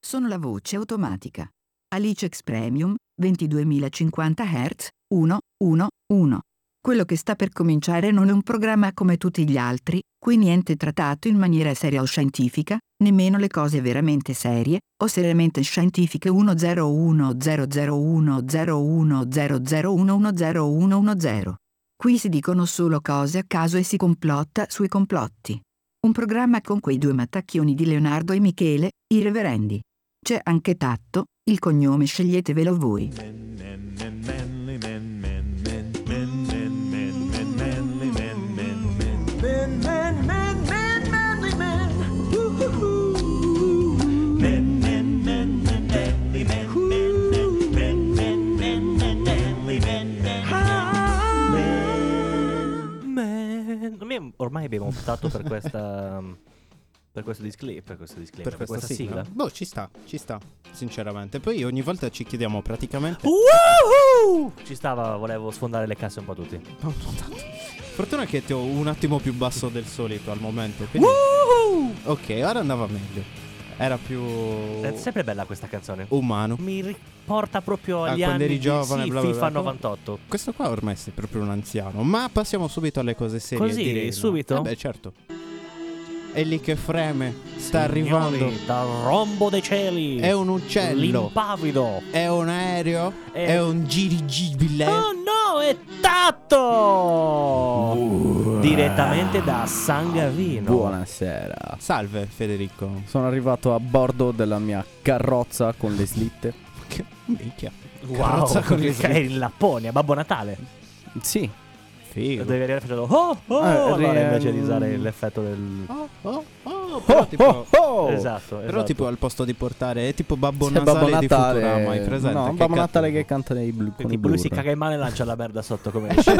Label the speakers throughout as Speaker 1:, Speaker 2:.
Speaker 1: sono la voce automatica. Alicex Premium 22.050 Hz 111. Quello che sta per cominciare non è un programma come tutti gli altri, qui niente trattato in maniera seria o scientifica, nemmeno le cose veramente serie o seriamente scientifiche 1010010100110110. Qui si dicono solo cose a caso e si complotta sui complotti. Un programma con quei due mattacchioni di Leonardo e Michele, i reverendi. C'è anche Tatto, il cognome sceglietevelo voi.
Speaker 2: Noi Ormai abbiamo optato per questa. Per questo disclaimer, per questo disclaimer, per questa, sigla.
Speaker 3: Boh, ci sta, ci sta, sinceramente. Poi ogni volta ci chiediamo praticamente.
Speaker 2: Uh! Woohoo! Ci stava, volevo sfondare le casse un po' a tutti.
Speaker 3: No, no, tanto. Fortuna che ti ho un attimo più basso del solito al momento. Quindi...
Speaker 2: Woohoo!
Speaker 3: Ok, ora andava meglio. Era più.
Speaker 2: È sempre bella questa canzone.
Speaker 3: umano.
Speaker 2: Mi riporta proprio
Speaker 3: Ah,
Speaker 2: agli
Speaker 3: quando
Speaker 2: anni
Speaker 3: eri
Speaker 2: di-
Speaker 3: giovane,
Speaker 2: sì,
Speaker 3: bla bla bla.
Speaker 2: FIFA 98.
Speaker 3: Questo qua ormai sei proprio un anziano. Ma passiamo subito alle cose serie.
Speaker 2: Così,
Speaker 3: direi, no?
Speaker 2: subito?
Speaker 3: Eh beh, certo. È lì che freme. Sta arrivando.
Speaker 2: Signori, dal rombo dei cieli.
Speaker 3: È un uccello.
Speaker 2: L'impavido.
Speaker 3: È un aereo.
Speaker 2: È-
Speaker 3: È, un girigibile.
Speaker 2: Oh no, è Tatto! Direttamente da San Gavino.
Speaker 4: Buonasera.
Speaker 3: Salve, Federico.
Speaker 4: Sono arrivato a bordo della mia carrozza con le slitte.
Speaker 3: Che minchia.
Speaker 2: Wow,
Speaker 3: Carrozza con le
Speaker 2: che è in Lapponia, Babbo Natale.
Speaker 4: Sì.
Speaker 3: Figo.
Speaker 2: Devi arrivare facendo oh oh,
Speaker 4: Eh,
Speaker 2: allora
Speaker 4: ehm,
Speaker 2: invece di usare l'effetto del...
Speaker 3: Oh, oh, oh. Però tipo...
Speaker 4: oh!
Speaker 2: Esatto,
Speaker 3: Però
Speaker 2: esatto.
Speaker 3: tipo al posto di portare è tipo Babbo
Speaker 4: C'è
Speaker 3: Natale
Speaker 4: Babbo
Speaker 3: di
Speaker 4: Natale.
Speaker 3: Futurama, hai presente?
Speaker 4: No,
Speaker 3: Che
Speaker 4: Babbo Natale
Speaker 3: cattivo.
Speaker 4: che canta nei
Speaker 2: E
Speaker 4: blu. con i
Speaker 2: tipo lui si
Speaker 4: Blur.
Speaker 2: caga in mano e lancia la merda sotto come esce.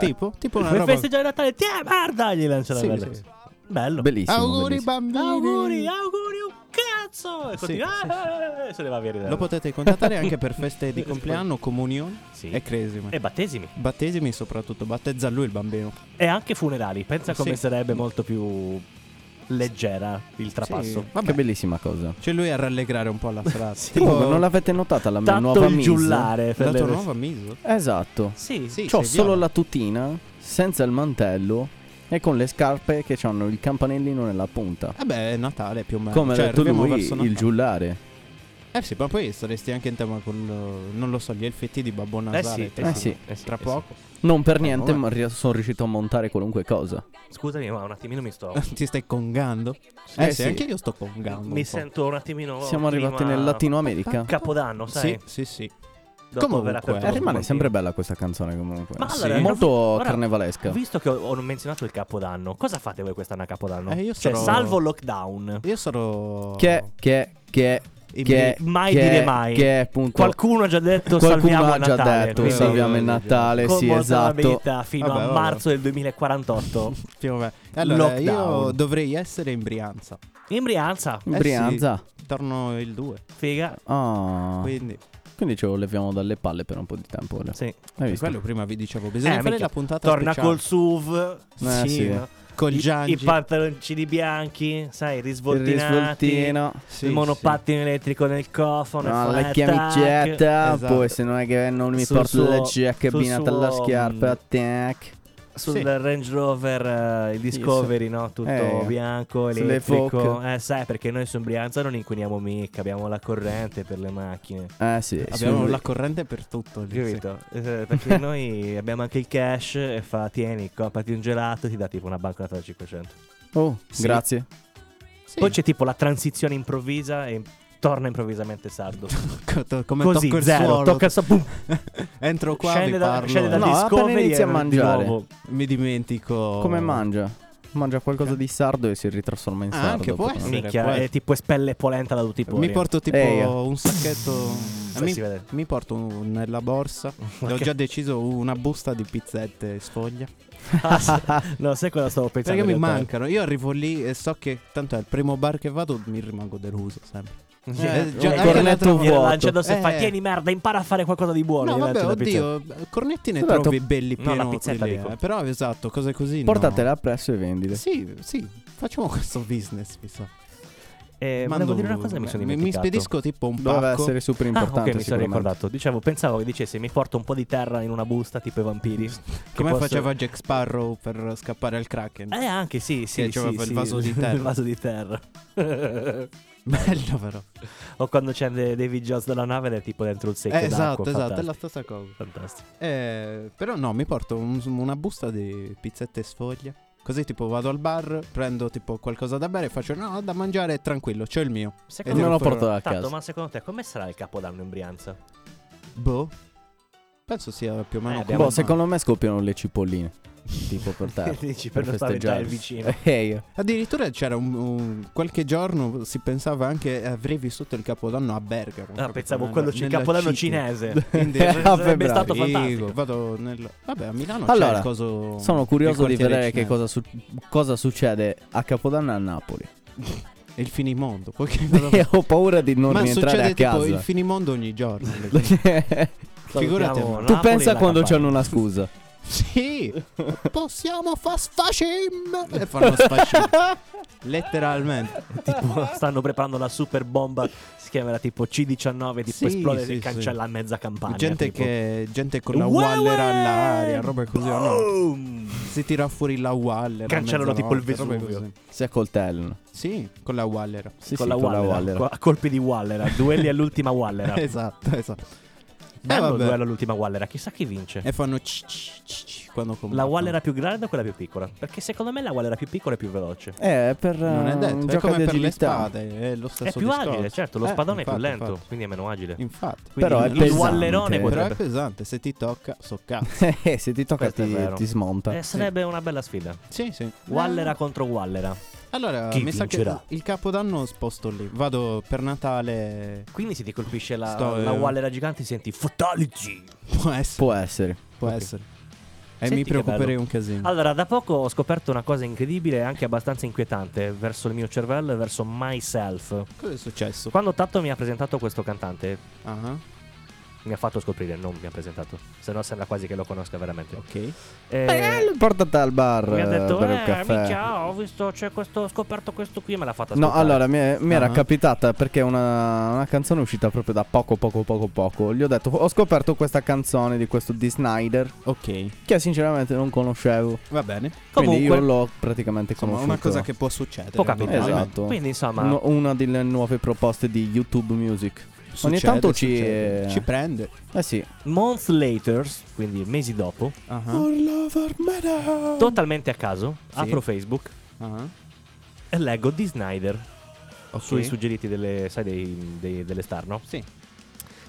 Speaker 3: Tipo, tipo una
Speaker 2: Vuoi
Speaker 3: roba
Speaker 2: festeggiare Natale? Ti è merda! E Gli lancia la
Speaker 3: Sì,
Speaker 2: merda.
Speaker 3: sì, sì.
Speaker 2: Bello.
Speaker 4: Bellissimo.
Speaker 3: Auguri
Speaker 4: bellissimo.
Speaker 3: bambini
Speaker 2: Auguri,
Speaker 3: ah.
Speaker 2: auguri, un cazzo! E continua. "Ah", e Se ne va via ridere.
Speaker 3: Lo potete contattare anche per feste di compleanno, comunioni
Speaker 2: Sì.
Speaker 3: e cresime
Speaker 2: E battesimi.
Speaker 3: Battesimi soprattutto, battezza lui il bambino
Speaker 2: E anche funerali. Pensa come
Speaker 3: Sì.
Speaker 2: sarebbe molto più leggera il trapasso.
Speaker 3: Sì, Vabbè,
Speaker 4: Che bellissima cosa.
Speaker 3: c'è lui a rallegrare un po' la frase
Speaker 4: Comunque, non l'avete notata la mia
Speaker 2: Tanto
Speaker 4: nuova
Speaker 2: il
Speaker 4: mise?
Speaker 2: giullare. Per
Speaker 3: la
Speaker 2: le...
Speaker 3: tua nuova miso?
Speaker 4: Esatto.
Speaker 2: Sì,
Speaker 3: Sì,
Speaker 4: C'ho
Speaker 3: sei
Speaker 4: solo
Speaker 3: viola.
Speaker 4: la tutina, senza il mantello e con le scarpe che hanno il campanellino nella punta.
Speaker 3: Vabbè è Natale più o meno
Speaker 4: Come ha
Speaker 3: Cioè,
Speaker 4: detto
Speaker 3: arriviamo
Speaker 4: lui,
Speaker 3: verso
Speaker 4: il
Speaker 3: Natale.
Speaker 4: giullare.
Speaker 3: Eh sì, ma poi saresti anche in tema con, eh, non lo so, gli elfetti di Babbo
Speaker 2: Eh
Speaker 3: Natale
Speaker 2: sì,
Speaker 3: tra-
Speaker 4: eh sì,
Speaker 3: Tra
Speaker 2: eh sì.
Speaker 3: poco
Speaker 4: Non per niente,
Speaker 3: vabbè.
Speaker 4: ma ri- sono riuscito a montare qualunque cosa.
Speaker 2: Scusami, ma un attimino mi sto.
Speaker 3: Ti stai congando? Eh,
Speaker 4: Eh
Speaker 3: sì,
Speaker 4: sì.
Speaker 3: anche io sto congando un
Speaker 2: mi
Speaker 3: po'.
Speaker 2: sento un attimino.
Speaker 4: Siamo arrivati
Speaker 2: prima-
Speaker 4: nel Latino America.
Speaker 2: Capodanno, sai?
Speaker 3: Sì, sì, sì
Speaker 2: Dopo
Speaker 3: Comunque,
Speaker 2: aver aperto
Speaker 4: Eh,
Speaker 2: lo
Speaker 4: rimane
Speaker 2: sportivo.
Speaker 4: sempre bella questa canzone comunque.
Speaker 2: Ma
Speaker 4: Sì.
Speaker 2: allora,
Speaker 4: Molto
Speaker 2: ora-
Speaker 4: carnevalesca.
Speaker 2: Visto che ho, ho menzionato il capodanno, cosa fate voi quest'anno a capodanno?
Speaker 3: Eh, io
Speaker 2: Cioè,
Speaker 3: sarò-
Speaker 2: salvo il lockdown.
Speaker 3: Io sarò...
Speaker 4: Che, che, che,
Speaker 3: I-
Speaker 4: che...
Speaker 2: mai
Speaker 4: che-
Speaker 2: dire mai.
Speaker 4: Che, appunto...
Speaker 2: Qualcuno ha già detto
Speaker 4: Qualcuno
Speaker 2: salviamo
Speaker 4: ha
Speaker 2: il
Speaker 4: già
Speaker 2: Natale.
Speaker 4: detto
Speaker 2: quindi, diciamo.
Speaker 4: salviamo il
Speaker 3: Sì,
Speaker 4: Natale,
Speaker 2: con
Speaker 4: sì
Speaker 2: molta
Speaker 4: esatto.
Speaker 2: probabilità fino
Speaker 3: Vabbè,
Speaker 2: a
Speaker 3: vabbè.
Speaker 2: marzo del 2048.
Speaker 3: Più o meno. Allora, io
Speaker 2: Lockdown.
Speaker 3: dovrei essere in Brianza.
Speaker 2: In Brianza,
Speaker 4: In
Speaker 3: Eh sì.
Speaker 4: Brianza.
Speaker 3: Torno il 2.
Speaker 2: figa.
Speaker 4: Ah.
Speaker 3: Quindi,
Speaker 4: Quindi ce lo leviamo dalle palle per un po' di tempo. ora.
Speaker 2: Sì.
Speaker 4: Hai
Speaker 3: per
Speaker 4: visto?
Speaker 3: quello prima vi dicevo, bisogna
Speaker 2: Eh,
Speaker 3: fare
Speaker 2: minchia,
Speaker 3: la puntata
Speaker 2: Torna
Speaker 3: speciale.
Speaker 2: col SUV.
Speaker 4: Eh, sì.
Speaker 2: no?
Speaker 3: col
Speaker 2: I-
Speaker 3: Giangi.
Speaker 2: I pantaloncini bianchi, sai,
Speaker 4: Il
Speaker 2: risvoltinati.
Speaker 4: risvoltino.
Speaker 3: Sì,
Speaker 2: il
Speaker 3: sì.
Speaker 2: monopattino elettrico nel cofano.
Speaker 4: No,
Speaker 2: il
Speaker 4: Ah, la
Speaker 2: flat tack.
Speaker 4: camicetta.
Speaker 3: Esatto.
Speaker 4: Poi se non è che non mi
Speaker 2: Sul
Speaker 4: porto la
Speaker 2: suo-
Speaker 4: giacca
Speaker 2: sul
Speaker 4: abbinata alla
Speaker 2: suo,
Speaker 4: scarpa.
Speaker 2: mm,
Speaker 4: Tac.
Speaker 2: Sul
Speaker 3: Sì.
Speaker 2: Range Rover, eh, il Discovery, no? Tutto
Speaker 4: Eh,
Speaker 2: bianco,
Speaker 4: sulle
Speaker 2: elettrico.
Speaker 4: Foc.
Speaker 2: Eh, sai, perché noi su Brianza non inquiniamo mica, abbiamo la corrente per le macchine.
Speaker 4: Eh sì.
Speaker 3: Abbiamo
Speaker 4: sì.
Speaker 3: la corrente per tutto lì. sì.
Speaker 2: Capito? Eh, perché noi abbiamo anche il cash e fa, tieni, comprati un gelato e ti dà tipo una banconota da 500.
Speaker 4: Oh,
Speaker 3: Sì.
Speaker 4: grazie.
Speaker 3: Sì.
Speaker 2: Poi c'è tipo la transizione improvvisa e torna improvvisamente sardo.
Speaker 3: Co- come
Speaker 2: Così,
Speaker 3: tocco il
Speaker 2: zero,
Speaker 3: suolo.
Speaker 2: tocca il so- boom,
Speaker 3: Entro qua
Speaker 2: scende
Speaker 3: vi
Speaker 2: da,
Speaker 3: parlo.
Speaker 2: scende da
Speaker 4: No, appena
Speaker 2: Discovery e
Speaker 4: inizia a
Speaker 2: di
Speaker 4: mangiare.
Speaker 2: nuovo.
Speaker 3: Mi dimentico.
Speaker 4: Come mangia? Mangia qualcosa di sardo e si ritrasforma in
Speaker 3: Oh. Ah,
Speaker 4: sardo.
Speaker 3: anche può
Speaker 4: poi.
Speaker 3: essere.
Speaker 2: Minchia,
Speaker 3: può-
Speaker 2: è tipo espelle polenta da tutti i pori.
Speaker 3: eh. Mi porto tipo
Speaker 4: Eia.
Speaker 3: un sacchetto.
Speaker 2: Sì,
Speaker 3: Eh, mi,
Speaker 2: si vede.
Speaker 3: mi porto un- nella borsa. Ho già deciso una busta di pizzette sfoglia.
Speaker 2: Ah, sì. no, sai cosa stavo pensando?
Speaker 3: Perché mi
Speaker 2: in realtà?
Speaker 3: mancano? Io arrivo lì e so che tanto è il primo bar che vado, mi rimango deluso sempre.
Speaker 2: Sì.
Speaker 3: Eh,
Speaker 2: Un
Speaker 3: già- anche
Speaker 4: cornetto
Speaker 3: l'altra
Speaker 4: vuoto.
Speaker 3: volta-
Speaker 2: Gliela lancio addosso e
Speaker 3: Eh.
Speaker 2: fa Tieni merda impara a fare qualcosa di buono
Speaker 3: No,
Speaker 2: gli lancio
Speaker 3: vabbè,
Speaker 2: la pizza.
Speaker 3: oddio, cornetti ne
Speaker 4: Sì, ho detto-
Speaker 3: Eh, trovi belli
Speaker 2: No, la
Speaker 3: pieno
Speaker 2: pizzetta,
Speaker 3: lì,
Speaker 2: dico.
Speaker 3: eh. Però esatto, cose così no.
Speaker 4: Portatela appresso e vendile.
Speaker 3: Sì, sì, facciamo questo business, mi sa.
Speaker 2: Eh,
Speaker 3: Mando-
Speaker 2: volevo dire una cosa e mi sono
Speaker 3: mi,
Speaker 2: dimenticato.
Speaker 3: spedisco tipo un
Speaker 4: Doveva
Speaker 3: pacco.
Speaker 4: essere super
Speaker 2: Ah,
Speaker 4: importante.
Speaker 2: ok, mi sono
Speaker 4: sicuramente.
Speaker 2: ricordato. Dicevo, pensavo che dicessi mi porto un po' di terra in una busta tipo i vampiri. che
Speaker 3: Come
Speaker 2: posso-
Speaker 3: faceva Jack Sparrow per scappare al Kraken?
Speaker 2: Eh, anche sì, sì,
Speaker 3: Che
Speaker 2: sì,
Speaker 3: c'aveva il
Speaker 2: sì,
Speaker 3: vaso di terra.
Speaker 2: il vaso di terra.
Speaker 3: Bello però.
Speaker 2: o quando c'è de- David Jones dalla nave ed è tipo dentro il secchio
Speaker 3: Eh, esatto,
Speaker 2: d'acqua,
Speaker 3: esatto, è
Speaker 2: fantastico.
Speaker 3: la stessa cosa.
Speaker 2: Fantastico.
Speaker 3: Eh, però no, mi porto un- una busta di pizzette sfoglie. Così tipo vado al bar, prendo tipo qualcosa da bere e faccio no, da mangiare tranquillo, c'ho il mio.
Speaker 2: Secondo
Speaker 4: Me
Speaker 3: Ed
Speaker 4: lo
Speaker 3: ero fuori-
Speaker 4: porto da
Speaker 2: Tanto,
Speaker 4: casa.
Speaker 2: ma secondo te come sarà il capodanno in Brianza?
Speaker 3: Boh. Penso sia più
Speaker 2: Eh,
Speaker 3: o meno come
Speaker 2: abbiamo-
Speaker 4: Boh,
Speaker 3: ormai.
Speaker 4: secondo me scoppiano le cipolline. Tipo per
Speaker 3: Ah,
Speaker 4: terra.
Speaker 2: Dici, per
Speaker 4: per
Speaker 2: non spaventare il
Speaker 4: festeggiare. Eh,
Speaker 2: vicino.
Speaker 4: Ehi.
Speaker 3: Addirittura c'era un, un- qualche giorno si pensava anche eh, avrei vissuto il capodanno a Bergamo.
Speaker 2: Ah,
Speaker 3: proprio
Speaker 2: pensavo
Speaker 3: nella-
Speaker 2: quello ci- il
Speaker 3: nella
Speaker 2: capodanno
Speaker 3: city.
Speaker 2: cinese.
Speaker 3: Quindi
Speaker 4: A
Speaker 2: Sarebbe
Speaker 4: febbraio.
Speaker 2: stato
Speaker 3: Eh, Figo,
Speaker 2: fantastico.
Speaker 3: vado nel- Vabbè, a Milano c'è
Speaker 4: Allora,
Speaker 3: il coso
Speaker 4: Sono curioso
Speaker 3: il
Speaker 4: di
Speaker 3: quartiere
Speaker 4: vedere che
Speaker 3: cinese.
Speaker 4: cosa, su- cosa succede a Capodanno a Napoli.
Speaker 3: il finimondo, poi che-
Speaker 4: E ho paura di non
Speaker 3: Ma
Speaker 4: rientrare
Speaker 3: succede
Speaker 4: a
Speaker 3: tipo
Speaker 4: casa.
Speaker 3: il finimondo ogni giorno.
Speaker 2: Salutiamo
Speaker 3: Figurati a me.
Speaker 2: Napoli
Speaker 4: tu
Speaker 2: e
Speaker 4: pensa
Speaker 2: la
Speaker 4: quando
Speaker 2: Campania.
Speaker 4: c'hanno una scusa.
Speaker 3: Sì, possiamo fa sfacim. E fanno sfacim. Letteralmente.
Speaker 2: Tipo, stanno preparando la super bomba. Si chiamerà tipo C19. Tipo
Speaker 3: Sì,
Speaker 2: esplode
Speaker 3: sì,
Speaker 2: e
Speaker 3: sì.
Speaker 2: cancella mezza campagna.
Speaker 3: gente,
Speaker 2: tipo.
Speaker 3: che, gente con la
Speaker 2: Uè,
Speaker 3: waller
Speaker 2: uè!
Speaker 3: all'aria, roba così. o no?
Speaker 2: Boom!
Speaker 3: Si tira fuori la waller. a
Speaker 2: Cancellano tipo il
Speaker 3: mezzanotte, roba
Speaker 2: Vesuvio.
Speaker 4: Si accoltellano.
Speaker 3: così. Sì, con la waller.
Speaker 4: Sì,
Speaker 2: con
Speaker 4: sì,
Speaker 2: la
Speaker 4: con la
Speaker 2: Waller,
Speaker 4: Waller.
Speaker 2: co- a colpi di Wallera, duelli all'ultima Wallera.
Speaker 3: Esatto, esatto.
Speaker 2: Bello il
Speaker 3: vabbè.
Speaker 2: duello all'ultima Wallera, chissà chi vince.
Speaker 3: E fanno c- c- c- c- quando
Speaker 2: La
Speaker 3: combattono.
Speaker 2: Wallera più grande o quella più piccola? Perché secondo me la Wallera più piccola è più veloce.
Speaker 4: Eh, per
Speaker 3: Non è
Speaker 4: eh, un
Speaker 3: detto, è
Speaker 4: gioco
Speaker 3: come
Speaker 4: di
Speaker 3: per le
Speaker 4: agilità.
Speaker 3: spade, è lo stesso
Speaker 2: È più
Speaker 3: discorso.
Speaker 2: agile, certo, lo
Speaker 3: Eh,
Speaker 2: spadone è più
Speaker 3: infatti,
Speaker 2: lento,
Speaker 3: infatti.
Speaker 2: quindi è meno agile.
Speaker 3: Infatti.
Speaker 4: Però è
Speaker 2: il
Speaker 4: pesante.
Speaker 2: wallerone
Speaker 4: Però
Speaker 3: Però
Speaker 2: potrebbe...
Speaker 3: è pesante, se ti tocca, so cazzo.
Speaker 4: Eh, se ti tocca
Speaker 2: Questo è
Speaker 4: ti,
Speaker 2: vero.
Speaker 4: ti smonta.
Speaker 2: Eh, sarebbe una bella sfida.
Speaker 3: sì, sì.
Speaker 2: Wallera contro Wallera.
Speaker 3: Allora,
Speaker 2: Chi
Speaker 3: mi sa che
Speaker 2: vincerà?
Speaker 3: il capodanno sposto lì. Vado per Natale.
Speaker 2: Quindi se ti colpisce la,
Speaker 3: Sto,
Speaker 2: la
Speaker 3: eh.
Speaker 2: Wallera gigante senti Fatality.
Speaker 3: Può essere.
Speaker 4: Può essere.
Speaker 3: Può
Speaker 2: ok.
Speaker 3: essere. E
Speaker 2: Senti
Speaker 3: mi
Speaker 2: che
Speaker 3: preoccuperei
Speaker 2: bello.
Speaker 3: un casino.
Speaker 2: Allora, da poco ho scoperto una cosa incredibile e anche abbastanza inquietante verso il mio cervello e verso myself.
Speaker 3: Cosa è successo?
Speaker 2: Quando Tatto mi ha presentato questo cantante,
Speaker 3: Ah,
Speaker 2: mi ha fatto scoprire, non mi ha presentato, se no sembra quasi che lo conosca veramente.
Speaker 3: ok.
Speaker 2: Eh,
Speaker 4: Eh, portate al bar.
Speaker 2: mi ha detto,
Speaker 4: per il
Speaker 2: eh,
Speaker 4: caffè.
Speaker 2: minchia, ho visto, c'è questo, ho scoperto questo qui, me l'ha fatta
Speaker 4: No,
Speaker 2: ascoltare.
Speaker 4: allora mi, è- mi era
Speaker 3: Ah.
Speaker 4: capitata perché una, una canzone è uscita proprio da poco, poco, poco, poco. Gli ho detto, ho scoperto questa canzone di questo di Snyder
Speaker 3: Ok.
Speaker 4: che sinceramente non conoscevo.
Speaker 3: Va bene.
Speaker 4: Quindi io
Speaker 2: Comunque,
Speaker 4: l'ho praticamente
Speaker 3: Insomma,
Speaker 4: conosciuto.
Speaker 3: una cosa che può succedere.
Speaker 2: Può capitare.
Speaker 3: normalmente.
Speaker 4: Esatto.
Speaker 2: quindi insomma,
Speaker 4: Uno- una delle nuove proposte di YouTube Music.
Speaker 3: Succede,
Speaker 4: tanto ci-
Speaker 3: succede. ci prende.
Speaker 4: Eh sì.
Speaker 2: months later, quindi mesi dopo,
Speaker 3: Ah,
Speaker 2: totalmente a caso,
Speaker 3: Sì.
Speaker 2: apro Facebook
Speaker 3: ah,
Speaker 2: e leggo di Snyder
Speaker 3: ok.
Speaker 2: sui suggeriti delle, sai, dei- dei- dell'esterno.
Speaker 3: Sì.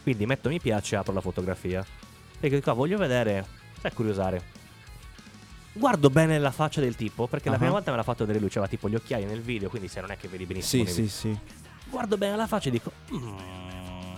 Speaker 2: Quindi metto mi piace e apro la fotografia. E dico, "Ah, voglio vedere, sai curiosare. Guardo bene la faccia del tipo, perché la
Speaker 3: Ah.
Speaker 2: prima volta me l'ha fatto vedere lui, c'aveva tipo gli occhiali nel video, quindi se non è che vedi benissimo.
Speaker 3: Sì,
Speaker 2: nei
Speaker 3: sì, sì.
Speaker 2: guardo bene la faccia e dico "Mm,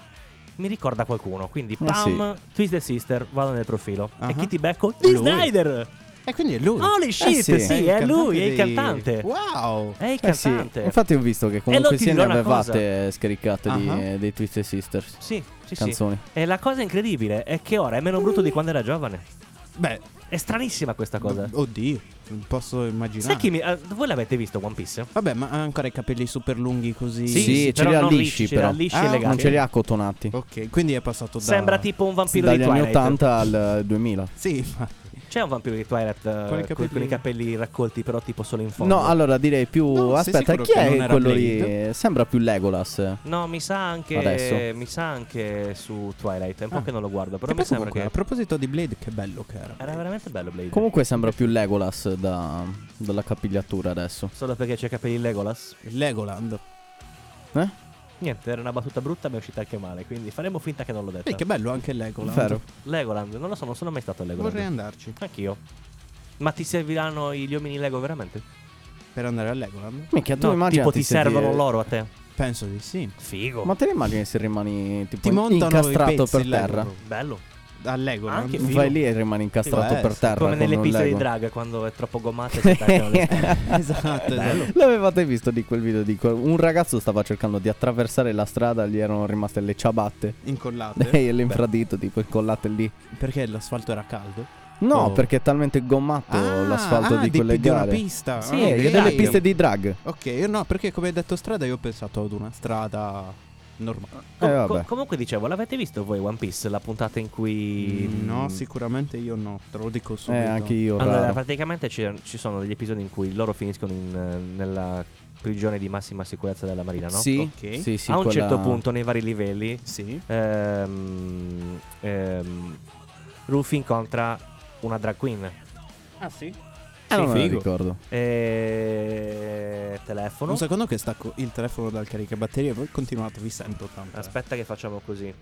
Speaker 2: mi ricorda qualcuno quindi
Speaker 4: Ah,
Speaker 2: pam Twisted Sister vado nel profilo
Speaker 3: Ah.
Speaker 2: e chi ti becco Dee
Speaker 3: Lui.
Speaker 2: Snyder
Speaker 3: E quindi è lui. Eh,
Speaker 2: holy shit sì,
Speaker 4: sì.
Speaker 3: È il
Speaker 2: è lui è il
Speaker 3: cantante dei-
Speaker 2: cantante
Speaker 3: Wow.
Speaker 2: è il
Speaker 4: Eh sì.
Speaker 2: cantante
Speaker 4: Infatti ho visto che comunque
Speaker 2: ti
Speaker 4: sia ne
Speaker 2: dirò una
Speaker 4: avevate scaricate di-
Speaker 3: Ah.
Speaker 4: dei Twisted Sisters.
Speaker 2: sì sì sì
Speaker 4: Canzoni.
Speaker 2: e la cosa incredibile è che ora è meno brutto di quando era giovane
Speaker 3: Beh,
Speaker 2: è stranissima questa cosa
Speaker 3: oddio, non posso immaginare.
Speaker 2: sai chi mi eh, voi l'avete visto One Piece?
Speaker 3: Vabbè, ma ha ancora i capelli super lunghi così.
Speaker 4: Sì, ce
Speaker 2: però
Speaker 4: li ha
Speaker 2: non
Speaker 4: lisci,
Speaker 2: ce li ha
Speaker 4: però.
Speaker 2: lisci
Speaker 3: Ah,
Speaker 2: e
Speaker 3: non
Speaker 2: legati
Speaker 4: Non ce li ha cotonati.
Speaker 3: Ok, quindi è passato da
Speaker 2: sembra tipo un vampiro
Speaker 4: Dagli
Speaker 2: di
Speaker 4: anni
Speaker 2: Twilight
Speaker 4: 80 al 2000.
Speaker 3: Sì, ma
Speaker 2: c'è un vampiro di Twilight eh,
Speaker 3: Con i
Speaker 2: co-
Speaker 3: capelli-
Speaker 2: con i capelli raccolti però tipo solo in fondo
Speaker 4: No, allora direi più.
Speaker 3: No, sei
Speaker 4: Aspetta,
Speaker 3: sicuro
Speaker 4: chi
Speaker 3: che non
Speaker 4: è
Speaker 3: era
Speaker 4: quello
Speaker 3: Blade?
Speaker 4: lì? Sembra più Legolas.
Speaker 2: No, mi sa anche,
Speaker 4: Adesso.
Speaker 2: mi sa anche su Twilight. È un po'
Speaker 3: Ah.
Speaker 2: che non lo guardo, però
Speaker 3: che
Speaker 2: mi
Speaker 3: poi
Speaker 2: sembra
Speaker 3: comunque,
Speaker 2: che
Speaker 3: a proposito di Blade che bello che era.
Speaker 2: era veramente bello Blade.
Speaker 4: Comunque sembra più Legolas da- dalla capigliatura adesso.
Speaker 2: Solo perché c'è i capelli Legolas.
Speaker 3: Legoland.
Speaker 4: Eh?
Speaker 2: Niente, era una battuta brutta, mi è uscita anche male. Quindi faremo finta che non l'ho detta.
Speaker 3: Sì, che bello anche Legoland.
Speaker 4: Certo. Vero.
Speaker 2: Legoland, non lo so, non sono mai stato a Legoland.
Speaker 3: Vorrei andarci
Speaker 2: Anch'io. Ma ti serviranno gli uomini Lego veramente?
Speaker 3: per andare a Legoland.
Speaker 4: Minchia, tu
Speaker 2: No,
Speaker 4: immagini.
Speaker 2: tipo ti servono loro a te.
Speaker 3: Penso di sì.
Speaker 2: Figo.
Speaker 4: Ma te ne immagini se rimani tipo
Speaker 3: Ti
Speaker 4: in-
Speaker 3: montano i
Speaker 4: incastrato
Speaker 3: pezzi
Speaker 4: per terra?
Speaker 3: Lego.
Speaker 2: Bello.
Speaker 3: A Legoland.
Speaker 2: Anche
Speaker 3: Figo.
Speaker 4: Vai lì e rimani incastrato
Speaker 3: Sì,
Speaker 4: per
Speaker 3: sì.
Speaker 4: terra.
Speaker 2: Come
Speaker 4: con
Speaker 2: nelle
Speaker 4: un
Speaker 2: piste di
Speaker 4: Lego. Eh,
Speaker 2: drag quando è troppo gommata e si attaccano le spalle.
Speaker 3: Esatto, esatto.
Speaker 4: L'avevate visto di quel video di quel- un ragazzo stava cercando di attraversare la strada, gli erano rimaste le ciabatte
Speaker 3: Incollate.
Speaker 4: e l'infradito tipo incollate lì.
Speaker 3: Perché l'asfalto era caldo.
Speaker 4: No,
Speaker 3: Oh.
Speaker 4: perché è talmente gommato l'asfalto
Speaker 3: ah,
Speaker 4: di quelle
Speaker 3: di
Speaker 4: gare.
Speaker 3: una pista.
Speaker 2: Sì,
Speaker 3: Ah,
Speaker 4: Eh,
Speaker 2: di
Speaker 3: ok.
Speaker 4: delle
Speaker 2: drag.
Speaker 4: piste di drag. Eh,
Speaker 3: Ok, io no, perché come hai detto strada io ho pensato ad una strada normale.
Speaker 2: Com-
Speaker 4: Eh,
Speaker 2: co-
Speaker 4: vabbè.
Speaker 2: comunque dicevo, l'avete visto voi One Piece, la puntata in cui...
Speaker 4: Mm,
Speaker 3: No, sicuramente io no, te lo dico
Speaker 4: Eh,
Speaker 3: subito.
Speaker 4: anche io. Eh,
Speaker 2: Allora,
Speaker 4: raro.
Speaker 2: praticamente ci, ci sono degli episodi in cui loro finiscono in, eh, nella prigione di massima sicurezza della Marina, no?
Speaker 4: Sì,
Speaker 3: Ok.
Speaker 4: sì, sì,
Speaker 2: A un
Speaker 4: quella-
Speaker 2: certo punto, nei vari livelli,
Speaker 3: Sì.
Speaker 2: ehm, ehm, Ruffy incontra una drag queen.
Speaker 3: Ah sì?
Speaker 4: Eh, non me la
Speaker 3: figo.
Speaker 4: ricordo.
Speaker 2: E... Telefono.
Speaker 3: Un secondo che stacco il telefono dal caricabatterie, voi continuate, vi sento tanto.
Speaker 2: Aspetta che facciamo così.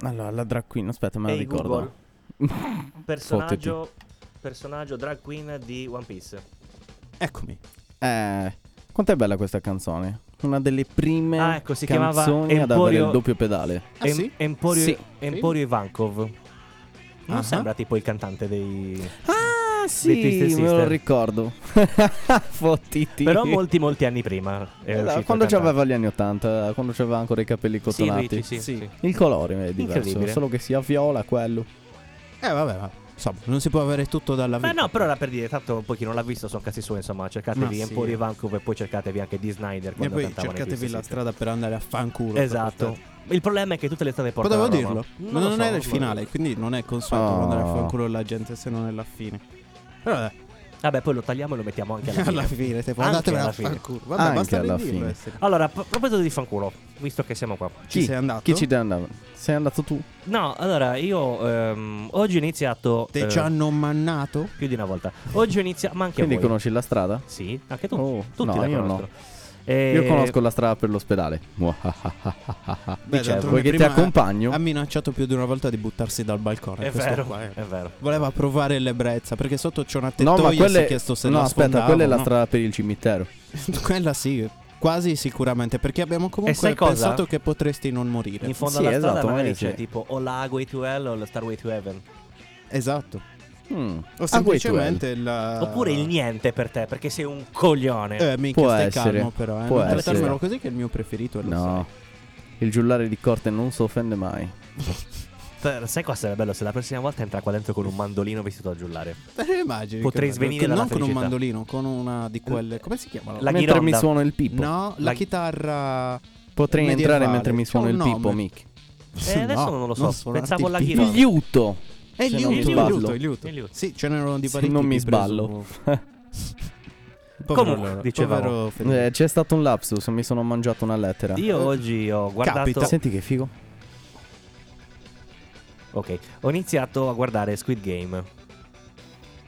Speaker 4: Allora, la drag queen, aspetta, me la
Speaker 2: Ehi,
Speaker 4: ricordo.
Speaker 2: Google. Personaggio, personaggio drag queen di One Piece.
Speaker 3: Eccomi.
Speaker 4: Eh, quanto è bella questa canzone? Una delle prime
Speaker 2: Ah, ecco, si chiamava
Speaker 4: canzoni ad avere
Speaker 2: Emporio-
Speaker 4: il doppio pedale.
Speaker 3: Ah,
Speaker 2: Em-
Speaker 3: sì?
Speaker 2: Emporio,
Speaker 4: Sì.
Speaker 2: Emporio Ivankov. Non
Speaker 3: Ah.
Speaker 2: sembra tipo il cantante dei...
Speaker 4: Ah,
Speaker 2: Dei Twisted
Speaker 4: sì, me lo
Speaker 2: Sister.
Speaker 4: ricordo. Fottiti.
Speaker 2: Però molti, molti anni prima. era uscito
Speaker 4: Eh,
Speaker 2: il
Speaker 4: quando
Speaker 2: cantante.
Speaker 4: c'aveva gli anni 80, quando c'aveva ancora i capelli
Speaker 2: Sì,
Speaker 4: cotonati.
Speaker 2: Ricci, sì,
Speaker 3: Sì.
Speaker 2: sì.
Speaker 4: Il colore è diverso,
Speaker 2: Incredibile.
Speaker 4: solo che sia viola quello.
Speaker 3: Eh vabbè, ma insomma, non si può avere tutto dalla
Speaker 2: Ma
Speaker 3: vita.
Speaker 2: no, però era per dire, tanto poi chi non l'ha visto sono cazzi suoi, insomma, cercatevi
Speaker 3: Ma sì.
Speaker 2: Emporio Ivankov e poi cercatevi anche di Snyder
Speaker 3: E
Speaker 2: quando
Speaker 3: poi
Speaker 2: cantavano i
Speaker 3: cercatevi
Speaker 2: Twisted
Speaker 3: la
Speaker 2: Sister.
Speaker 3: strada per andare a fanculo.
Speaker 2: Esatto. Il problema è che tutte le strade portano
Speaker 3: Potevo
Speaker 2: a Roma.
Speaker 3: dirlo, ma
Speaker 2: lo
Speaker 3: non
Speaker 2: so,
Speaker 3: era il
Speaker 2: so.
Speaker 3: finale, quindi non è consueto
Speaker 4: Oh.
Speaker 3: andare a fanculo la gente se non è la fine. Però dai,
Speaker 2: Vabbè, poi lo tagliamo e lo mettiamo anche alla fine.
Speaker 3: alla fine, tipo,
Speaker 2: Anche
Speaker 3: andatevela
Speaker 2: alla
Speaker 3: a
Speaker 2: fine.
Speaker 3: fanculo. Vabbè,
Speaker 4: Anche
Speaker 3: basta
Speaker 4: alla
Speaker 3: dirlo,
Speaker 4: fine.
Speaker 3: essere-
Speaker 2: Allora, a proposito di fanculo, visto che siamo qua.
Speaker 3: Ci
Speaker 4: Chi?
Speaker 3: sei andato?
Speaker 4: Chi ci deve andare? Sei andato tu?
Speaker 2: No, allora, io ehm, oggi ho iniziato...
Speaker 3: Te
Speaker 2: eh,
Speaker 3: ci hanno mannato?
Speaker 2: Più di una volta. Oggi ho iniziato... Ma anche
Speaker 4: Quindi
Speaker 2: voi.
Speaker 4: conosci la strada?
Speaker 2: Sì, anche tu.
Speaker 4: Oh,
Speaker 2: Tutti
Speaker 4: no,
Speaker 2: la
Speaker 4: io no.
Speaker 2: conoscono. Eh,
Speaker 4: Io conosco la strada per l'ospedale.
Speaker 3: Beh,
Speaker 2: Dicevo,
Speaker 3: d'altronde
Speaker 4: Vuoi che ti
Speaker 3: prima
Speaker 4: accompagno?
Speaker 3: Ha minacciato più di una volta di buttarsi dal balcone.
Speaker 2: È
Speaker 3: questo
Speaker 2: vero,
Speaker 3: qua, eh.
Speaker 2: è vero.
Speaker 3: Voleva provare l'ebbrezza perché sotto c'è una tettoia
Speaker 4: No, ma
Speaker 3: e si
Speaker 4: quella
Speaker 3: è
Speaker 4: è...
Speaker 3: chiesto se
Speaker 4: no,
Speaker 3: la
Speaker 4: aspetta,
Speaker 3: sfondava,
Speaker 4: quella è la
Speaker 3: no?
Speaker 4: strada per il cimitero.
Speaker 3: Quella sì, quasi sicuramente perché abbiamo comunque
Speaker 2: sai cosa?
Speaker 3: pensato che potresti non morire.
Speaker 2: In fondo
Speaker 4: Sì,
Speaker 2: alla strada
Speaker 4: esatto,
Speaker 2: magari
Speaker 4: magari
Speaker 2: c'è
Speaker 4: sì.
Speaker 2: tipo o la Highway to Hell o la Starway to Heaven.
Speaker 3: Esatto. O
Speaker 4: Mm. Ah, quei tuoi.
Speaker 3: semplicemente la
Speaker 2: Oppure il niente per te, perché sei un coglione.
Speaker 3: Eh, mica
Speaker 4: Può
Speaker 3: stai
Speaker 4: essere.
Speaker 3: calmo però, eh.
Speaker 4: Può
Speaker 3: non
Speaker 4: essere.
Speaker 3: trattarmelo così che è il mio preferito, lo
Speaker 4: No. Il giullare di corte non si offende mai.
Speaker 2: Per- sai cosa sarebbe bello? Se la prossima volta entra qua dentro con un mandolino vestito da giullare.
Speaker 3: sai. Te lo immagini?
Speaker 2: Potrei
Speaker 3: che-
Speaker 2: svenire
Speaker 3: non
Speaker 2: dalla
Speaker 3: con un
Speaker 2: felicità.
Speaker 3: mandolino, con una di quelle come si chiamano?
Speaker 2: La
Speaker 4: mentre mi
Speaker 2: ghironda.
Speaker 4: suono il pipo.
Speaker 3: No, la,
Speaker 2: la-
Speaker 3: chitarra
Speaker 4: Potrei
Speaker 3: medievale.
Speaker 4: entrare mentre mi suono
Speaker 3: C'ha
Speaker 4: il
Speaker 3: un
Speaker 4: pipo,
Speaker 3: nome.
Speaker 4: Mick.
Speaker 2: Eh, adesso non lo so,
Speaker 3: suonarti
Speaker 2: pensavo
Speaker 3: il
Speaker 2: alla
Speaker 3: pipo.
Speaker 2: chitarra.
Speaker 4: Il liuto.
Speaker 3: È il
Speaker 4: Se non
Speaker 3: liuto,
Speaker 4: mi
Speaker 3: il
Speaker 4: sbaglio.
Speaker 3: liuto, il liuto.
Speaker 2: Il liuto.
Speaker 3: Sì, ce n'erano di
Speaker 4: Se
Speaker 3: vari
Speaker 4: non
Speaker 3: tipi,
Speaker 4: mi sballo.
Speaker 3: presumo. Povero-
Speaker 2: Comunque, dicevamo.
Speaker 3: povero Federico.
Speaker 4: Eh, c'è stato un lapsus, mi sono mangiato una lettera.
Speaker 2: Io oggi ho guardato.
Speaker 3: Capita.
Speaker 4: Senti che figo.
Speaker 2: Ok, ho iniziato a guardare Squid Game.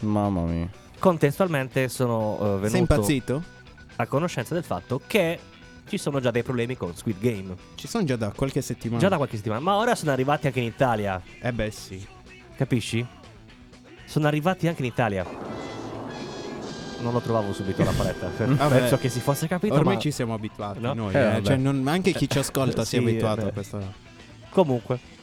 Speaker 4: Mamma mia.
Speaker 3: Mm.
Speaker 2: Contestualmente sono eh,
Speaker 3: Sei
Speaker 2: venuto
Speaker 3: impazzito?
Speaker 2: a conoscenza del fatto che ci sono già dei problemi con Squid Game.
Speaker 3: Ci sono già da qualche settimana.
Speaker 2: Già da qualche settimana, ma ora sono arrivati anche in Italia.
Speaker 3: Eh beh, sì.
Speaker 2: Capisci? Sono arrivati anche in Italia. Non lo trovavo subito la paletta.
Speaker 3: Vabbè.
Speaker 2: Penso che si fosse capito.
Speaker 3: Ormai
Speaker 2: ma...
Speaker 3: ci siamo abituati
Speaker 2: No?
Speaker 3: noi,
Speaker 4: Eh,
Speaker 3: eh.
Speaker 4: vabbè.
Speaker 3: Cioè, non- anche chi ci ascolta si è
Speaker 2: Sì,
Speaker 3: abituato
Speaker 2: eh,
Speaker 3: a questa
Speaker 2: Comunque.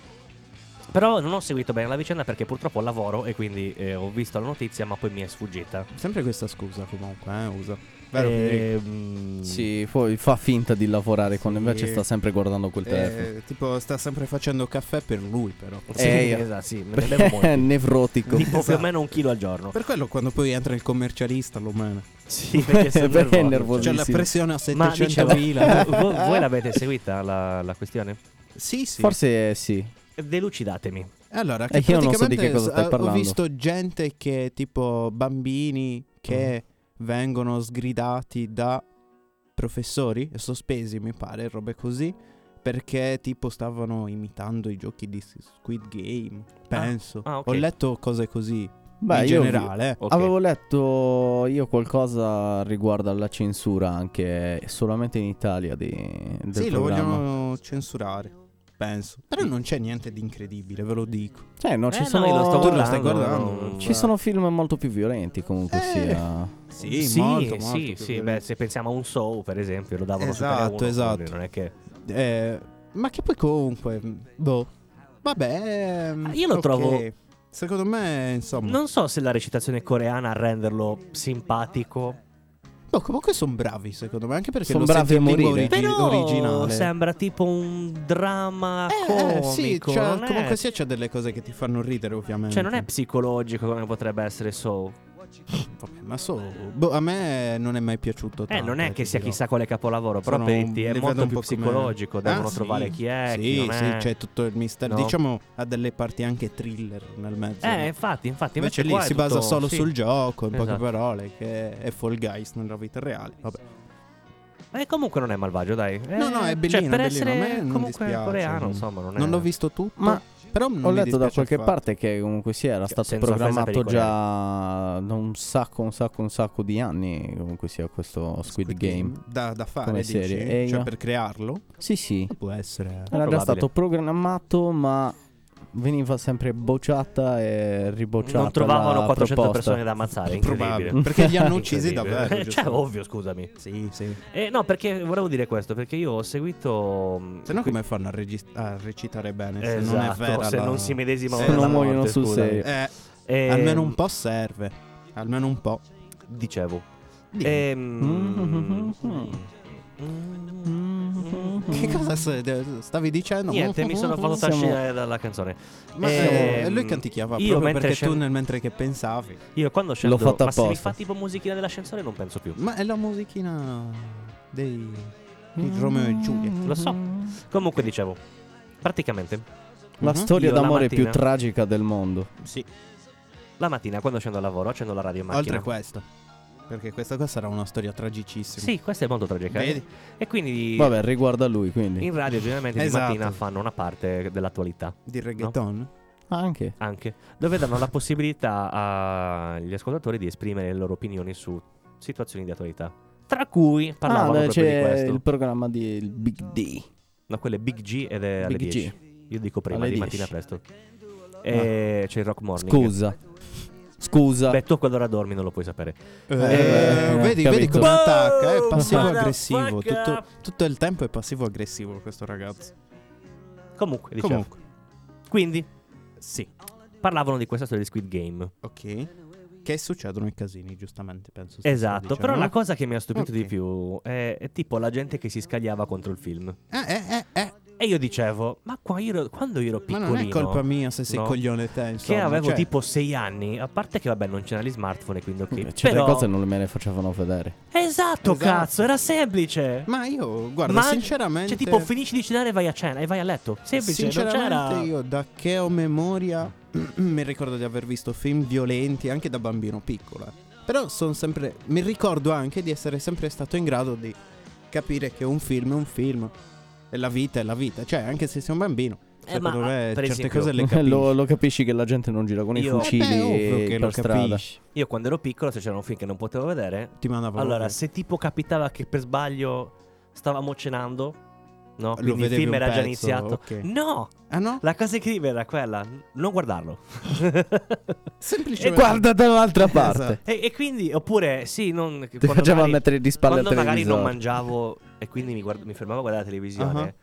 Speaker 2: Però non ho seguito bene la vicenda perché purtroppo lavoro e quindi eh, ho visto la notizia ma poi mi è sfuggita.
Speaker 3: Sempre questa scusa comunque, eh, usa. Vero Federico?
Speaker 2: Ehm,
Speaker 4: Sì, poi fa finta di lavorare quando
Speaker 3: Sì.
Speaker 4: invece sta sempre guardando quel telefono.
Speaker 3: Eh, tipo sta sempre facendo caffè per lui però.
Speaker 2: Sì,
Speaker 4: Eh, io-
Speaker 2: esatto, sì, me ne bevo molti.
Speaker 4: È nevrotico.
Speaker 3: Ecco.
Speaker 2: Tipo più
Speaker 3: Esatto.
Speaker 2: o meno un chilo al giorno.
Speaker 3: Per quello quando poi entra il commercialista lo mena.
Speaker 2: Sì, perché sono
Speaker 4: Beh,
Speaker 2: nervoso.
Speaker 4: nervoso.
Speaker 3: C'è la
Speaker 4: Bellissimo.
Speaker 3: pressione a
Speaker 2: Ma
Speaker 3: 700.000.
Speaker 2: dicevo, vo- voi l'avete seguita la, la questione?
Speaker 3: sì, sì.
Speaker 4: Forse eh, sì.
Speaker 2: Delucidatemi.
Speaker 3: Allora, che
Speaker 4: Eh, io non so di
Speaker 3: praticamente
Speaker 4: che cosa stai
Speaker 3: s- Ho
Speaker 4: parlando.
Speaker 3: visto gente che, tipo, bambini che
Speaker 4: Mm.
Speaker 3: vengono sgridati da professori, sospesi mi pare, robe così, perché, tipo, stavano imitando i giochi di S- Squid Game, penso.
Speaker 2: ah, ok.
Speaker 3: Ho letto cose così,
Speaker 4: Beh,
Speaker 3: in
Speaker 4: io
Speaker 3: generale. eh.
Speaker 2: Ok.
Speaker 4: Avevo letto io qualcosa riguardo alla censura anche solamente in Italia di, del
Speaker 3: Sì, lo
Speaker 4: programma.
Speaker 3: vogliono censurare, penso. Però non c'è niente di incredibile, ve lo dico.
Speaker 4: Eh, no,
Speaker 2: Eh,
Speaker 4: ci
Speaker 2: no,
Speaker 4: sono
Speaker 2: io lo sto
Speaker 3: Tu lo stai
Speaker 2: guardando,
Speaker 3: guardando?
Speaker 2: non-
Speaker 4: Ci sono film molto più violenti comunque
Speaker 3: Eh,
Speaker 4: sia.
Speaker 3: Sì,
Speaker 2: sì,
Speaker 3: molto,
Speaker 2: sì,
Speaker 3: molto
Speaker 2: sì,
Speaker 3: più
Speaker 2: beh,
Speaker 3: violento.
Speaker 2: se pensiamo a un show, per esempio, lo davano su
Speaker 3: Esatto,
Speaker 2: Italia uno,
Speaker 3: esatto.
Speaker 2: quindi Non è che...
Speaker 3: Eh, ma che poi comunque, mh, boh. Vabbè, ehm,
Speaker 2: Ah, io lo
Speaker 3: ok.
Speaker 2: trovo-
Speaker 3: Secondo me, insomma.
Speaker 2: Non so se la recitazione coreana a renderlo simpatico
Speaker 3: No, boh, comunque sono bravi, secondo me, anche perché
Speaker 4: Son
Speaker 3: lo
Speaker 4: bravi
Speaker 3: senti in
Speaker 4: a
Speaker 3: lingua
Speaker 4: morire.
Speaker 3: origi-
Speaker 2: Però
Speaker 3: originale.
Speaker 2: sembra tipo un dramma
Speaker 3: Eh, eh,
Speaker 2: comico.
Speaker 3: sì, c'ha-
Speaker 2: cioè, non è-
Speaker 3: comunque sia c'è delle cose che ti fanno ridere, ovviamente.
Speaker 2: Cioè, non è psicologico come potrebbe essere Soul.
Speaker 3: Vabbè, ma so, boh, a me non è mai piaciuto
Speaker 2: Eh,
Speaker 3: tanto,
Speaker 2: non è
Speaker 3: ti
Speaker 2: che sia
Speaker 3: dirò.
Speaker 2: chissà quale capolavoro, però
Speaker 3: Sono-
Speaker 2: Petti è
Speaker 3: li vedo
Speaker 2: molto
Speaker 3: un
Speaker 2: più
Speaker 3: po' come-
Speaker 2: psicologico.
Speaker 3: Ah,
Speaker 2: Devono
Speaker 3: sì.
Speaker 2: trovare chi è,
Speaker 3: Sì,
Speaker 2: chi non
Speaker 3: sì,
Speaker 2: è. Eh,
Speaker 3: c'è tutto il mistero.
Speaker 2: No.
Speaker 3: Diciamo ha delle parti anche thriller nel mezzo.
Speaker 2: Eh, infatti, infatti. Invece,
Speaker 3: Invece lì
Speaker 2: qua è
Speaker 3: si basa
Speaker 2: tutto-
Speaker 3: solo
Speaker 2: sì.
Speaker 3: sul gioco, in poche
Speaker 2: Esatto.
Speaker 3: parole, che è Fall Guys nella vita reale. Vabbè.
Speaker 2: Eh, comunque non è malvagio, dai.
Speaker 3: No,
Speaker 2: Eh,
Speaker 3: no, è bellino,
Speaker 2: Cioè, per
Speaker 3: bellino.
Speaker 2: essere
Speaker 3: A me non
Speaker 2: comunque
Speaker 3: dispiace,
Speaker 2: coreano,
Speaker 3: non-
Speaker 2: insomma, non è...
Speaker 3: Non l'ho visto tutto,
Speaker 4: Ma
Speaker 3: però non
Speaker 4: Ho
Speaker 3: Mm, mi
Speaker 4: letto da
Speaker 3: dispiace
Speaker 4: qualche
Speaker 3: affatto.
Speaker 4: parte che comunque sì, era stato
Speaker 2: senza offesa per
Speaker 4: programmato
Speaker 2: i
Speaker 4: già da un sacco, un sacco, un sacco di anni. Comunque sia questo Squid Game.
Speaker 3: Da, da fare,
Speaker 4: Come
Speaker 3: dici?
Speaker 4: serie, eh,
Speaker 3: Cioè
Speaker 4: io-
Speaker 3: per crearlo?
Speaker 4: Sì, sì.
Speaker 3: Può essere...
Speaker 4: Era già
Speaker 2: Probabile.
Speaker 4: stato programmato, ma veniva sempre bocciata e ribocciata.
Speaker 2: Non trovavano
Speaker 4: la
Speaker 2: 400
Speaker 4: proposta.
Speaker 2: persone da
Speaker 4: Ah,
Speaker 2: ammazzare,
Speaker 3: Probabile.
Speaker 2: incredibile.
Speaker 3: Perché li hanno uccisi
Speaker 2: Incredibile.
Speaker 3: davvero, giusto?
Speaker 2: cioè, ovvio, scusami.
Speaker 3: Sì, sì.
Speaker 2: Eh, no, perché volevo dire questo, perché io ho seguito... mh,
Speaker 3: Se no
Speaker 2: qui-
Speaker 3: come fanno a, regist- a recitare bene? Se
Speaker 2: Esatto,
Speaker 3: non è vera
Speaker 2: se
Speaker 3: la-
Speaker 2: non si medesimano
Speaker 3: Se
Speaker 2: nella
Speaker 3: non
Speaker 2: morte,
Speaker 4: muoiono sul
Speaker 2: scusami.
Speaker 4: serio.
Speaker 3: Eh,
Speaker 2: Eh,
Speaker 3: almeno un po' serve. Almeno un po'.
Speaker 2: Dicevo.
Speaker 3: Dimmi.
Speaker 2: Ehm...
Speaker 3: Mm-hmm. Che cosa s- stavi dicendo?
Speaker 2: Niente, mi sono fatto
Speaker 4: Siamo-
Speaker 2: trascinare dalla canzone.
Speaker 3: Ma
Speaker 2: Ehm,
Speaker 3: eh, lui canticchiava
Speaker 2: io
Speaker 3: proprio
Speaker 2: mentre
Speaker 3: perché
Speaker 2: scendo-
Speaker 3: tu nel mentre che pensavi.
Speaker 2: Io quando scendo,
Speaker 4: L'ho fatta
Speaker 2: ma se mi
Speaker 4: apposta.
Speaker 2: fa tipo musichina dell'ascensore non penso più.
Speaker 3: Ma è la musichina dei
Speaker 4: Mm.
Speaker 3: di Romeo e Giulia.
Speaker 2: Lo so. Comunque dicevo, praticamente
Speaker 4: La
Speaker 3: Mhm.
Speaker 4: storia
Speaker 2: Mm-hmm. Io la
Speaker 4: d'amore più
Speaker 2: mattina-
Speaker 4: tragica del mondo.
Speaker 3: Sì,
Speaker 2: la mattina quando scendo al lavoro accendo la radio in macchina.
Speaker 3: oltre a questo. Perché questa qua sarà una storia tragicissima.
Speaker 2: Sì, questa è molto tragica.
Speaker 3: Vedi?
Speaker 2: E quindi
Speaker 4: Vabbè, riguarda lui quindi.
Speaker 2: in radio generalmente
Speaker 3: Esatto.
Speaker 2: di mattina fanno una parte dell'attualità
Speaker 3: Di reggaeton?
Speaker 4: Anche.
Speaker 2: anche, dove danno la possibilità agli ascoltatori di esprimere le loro opinioni su situazioni di attualità. Tra cui
Speaker 4: Ah,
Speaker 2: parlavano
Speaker 4: beh,
Speaker 2: proprio di
Speaker 4: c'è
Speaker 2: questo.
Speaker 4: il programma di il Big D.
Speaker 2: No, quello è Big G ed è alle
Speaker 4: Big G.
Speaker 2: 10. Io dico prima,
Speaker 4: Alle
Speaker 2: di
Speaker 4: 10.
Speaker 2: mattina presto. E c'è il Rock Morning.
Speaker 4: Scusa. Scusa.
Speaker 2: Beh, tu a quell'ora dormi, non lo puoi sapere.
Speaker 3: Eh,
Speaker 4: eh,
Speaker 3: vedi,
Speaker 4: capito.
Speaker 3: vedi come
Speaker 2: Boh,
Speaker 3: attacca, è passivo
Speaker 2: motherfucker.
Speaker 3: aggressivo, tutto, tutto il tempo è passivo aggressivo questo ragazzo.
Speaker 2: Comunque, dicevo.
Speaker 3: Comunque,
Speaker 2: Quindi,
Speaker 3: sì,
Speaker 2: parlavano di questa storia di Squid Game.
Speaker 3: ok. Che succedono i casini, giustamente, penso. stessi
Speaker 2: Esatto,
Speaker 4: diciamo.
Speaker 3: dicendo.
Speaker 2: però la cosa che mi ha stupito di
Speaker 3: Ok.
Speaker 2: più è, è tipo la gente che si scagliava contro il film.
Speaker 3: Eh, eh, eh, eh,
Speaker 2: E io dicevo, ma qua io ero- quando io ero
Speaker 3: ma
Speaker 2: piccolino...
Speaker 3: non è colpa mia se sei
Speaker 2: no,
Speaker 3: coglione te,
Speaker 2: Che
Speaker 3: insomma.
Speaker 2: avevo
Speaker 3: cioè,
Speaker 2: tipo 6 anni, a parte che vabbè non c'erano gli smartphone, quindi ok.
Speaker 4: Certe
Speaker 2: però...
Speaker 4: cose non me le facevano vedere.
Speaker 2: Esatto,
Speaker 3: Esatto.
Speaker 2: cazzo, era semplice.
Speaker 3: Ma io, guarda,
Speaker 2: Ma-
Speaker 3: sinceramente...
Speaker 2: Cioè, tipo, finisci di cenare e vai a cena e vai a letto. Semplice, non
Speaker 3: Sinceramente
Speaker 2: c'era.
Speaker 3: io da che ho memoria mi ricordo di aver visto film violenti anche da bambino piccola. Però sono sempre mi ricordo anche di essere sempre stato in grado di capire che un film è un film e la vita è la vita, cioè anche se sei un bambino, cioè,
Speaker 2: Eh, ma
Speaker 3: secondo me
Speaker 2: per
Speaker 3: certe
Speaker 2: esempio,
Speaker 3: cose le capisci.
Speaker 4: lo, lo capisci che la gente non gira con i
Speaker 2: Io- Eh beh,
Speaker 4: fucili
Speaker 3: Eh, beh, è ovvio che
Speaker 4: per
Speaker 3: lo
Speaker 4: strada.
Speaker 3: capisci.
Speaker 2: io quando ero piccolo, se c'era un film che non potevo vedere,
Speaker 3: Ti mandavo
Speaker 2: Allora,
Speaker 3: via.
Speaker 2: se tipo capitava che per sbaglio stavamo cenando, no?
Speaker 3: lo
Speaker 2: Quindi il
Speaker 3: vedevi
Speaker 2: film
Speaker 3: un
Speaker 2: era già
Speaker 3: pezzo,
Speaker 2: iniziato.
Speaker 3: ok.
Speaker 2: No,
Speaker 3: Ah no?
Speaker 2: la cosa incredibile era quella, n- non guardarlo. Cioè,
Speaker 4: E
Speaker 3: Semplicemente
Speaker 4: guarda dall'altra parte.
Speaker 3: Esatto.
Speaker 2: e, e quindi, oppure, sì, non...
Speaker 4: Ti
Speaker 2: quando
Speaker 4: faceva
Speaker 2: magari,
Speaker 4: mettere di spalle al
Speaker 2: Quando magari
Speaker 4: televisore.
Speaker 2: non mangiavo e quindi mi, guard- mi fermavo a guardare la televisione,
Speaker 3: Ah.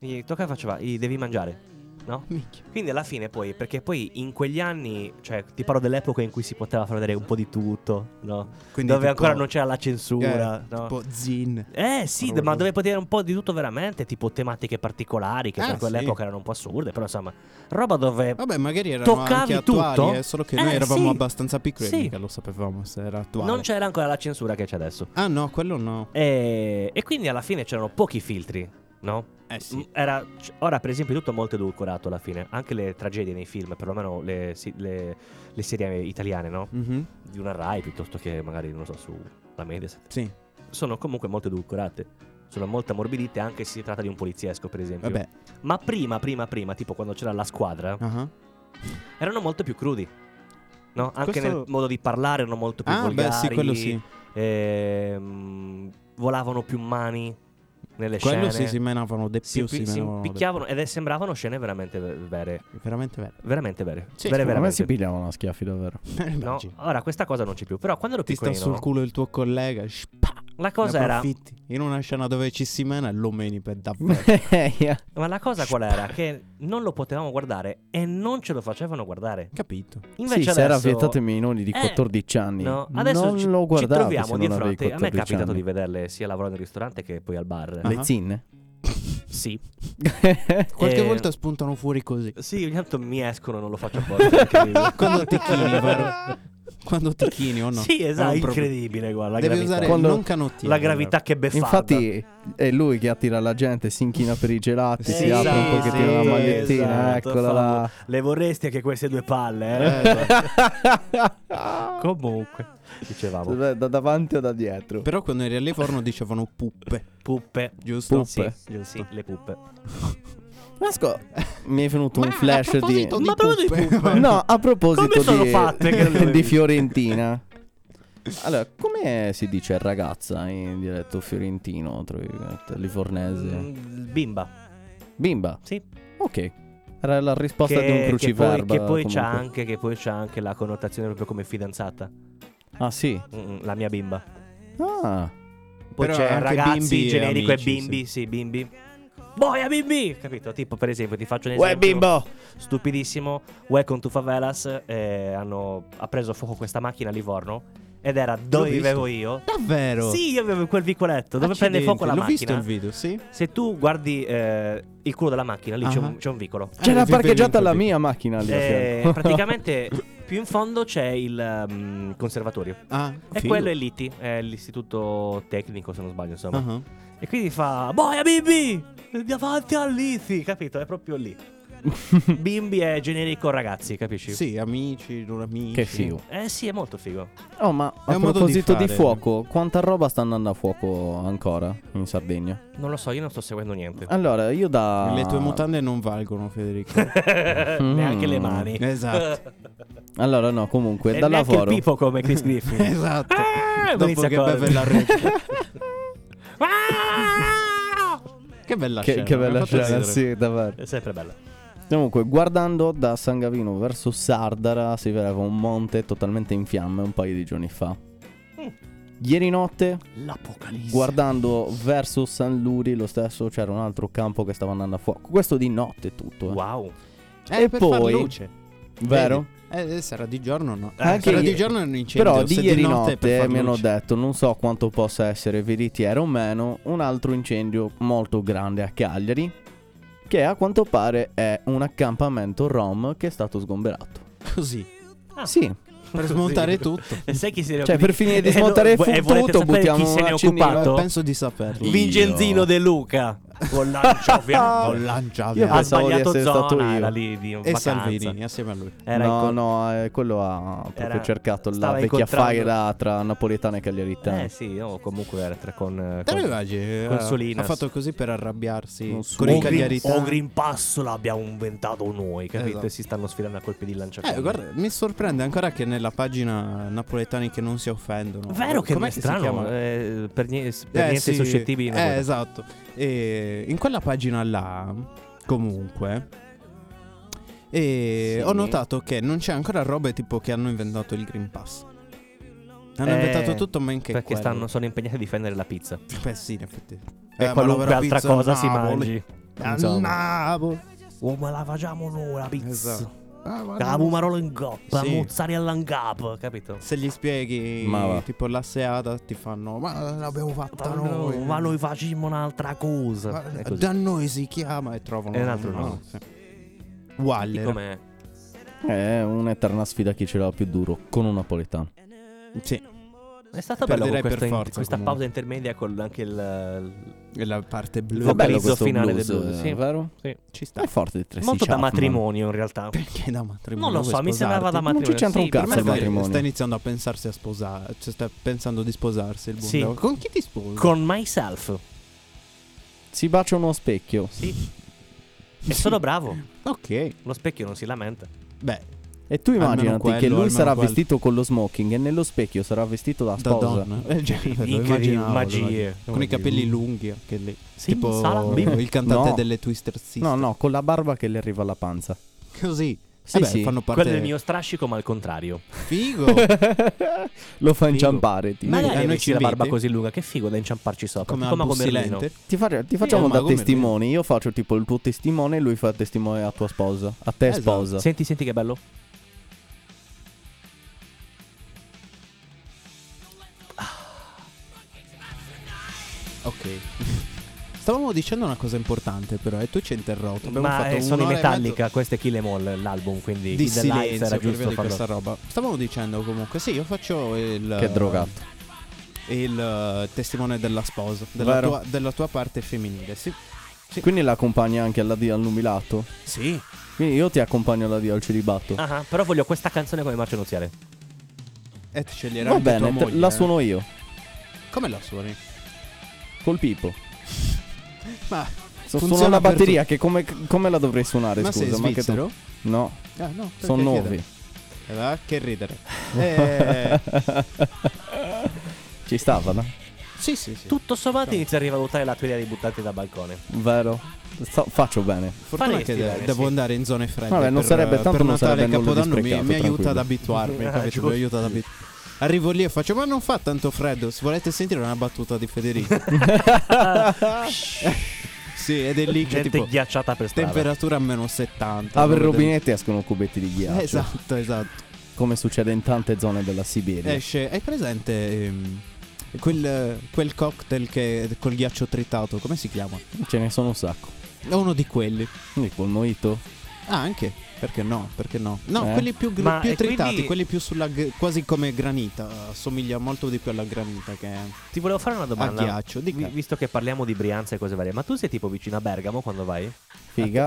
Speaker 2: mi toccava e faceva, "Ih, devi mangiare, no?
Speaker 3: Minchia.
Speaker 2: Quindi alla fine poi, perché poi in quegli anni, cioè ti parlo dell'epoca in cui si poteva far vedere un po' di tutto, no?
Speaker 3: Quindi
Speaker 2: Dove
Speaker 3: tipo-
Speaker 2: ancora non c'era la censura,
Speaker 3: eh,
Speaker 2: no?
Speaker 3: Tipo Zin.
Speaker 2: Eh sì,
Speaker 3: Roba
Speaker 2: ma
Speaker 3: così.
Speaker 2: dove poter un po' di tutto veramente, tipo tematiche particolari che
Speaker 3: Ah,
Speaker 2: per quell'epoca
Speaker 3: sì.
Speaker 2: erano un po' assurde, però insomma, roba dove...
Speaker 3: Vabbè, magari erano
Speaker 2: Toccavi
Speaker 3: anche attuali,
Speaker 2: tutto?
Speaker 3: eh, solo che
Speaker 2: Eh,
Speaker 3: noi eravamo
Speaker 2: sì.
Speaker 3: abbastanza piccoli
Speaker 2: Sì.
Speaker 3: che lo sapevamo se era attuale.
Speaker 2: Non c'era ancora la censura che c'è adesso.
Speaker 3: Ah no, quello no.
Speaker 2: E, e quindi alla fine c'erano pochi filtri, no?
Speaker 3: Eh
Speaker 2: Mm, Era, c- ora per esempio è tutto molto edulcorato alla fine, anche le tragedie nei film, perlomeno le, si- le- le serie italiane, no?
Speaker 3: Mhm,
Speaker 2: Di una Rai piuttosto che magari, non so, su la Mediaset.
Speaker 3: Sì,
Speaker 2: Sono comunque molto edulcorate. Sono molto ammorbidite anche se si tratta di un poliziesco, per esempio.
Speaker 3: vabbè.
Speaker 2: Ma prima, prima, prima, tipo quando c'era la squadra,
Speaker 3: ah.
Speaker 2: erano molto più crudi. No? Anche
Speaker 3: Questo-
Speaker 2: nel modo di parlare erano molto più
Speaker 3: Ah,
Speaker 2: volgari.
Speaker 3: beh, sì, quello sì.
Speaker 2: ehm, volavano più mani nelle
Speaker 3: Quello sì,
Speaker 2: scene.
Speaker 3: si menavano de più,
Speaker 2: Si,
Speaker 3: si,
Speaker 2: pi- si
Speaker 3: menavano de
Speaker 2: picchiavano ed è- sembravano scene veramente ve- vere.
Speaker 3: più. Veramente vero.
Speaker 2: Veramente vere.
Speaker 3: Sì,
Speaker 2: vere,
Speaker 4: Secondo me
Speaker 2: veramente.
Speaker 4: si pigliavano a schiaffi davvero.
Speaker 2: No,
Speaker 3: Immagini.
Speaker 2: ora questa cosa non c'è più. Però quando ero
Speaker 3: Ti sta
Speaker 2: piccolino
Speaker 3: sul culo il tuo collega. shh, pa.
Speaker 2: La
Speaker 3: Ne
Speaker 2: cosa era.
Speaker 3: approfitti. In una scena dove ci si mena lo meni per davvero.
Speaker 4: Yeah.
Speaker 2: Ma la cosa qual era? Che non lo potevamo guardare e non ce lo facevano guardare.
Speaker 3: Capito?
Speaker 2: Invece
Speaker 4: Sì, se era
Speaker 2: adesso.
Speaker 4: vietato ai minori di
Speaker 2: Eh,
Speaker 4: 14 anni.
Speaker 2: No, adesso
Speaker 4: non
Speaker 2: ci,
Speaker 4: lo
Speaker 2: ci
Speaker 4: guardavi se
Speaker 2: troviamo
Speaker 4: non
Speaker 2: di
Speaker 4: avevi
Speaker 2: fronte. A me è
Speaker 4: 14
Speaker 2: capitato
Speaker 4: anni.
Speaker 2: di vederle sia lavorando in ristorante che poi al bar.
Speaker 3: Ah.
Speaker 4: Le zinne.
Speaker 2: Sì.
Speaker 3: Qualche
Speaker 2: Eh,
Speaker 3: volta spuntano fuori così.
Speaker 2: Sì, ogni tanto mi escono, non lo faccio apposta. incredibile.
Speaker 3: Quando ti chini, vero? Quando ti chini o no?
Speaker 2: Sì, esatto,
Speaker 3: È un problema.
Speaker 2: incredibile, guarda. La
Speaker 3: Devi
Speaker 2: gravità,
Speaker 3: usare
Speaker 4: Quando-
Speaker 3: non canottiere.
Speaker 2: la gravità che beffarda.
Speaker 4: Infatti è lui che attira la gente, si inchina per i gelati,
Speaker 3: Sì,
Speaker 4: si apre un
Speaker 3: esatto,
Speaker 4: pochettino la
Speaker 3: sì,
Speaker 4: magliettina,
Speaker 2: esatto,
Speaker 4: eccola là.
Speaker 2: le vorresti anche queste due palle, eh?
Speaker 3: Eh, esatto.
Speaker 2: esatto. Comunque, dicevamo,
Speaker 4: Ah, Da da davanti o da dietro?
Speaker 3: Però quando eri all'Eforno dicevano puppe,
Speaker 2: puppe.
Speaker 3: giusto?
Speaker 4: Puppe.
Speaker 2: Sì, giusto, sì, le puppe.
Speaker 4: Asco, mi è venuto un flash di...
Speaker 3: Ah, proposito
Speaker 2: Ma proprio di puppe.
Speaker 4: No, a proposito
Speaker 2: Come sono
Speaker 4: di,
Speaker 2: fatte che non le
Speaker 4: di
Speaker 2: ho viste?
Speaker 4: Fiorentina. Allora, come si dice ragazza in dialetto fiorentino, tra virgolette, livornese?
Speaker 2: Mm, Bimba,
Speaker 4: Bimba,
Speaker 2: sì.
Speaker 4: ok. Era la risposta
Speaker 2: che,
Speaker 4: di un
Speaker 2: che poi,
Speaker 4: cruciverba.
Speaker 2: che poi c'ha
Speaker 4: comunque.
Speaker 2: anche, che poi c'ha anche la connotazione proprio come fidanzata.
Speaker 4: Ah sì?
Speaker 2: Mm, la mia bimba.
Speaker 4: Ah,
Speaker 2: Poi
Speaker 3: Però
Speaker 2: c'è
Speaker 3: anche
Speaker 2: ragazzi,
Speaker 3: bimbi e
Speaker 2: generico e
Speaker 3: amici,
Speaker 2: bimbi, sì, bimbi. Boia bimbi! Capito? Tipo, per esempio, ti faccio un
Speaker 4: uè
Speaker 2: esempio.
Speaker 4: bimbo!
Speaker 2: stupidissimo. Welcome to Favelas. eh, hanno, ha preso a fuoco questa macchina a Livorno. Ed era dove
Speaker 3: visto.
Speaker 2: vivevo io.
Speaker 3: Davvero?
Speaker 2: Sì, io avevo in quel vicoletto dove prende
Speaker 3: Accidenti,
Speaker 2: fuoco la
Speaker 3: L'ho visto
Speaker 2: macchina.
Speaker 3: il video, sì.
Speaker 2: Se tu guardi eh, il culo della macchina, lì c'è,
Speaker 3: Ah.
Speaker 2: un, c'è un vicolo.
Speaker 4: C'era
Speaker 3: Eh, vive
Speaker 4: parcheggiata
Speaker 3: in
Speaker 4: la
Speaker 3: quel
Speaker 4: mia macchina lì. a
Speaker 2: Eh,
Speaker 4: fianco.
Speaker 2: praticamente più in fondo c'è il um, conservatorio.
Speaker 3: Ah,
Speaker 2: E
Speaker 3: figo.
Speaker 2: quello è l'ITI, è l'istituto tecnico se non sbaglio, insomma.
Speaker 3: Ah,
Speaker 2: E quindi fa Boia bimbi! Davanti all'ITI, capito? È proprio lì. Bimbi è generico ragazzi, capisci?
Speaker 3: Sì, amici, non amici.
Speaker 4: Che figo.
Speaker 2: Eh sì, è molto figo.
Speaker 4: Oh, ma
Speaker 3: È
Speaker 4: a
Speaker 3: un modo di
Speaker 4: proposito di,
Speaker 3: fare.
Speaker 4: fuoco, quanta roba sta andando a fuoco ancora in Sardegna?
Speaker 2: Non lo so, io non sto seguendo niente.
Speaker 4: Allora, io da...
Speaker 3: Le tue mutande non valgono, Federico.
Speaker 2: Neanche le
Speaker 4: Mm.
Speaker 2: mani.
Speaker 3: esatto.
Speaker 4: Allora, no, comunque,
Speaker 2: E
Speaker 4: dal
Speaker 2: neanche
Speaker 4: lavoro...
Speaker 2: il pipo come Chris Griffin.
Speaker 3: esatto.
Speaker 2: Ah,
Speaker 3: Dopo
Speaker 2: inizia
Speaker 3: che
Speaker 2: a
Speaker 3: beve
Speaker 2: correre.
Speaker 3: la rete.
Speaker 2: Ah!
Speaker 3: Che bella
Speaker 4: Che,
Speaker 3: scena.
Speaker 4: che
Speaker 3: mi ha
Speaker 4: bella
Speaker 3: fatto
Speaker 4: scena,
Speaker 3: ridere.
Speaker 4: sì, davvero.
Speaker 2: È sempre bella.
Speaker 4: Comunque, guardando da San Gavino verso Sardara, si vedeva un monte totalmente in fiamme un paio di giorni fa.
Speaker 2: Mm.
Speaker 4: Ieri notte,
Speaker 3: L'apocalisse.
Speaker 4: guardando verso San Luri, lo stesso c'era un altro campo che stava andando a fuoco. Questo di notte tutto, eh.
Speaker 2: Wow.
Speaker 3: Eh,
Speaker 4: e
Speaker 3: per far
Speaker 4: poi-
Speaker 3: luce.
Speaker 4: vero?
Speaker 3: Vedi? Eh, se era di giorno no.
Speaker 4: Anche
Speaker 3: Eh, se
Speaker 2: Ah,
Speaker 3: era
Speaker 4: ieri-
Speaker 3: di giorno è un incendio.
Speaker 4: Però di
Speaker 3: se
Speaker 4: ieri
Speaker 3: di notte, è per
Speaker 4: notte
Speaker 3: far
Speaker 4: mi hanno
Speaker 3: luce.
Speaker 4: detto, non so quanto possa essere veritiero o meno, un altro incendio molto grande a Cagliari, che a quanto pare è un accampamento rom che è stato sgomberato.
Speaker 3: Così.
Speaker 2: Ah.
Speaker 4: Sì,
Speaker 3: Per smontare tutto.
Speaker 2: E sai chi se ne
Speaker 4: Cioè, per finire di
Speaker 2: Eh, no,
Speaker 4: smontare
Speaker 2: vu- e volete
Speaker 4: tutto,
Speaker 2: sapere
Speaker 4: buttiamo
Speaker 2: chi se
Speaker 4: un
Speaker 2: ne è
Speaker 4: accennino.
Speaker 2: occupato?
Speaker 3: Eh, Penso di saperlo.
Speaker 4: Io-
Speaker 2: Vincenzo De Luca. Con l'anciofiamma.
Speaker 3: Con lancia
Speaker 4: Ah. Io
Speaker 2: ha
Speaker 3: verde.
Speaker 4: pensavo di
Speaker 2: sbagliato
Speaker 4: essere
Speaker 2: zona,
Speaker 4: stato io.
Speaker 2: era lì di
Speaker 3: E
Speaker 2: vacanza.
Speaker 3: Salvini assieme a lui.
Speaker 2: Era in
Speaker 4: no,
Speaker 2: con-
Speaker 4: no, eh, quello ha proprio
Speaker 2: Era-
Speaker 4: cercato la
Speaker 2: stava
Speaker 4: vecchia
Speaker 2: incontrando-
Speaker 4: faida tra napoletano e cagliaritano.
Speaker 2: Eh sì, o comunque era tra con eh,
Speaker 3: Te lo
Speaker 2: con-
Speaker 3: immagini? eh,
Speaker 2: con Solinas.
Speaker 3: Ha fatto così per arrabbiarsi
Speaker 4: Non
Speaker 3: con
Speaker 4: so.
Speaker 3: i
Speaker 4: O Green-
Speaker 3: cagliaritani.
Speaker 2: o Green Pass l'abbiamo inventato noi, capito?
Speaker 3: Esatto.
Speaker 2: E si stanno sfidando a colpi di lanciafiamme.
Speaker 3: Eh, guarda, mi sorprende ancora che nella pagina napoletani che non si offendono.
Speaker 2: Vero che
Speaker 3: Com'è
Speaker 2: non è
Speaker 3: si
Speaker 2: strano,
Speaker 3: chiama?
Speaker 2: eh, per, nie- per
Speaker 3: Eh,
Speaker 2: niente
Speaker 3: sì,
Speaker 2: suscettibili. no,
Speaker 3: Eh,
Speaker 2: guarda.
Speaker 3: esatto. E in quella pagina là, comunque, e
Speaker 4: Sì.
Speaker 3: ho notato che non c'è ancora robe tipo che hanno inventato il Green Pass. Hanno
Speaker 2: Eh,
Speaker 3: inventato tutto, ma in che
Speaker 2: Perché
Speaker 3: quello.
Speaker 2: stanno, sono impegnati a difendere la pizza.
Speaker 3: Eh, sì, in effetti. Eh,
Speaker 2: E
Speaker 3: ma
Speaker 2: qualunque
Speaker 3: la
Speaker 2: altra
Speaker 3: pizza a
Speaker 2: cosa si
Speaker 3: Napoli.
Speaker 2: mangi.
Speaker 3: A
Speaker 4: Insomma.
Speaker 3: Napoli.
Speaker 2: Oh, ma la facciamo noi la pizza.
Speaker 3: Esatto. Ah, guarda.
Speaker 2: La pumarola in coppa,
Speaker 3: Sì.
Speaker 2: mozzarella in capo, capito?
Speaker 3: Se gli spieghi
Speaker 4: Ma va.
Speaker 3: tipo la seata ti fanno ma l'abbiamo fatta
Speaker 2: Ma noi,
Speaker 3: noi.
Speaker 2: ma noi facciamo un'altra cosa.
Speaker 3: Ma-
Speaker 2: È così.
Speaker 3: da noi si chiama e trovano
Speaker 2: È un altro nome.
Speaker 3: sì. Waller.
Speaker 2: Com'è?
Speaker 4: È un'eterna sfida chi ce l'ha più duro con un napoletano.
Speaker 3: Sì,
Speaker 2: È stata bella
Speaker 3: Perderei per
Speaker 2: questa, in-
Speaker 3: forza,
Speaker 2: questa
Speaker 3: comunque.
Speaker 2: pausa intermedia con anche il...
Speaker 3: e la parte
Speaker 2: Il
Speaker 3: blu
Speaker 4: È bello
Speaker 2: vocalizzo
Speaker 4: questo
Speaker 2: finale
Speaker 4: blues,
Speaker 2: del blues,
Speaker 4: eh,
Speaker 2: sì.
Speaker 4: vero?
Speaker 3: ci sta.
Speaker 4: È forte di Tracy
Speaker 2: Molto da
Speaker 4: Chapman.
Speaker 2: matrimonio in realtà.
Speaker 3: Perché da matrimonio?
Speaker 2: Non lo so,
Speaker 3: vuoi
Speaker 2: mi sembrava da
Speaker 3: sposarti?
Speaker 2: matrimonio.
Speaker 4: Non ci c'entra
Speaker 2: Sì,
Speaker 4: un
Speaker 2: per
Speaker 4: cazzo,
Speaker 2: me va-
Speaker 4: il
Speaker 3: Stai-
Speaker 4: matrimonio.
Speaker 3: Sta iniziando a pensarsi a sposare. Cioè, sta pensando di sposarsi il
Speaker 2: Sì.
Speaker 3: buon. Con chi ti sposi?
Speaker 2: Con myself.
Speaker 4: Si bacia uno specchio.
Speaker 2: Sì. E sono bravo.
Speaker 3: Ok.
Speaker 2: Lo specchio non si lamenta.
Speaker 3: Beh,
Speaker 4: E tu
Speaker 3: Almeno
Speaker 4: immaginati
Speaker 3: quello,
Speaker 4: che lui
Speaker 3: almeno
Speaker 4: sarà
Speaker 3: quello.
Speaker 4: vestito con lo smoking e nello specchio sarà vestito da
Speaker 3: da
Speaker 4: sposa.
Speaker 3: donna. Eh, già, lo
Speaker 2: Incredibili
Speaker 3: immaginavo, lo
Speaker 2: magie.
Speaker 3: immaginavo. Con i capelli lunghi anche lì.
Speaker 2: Sì,
Speaker 3: tipo
Speaker 2: Sala-
Speaker 3: il cantante
Speaker 4: No.
Speaker 3: delle Twister Sisters.
Speaker 4: no, no, con la barba che le arriva alla panza.
Speaker 3: Così.
Speaker 4: Sì,
Speaker 3: Eh beh,
Speaker 4: sì.
Speaker 3: fanno parte
Speaker 2: Quello è il mio strascico, ma al contrario.
Speaker 3: Figo.
Speaker 4: Lo fa
Speaker 2: Figo.
Speaker 4: inciampare. Ti,
Speaker 2: Ma dai,
Speaker 3: Noi- Oh. a noi
Speaker 2: avessi
Speaker 3: ci
Speaker 2: la
Speaker 3: inviti?
Speaker 2: barba così lunga, che figo da inciamparci sopra.
Speaker 3: come
Speaker 2: Come,
Speaker 3: a
Speaker 2: a
Speaker 3: Bussi
Speaker 2: Berlino.
Speaker 3: Lenter.
Speaker 4: ti fa- ti facciamo
Speaker 3: ma
Speaker 4: da
Speaker 3: come-
Speaker 4: testimoni. Io faccio tipo il tuo testimone e lui fa testimone a tua sposa. A te,
Speaker 3: Esatto.
Speaker 4: sposa.
Speaker 2: Senti, senti che bello.
Speaker 3: Ok. Stavamo dicendo una cosa importante però e tu ci hai interrotto. Abbiamo
Speaker 2: ma
Speaker 3: fatto
Speaker 2: eh, sono i
Speaker 3: un'ora e
Speaker 2: Metallica, questo è Kill Em All l'album, quindi
Speaker 3: mezzo
Speaker 2: Kill the
Speaker 3: di
Speaker 2: Lights
Speaker 3: silenzio
Speaker 2: era
Speaker 3: per via
Speaker 2: giusto
Speaker 3: di
Speaker 2: farlo.
Speaker 3: questa roba. Stavamo dicendo comunque, sì, io faccio il
Speaker 4: Che drogato.
Speaker 3: Il eh, testimone della sposa, della
Speaker 4: Vero.
Speaker 3: tua, della tua parte femminile. Sì.
Speaker 4: Quindi l'accompagna anche alla D al nubilato.
Speaker 3: Sì.
Speaker 4: Quindi io ti accompagno alla D al celibato.
Speaker 2: Ah, ah, però voglio questa canzone come marcia nuziale.
Speaker 3: E ti sceglierà
Speaker 4: Va
Speaker 3: anche tua
Speaker 4: bene, te-
Speaker 3: moglie,
Speaker 4: la
Speaker 3: eh.
Speaker 4: suono io.
Speaker 3: Come la suoni?
Speaker 4: Col pipo.
Speaker 3: Ma
Speaker 4: So-
Speaker 3: Funziona
Speaker 4: suono la
Speaker 3: per
Speaker 4: batteria che come, come la dovrei suonare,
Speaker 3: Ma sei
Speaker 4: scusa? che
Speaker 3: svizzero?
Speaker 4: tu- No,
Speaker 3: Ah, no, perché
Speaker 4: sono
Speaker 3: chiedo?
Speaker 4: nuovi.
Speaker 3: Eh, va, che ridere. Eh,
Speaker 4: Ci stava, no?
Speaker 3: sì, sì, sì.
Speaker 2: Tutto sommato inizia a rivalutare la tua idea di buttarti dal balcone.
Speaker 4: Vero. Sto- faccio bene.
Speaker 3: Fortuna
Speaker 2: faresti
Speaker 3: che de-
Speaker 2: bene,
Speaker 3: devo
Speaker 2: sì.
Speaker 3: andare in zone fredde.
Speaker 4: Vabbè, non
Speaker 3: per, eh,
Speaker 4: sarebbe- tanto
Speaker 3: per
Speaker 4: non
Speaker 3: Natale e
Speaker 4: sarebbe nulla di
Speaker 3: Capodanno mi- mi,
Speaker 4: sprecato, Eh,
Speaker 3: aiuta ad
Speaker 4: tranquillo.
Speaker 3: abituarmi.
Speaker 2: Ah,
Speaker 3: capito?
Speaker 2: giusto.
Speaker 3: Mi aiuta ad abit- Arrivo lì e faccio, ma non fa tanto freddo. Se volete sentire una battuta di Federico, sì, ed è lì che
Speaker 2: Gente
Speaker 3: tipo
Speaker 2: ghiacciata per strada.
Speaker 3: temperatura a meno 70.
Speaker 4: Apri il
Speaker 3: roba del-
Speaker 4: rubinetto e escono cubetti di ghiaccio.
Speaker 3: Esatto, esatto.
Speaker 4: Come succede in tante zone della Siberia.
Speaker 3: Esce, hai presente ehm, quel, quel cocktail che col ghiaccio tritato? Come si chiama?
Speaker 4: Ce ne sono un sacco.
Speaker 3: È uno di quelli.
Speaker 4: Quindi col mojito.
Speaker 3: Ah, anche? Perché no? Perché no? No,
Speaker 4: Eh?
Speaker 3: quelli più, gr-
Speaker 2: Ma-
Speaker 3: più
Speaker 2: e
Speaker 3: tritati,
Speaker 2: quindi-
Speaker 3: quelli più sulla gr- quasi come granita. Assomiglia molto di più alla granita che
Speaker 2: Ti volevo fare una
Speaker 3: a
Speaker 2: domanda.
Speaker 3: ghiaccio. Dica.
Speaker 2: Vi- visto che parliamo di Brianza e cose varie, ma tu sei tipo vicino a Bergamo quando vai?
Speaker 4: Figa.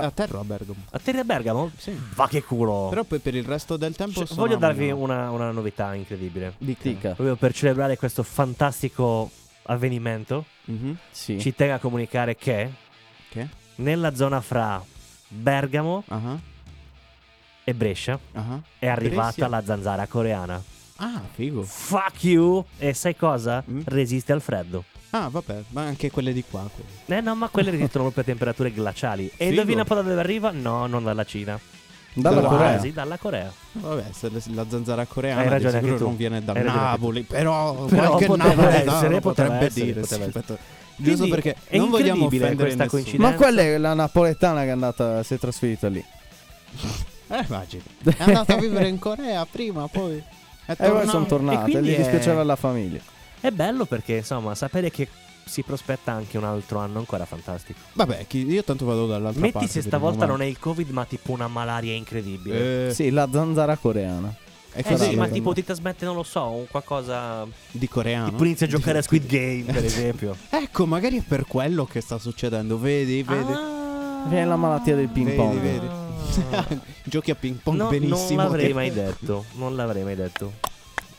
Speaker 3: A, te- a terra a Bergamo.
Speaker 2: A te a Bergamo?
Speaker 3: Sì.
Speaker 2: Va che culo!
Speaker 3: Però poi per il resto del tempo
Speaker 2: Cioè,
Speaker 3: sono
Speaker 2: voglio
Speaker 3: a
Speaker 2: darvi
Speaker 3: Milano.
Speaker 2: una, una novità incredibile.
Speaker 3: Dica.
Speaker 4: Dica.
Speaker 2: Proprio per celebrare questo fantastico avvenimento,
Speaker 3: Mhm.
Speaker 4: Sì.
Speaker 2: ci tengo a comunicare che
Speaker 3: Che?
Speaker 2: nella zona fra Bergamo
Speaker 3: Ah,
Speaker 2: e Brescia
Speaker 3: ah.
Speaker 2: è arrivata
Speaker 3: Brescia?
Speaker 2: la zanzara coreana.
Speaker 3: Ah, figo.
Speaker 2: Fuck you! E sai cosa?
Speaker 3: Mm.
Speaker 2: Resiste al freddo.
Speaker 3: Ah, vabbè, ma anche quelle di qua. quindi.
Speaker 2: Eh no, ma quelle resistono proprio a temperature glaciali. E
Speaker 3: Figo.
Speaker 2: indovina un po' da dove arriva? No, non dalla Cina.
Speaker 4: Dalla
Speaker 3: Dalla-
Speaker 4: Corea.
Speaker 2: Quasi dalla Corea.
Speaker 3: Vabbè, se le- la zanzara coreana
Speaker 2: Hai ragione
Speaker 3: di sicuro
Speaker 2: anche tu.
Speaker 3: non viene da
Speaker 2: Hai ragione anche tu.
Speaker 3: Napoli, però,
Speaker 2: Però
Speaker 3: qualche
Speaker 2: poteva
Speaker 3: napoletano
Speaker 2: essere, poteva
Speaker 3: potrebbe
Speaker 2: essere,
Speaker 3: dire.
Speaker 2: poteva
Speaker 3: sì,
Speaker 2: essere.
Speaker 3: aspetta. Giusto
Speaker 2: Quindi
Speaker 3: perché
Speaker 2: è
Speaker 3: non vogliamo
Speaker 2: incredibile
Speaker 3: offendere
Speaker 2: questa
Speaker 3: nessuno.
Speaker 2: coincidenza.
Speaker 4: Ma quella è la napoletana che è andata, si è trasferita lì.
Speaker 3: Eh, immagino. È andata a vivere in Corea prima, poi.
Speaker 2: Eh,
Speaker 3: È
Speaker 4: E poi
Speaker 3: tornata.
Speaker 4: sono tornata. E
Speaker 2: quindi
Speaker 4: gli
Speaker 2: è-
Speaker 4: dispiaceva la famiglia.
Speaker 2: È bello perché, insomma, sapere che si prospetta anche un altro anno ancora fantastico.
Speaker 3: Vabbè, chi- io tanto vado dall'altra parte.
Speaker 2: Metti se stavolta non
Speaker 3: è.
Speaker 2: è il Covid, ma tipo una malaria incredibile.
Speaker 3: Eh,
Speaker 4: Sì, la zanzara coreana.
Speaker 3: è
Speaker 2: Eh
Speaker 3: così,
Speaker 2: sì, ma
Speaker 3: secondo
Speaker 2: tipo
Speaker 3: me.
Speaker 2: ti trasmette, non lo so, un qualcosa.
Speaker 3: di coreano.
Speaker 2: Tipo inizi a giocare a Squid Game, per esempio.
Speaker 3: Ecco, magari è per quello che sta succedendo. Vedi, vedi.
Speaker 2: Ah.
Speaker 4: Viene la malattia del ping
Speaker 3: vedi,
Speaker 4: pong.
Speaker 3: vedi. Giochi a ping pong
Speaker 2: No,
Speaker 3: benissimo. Eh,
Speaker 2: Non l'avrei
Speaker 3: che-
Speaker 2: mai detto. Non l'avrei mai detto.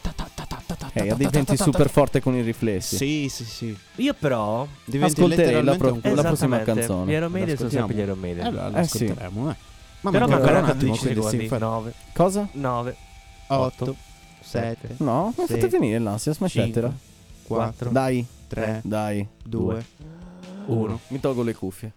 Speaker 3: Ta ta ta ta ta ta
Speaker 4: Eh,
Speaker 3: ta ta ta
Speaker 4: diventi
Speaker 3: ta ta
Speaker 4: super
Speaker 3: ta.
Speaker 4: forte con i riflessi.
Speaker 3: Sì, sì, sì.
Speaker 2: Io, però.
Speaker 3: Diventi
Speaker 4: Ascolterei la
Speaker 3: letteralmente
Speaker 4: pro-
Speaker 3: un culo.
Speaker 4: la prossima
Speaker 2: esattamente,
Speaker 4: canzone.
Speaker 2: Gli Iron Maiden sono
Speaker 3: L'ascoltiamo?
Speaker 2: sempre gli Iron Maiden.
Speaker 3: Eh, allora lo
Speaker 4: Eh, sì.
Speaker 3: ascolteremo, eh. Ma
Speaker 2: però
Speaker 3: manca
Speaker 2: mancano
Speaker 3: ancora un attimo,
Speaker 2: 14
Speaker 3: quindi sì,
Speaker 2: secondi.
Speaker 3: infatti.
Speaker 2: 9,
Speaker 4: Cosa?
Speaker 2: 9,
Speaker 3: 8,
Speaker 2: Otto,
Speaker 3: 7,
Speaker 4: No, mi
Speaker 2: Sì.
Speaker 4: fate finire l'ansia, smettetela.
Speaker 3: 4,
Speaker 4: Dai,
Speaker 3: 3,
Speaker 4: dai.
Speaker 3: 2,
Speaker 2: 1.
Speaker 4: Mi tolgo le cuffie.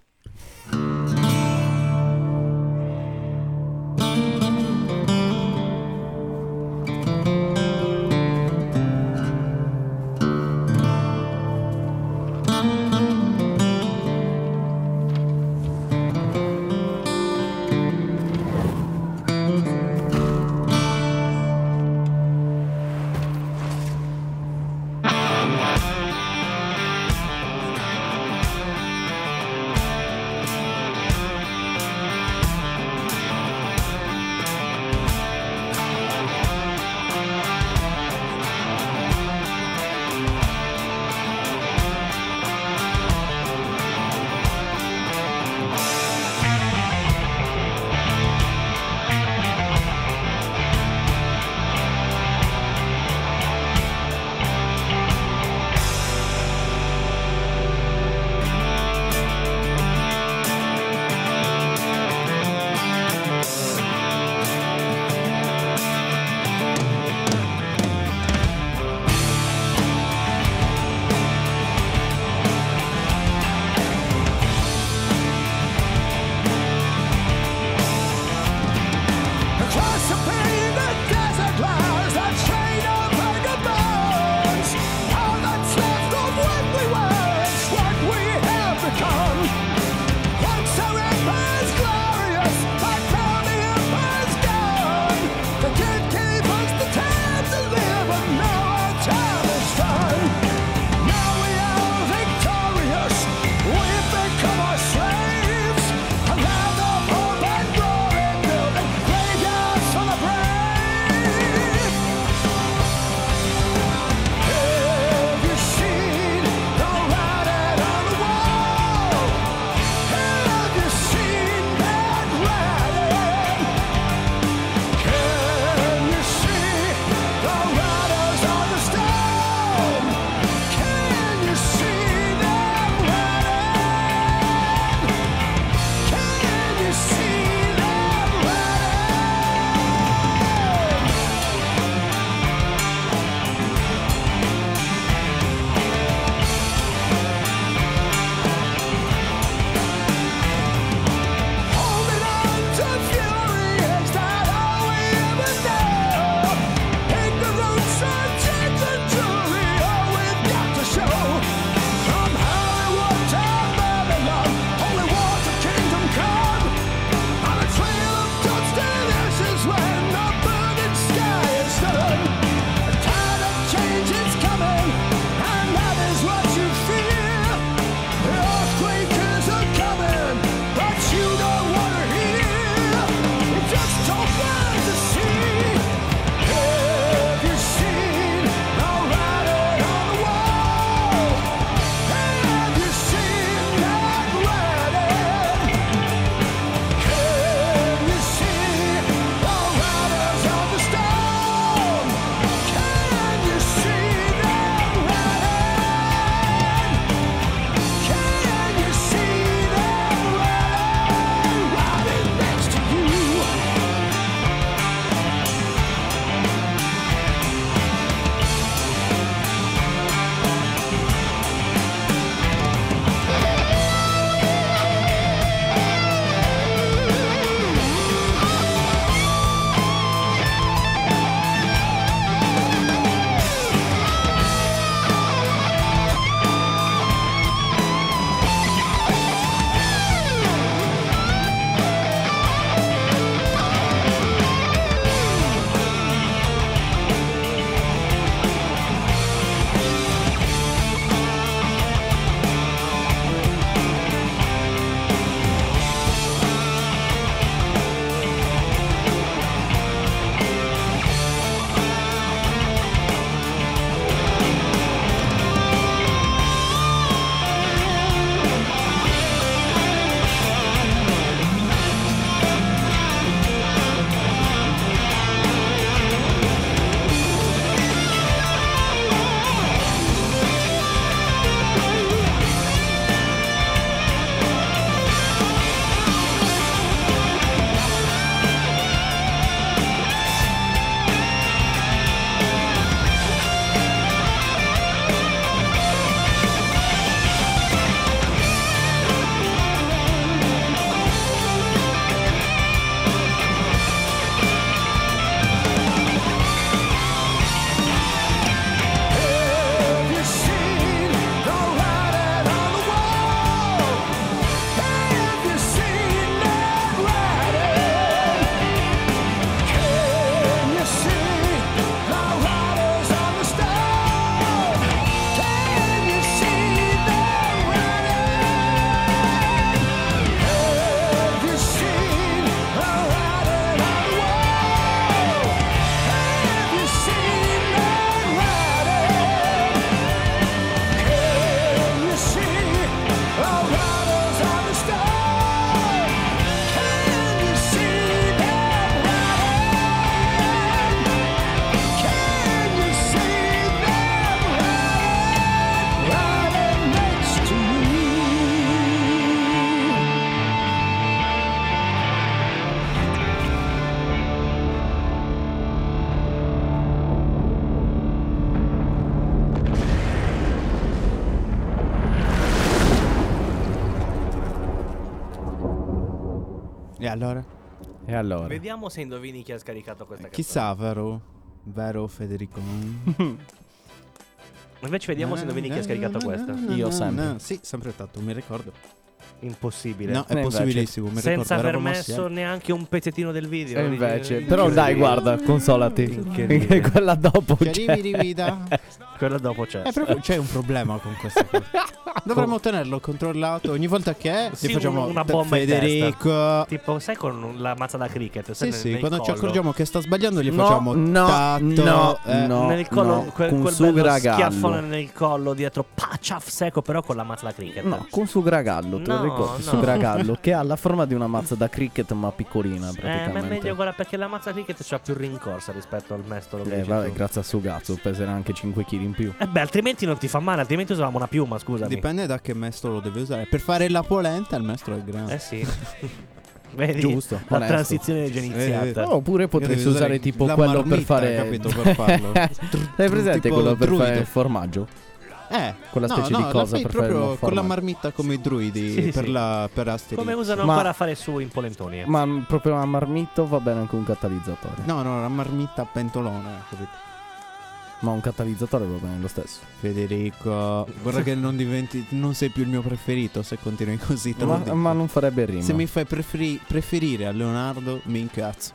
Speaker 5: Thank
Speaker 3: E allora?
Speaker 4: E allora?
Speaker 2: Vediamo se indovini chi ha scaricato questa
Speaker 3: Eh, Chissà, vero? Vero Federico?
Speaker 2: canzone. Invece vediamo se indovini chi ha
Speaker 3: Eh,
Speaker 2: scaricato questa.
Speaker 4: Io sempre.
Speaker 3: Sì, sempre tanto, mi ricordo.
Speaker 2: Impossibile.
Speaker 3: No, è
Speaker 4: invece-
Speaker 3: possibilissimo, mi ricordo.
Speaker 2: Senza aver
Speaker 3: eravamo
Speaker 2: messo
Speaker 3: assieme.
Speaker 2: neanche un pezzettino del video.
Speaker 4: E invece,
Speaker 2: Eh,
Speaker 4: però dai,
Speaker 2: incredibile.
Speaker 4: guarda, consolati.
Speaker 2: Incredibile.
Speaker 4: Perché quella dopo
Speaker 3: Ci
Speaker 4: c'è.
Speaker 3: arrivi di vita?
Speaker 2: Quella dopo c'è.
Speaker 3: È proprio c'è un problema con questa cosa. Dovremmo tenerlo controllato ogni volta che
Speaker 2: Sì,
Speaker 3: gli facciamo
Speaker 2: una
Speaker 3: te-
Speaker 2: bomba in testa.
Speaker 3: Federico.
Speaker 2: Tipo, sai con la mazza da cricket? sai
Speaker 3: Sì,
Speaker 2: nel-
Speaker 3: sì,
Speaker 2: nel
Speaker 3: quando ci
Speaker 2: collo.
Speaker 3: accorgiamo che sta sbagliando gli
Speaker 4: No,
Speaker 3: facciamo
Speaker 4: no,
Speaker 3: tatto,
Speaker 4: no,
Speaker 3: eh,
Speaker 4: no.
Speaker 2: nel collo, quel,
Speaker 4: con
Speaker 2: quel
Speaker 4: su
Speaker 2: bello
Speaker 4: Gragallo.
Speaker 2: schiaffone nel collo dietro, pacciaf secco, però con la mazza da cricket.
Speaker 4: No, con su Gragallo, te lo
Speaker 2: No,
Speaker 4: ricordi?
Speaker 2: no.
Speaker 4: Su Gragallo, che ha la forma di una mazza da cricket, ma
Speaker 2: Eh, ma
Speaker 4: piccolina
Speaker 2: è
Speaker 4: praticamente.
Speaker 2: meglio quella perché la mazza cricket c'ha più rincorsa rispetto al mestolo. che
Speaker 4: Eh,
Speaker 2: dici
Speaker 4: vabbè,
Speaker 2: tu.
Speaker 4: grazie a suo gatto, peserà anche 5 kg in più.
Speaker 2: Eh beh, altrimenti non ti fa male, altrimenti usavamo una piuma, scusami.
Speaker 3: Dipende da che mestolo lo devi usare. Per fare la polenta il mestolo è grande.
Speaker 2: eh sì. Vedi?
Speaker 4: Giusto,
Speaker 2: La
Speaker 4: onesto.
Speaker 2: transizione è già iniziata.
Speaker 3: Eh,
Speaker 4: Oppure potresti
Speaker 3: devi usare
Speaker 4: usare tipo
Speaker 3: la
Speaker 4: quello per
Speaker 3: marmitta,
Speaker 4: fare.
Speaker 3: capito, per farlo.
Speaker 4: Hai presente
Speaker 3: Tipo
Speaker 4: quello per
Speaker 3: druido.
Speaker 4: fare il formaggio?
Speaker 3: Eh,
Speaker 4: Quella
Speaker 3: no,
Speaker 4: specie
Speaker 3: no,
Speaker 4: di
Speaker 3: la
Speaker 4: cosa
Speaker 3: fai
Speaker 4: per fare
Speaker 3: proprio
Speaker 4: uno
Speaker 3: con la
Speaker 4: formaggio.
Speaker 3: marmitta come i druidi
Speaker 2: Sì, sì,
Speaker 3: per
Speaker 2: sì.
Speaker 3: la per Asterix.
Speaker 2: Come usano
Speaker 4: Ma-
Speaker 2: ancora a fare su in Polentoni. eh.
Speaker 4: Ma mm, proprio a marmitto va bene anche un catalizzatore.
Speaker 3: No, no, la marmitta a pentolona, capito?
Speaker 4: Ma un catalizzatore va bene lo stesso.
Speaker 3: Federico, guarda che non diventi non sei più il mio preferito se continui così, te lo
Speaker 4: Ma,
Speaker 3: dico.
Speaker 4: ma non farebbe rima.
Speaker 3: Se mi fai preferi- preferire a Leonardo, mi incazzo.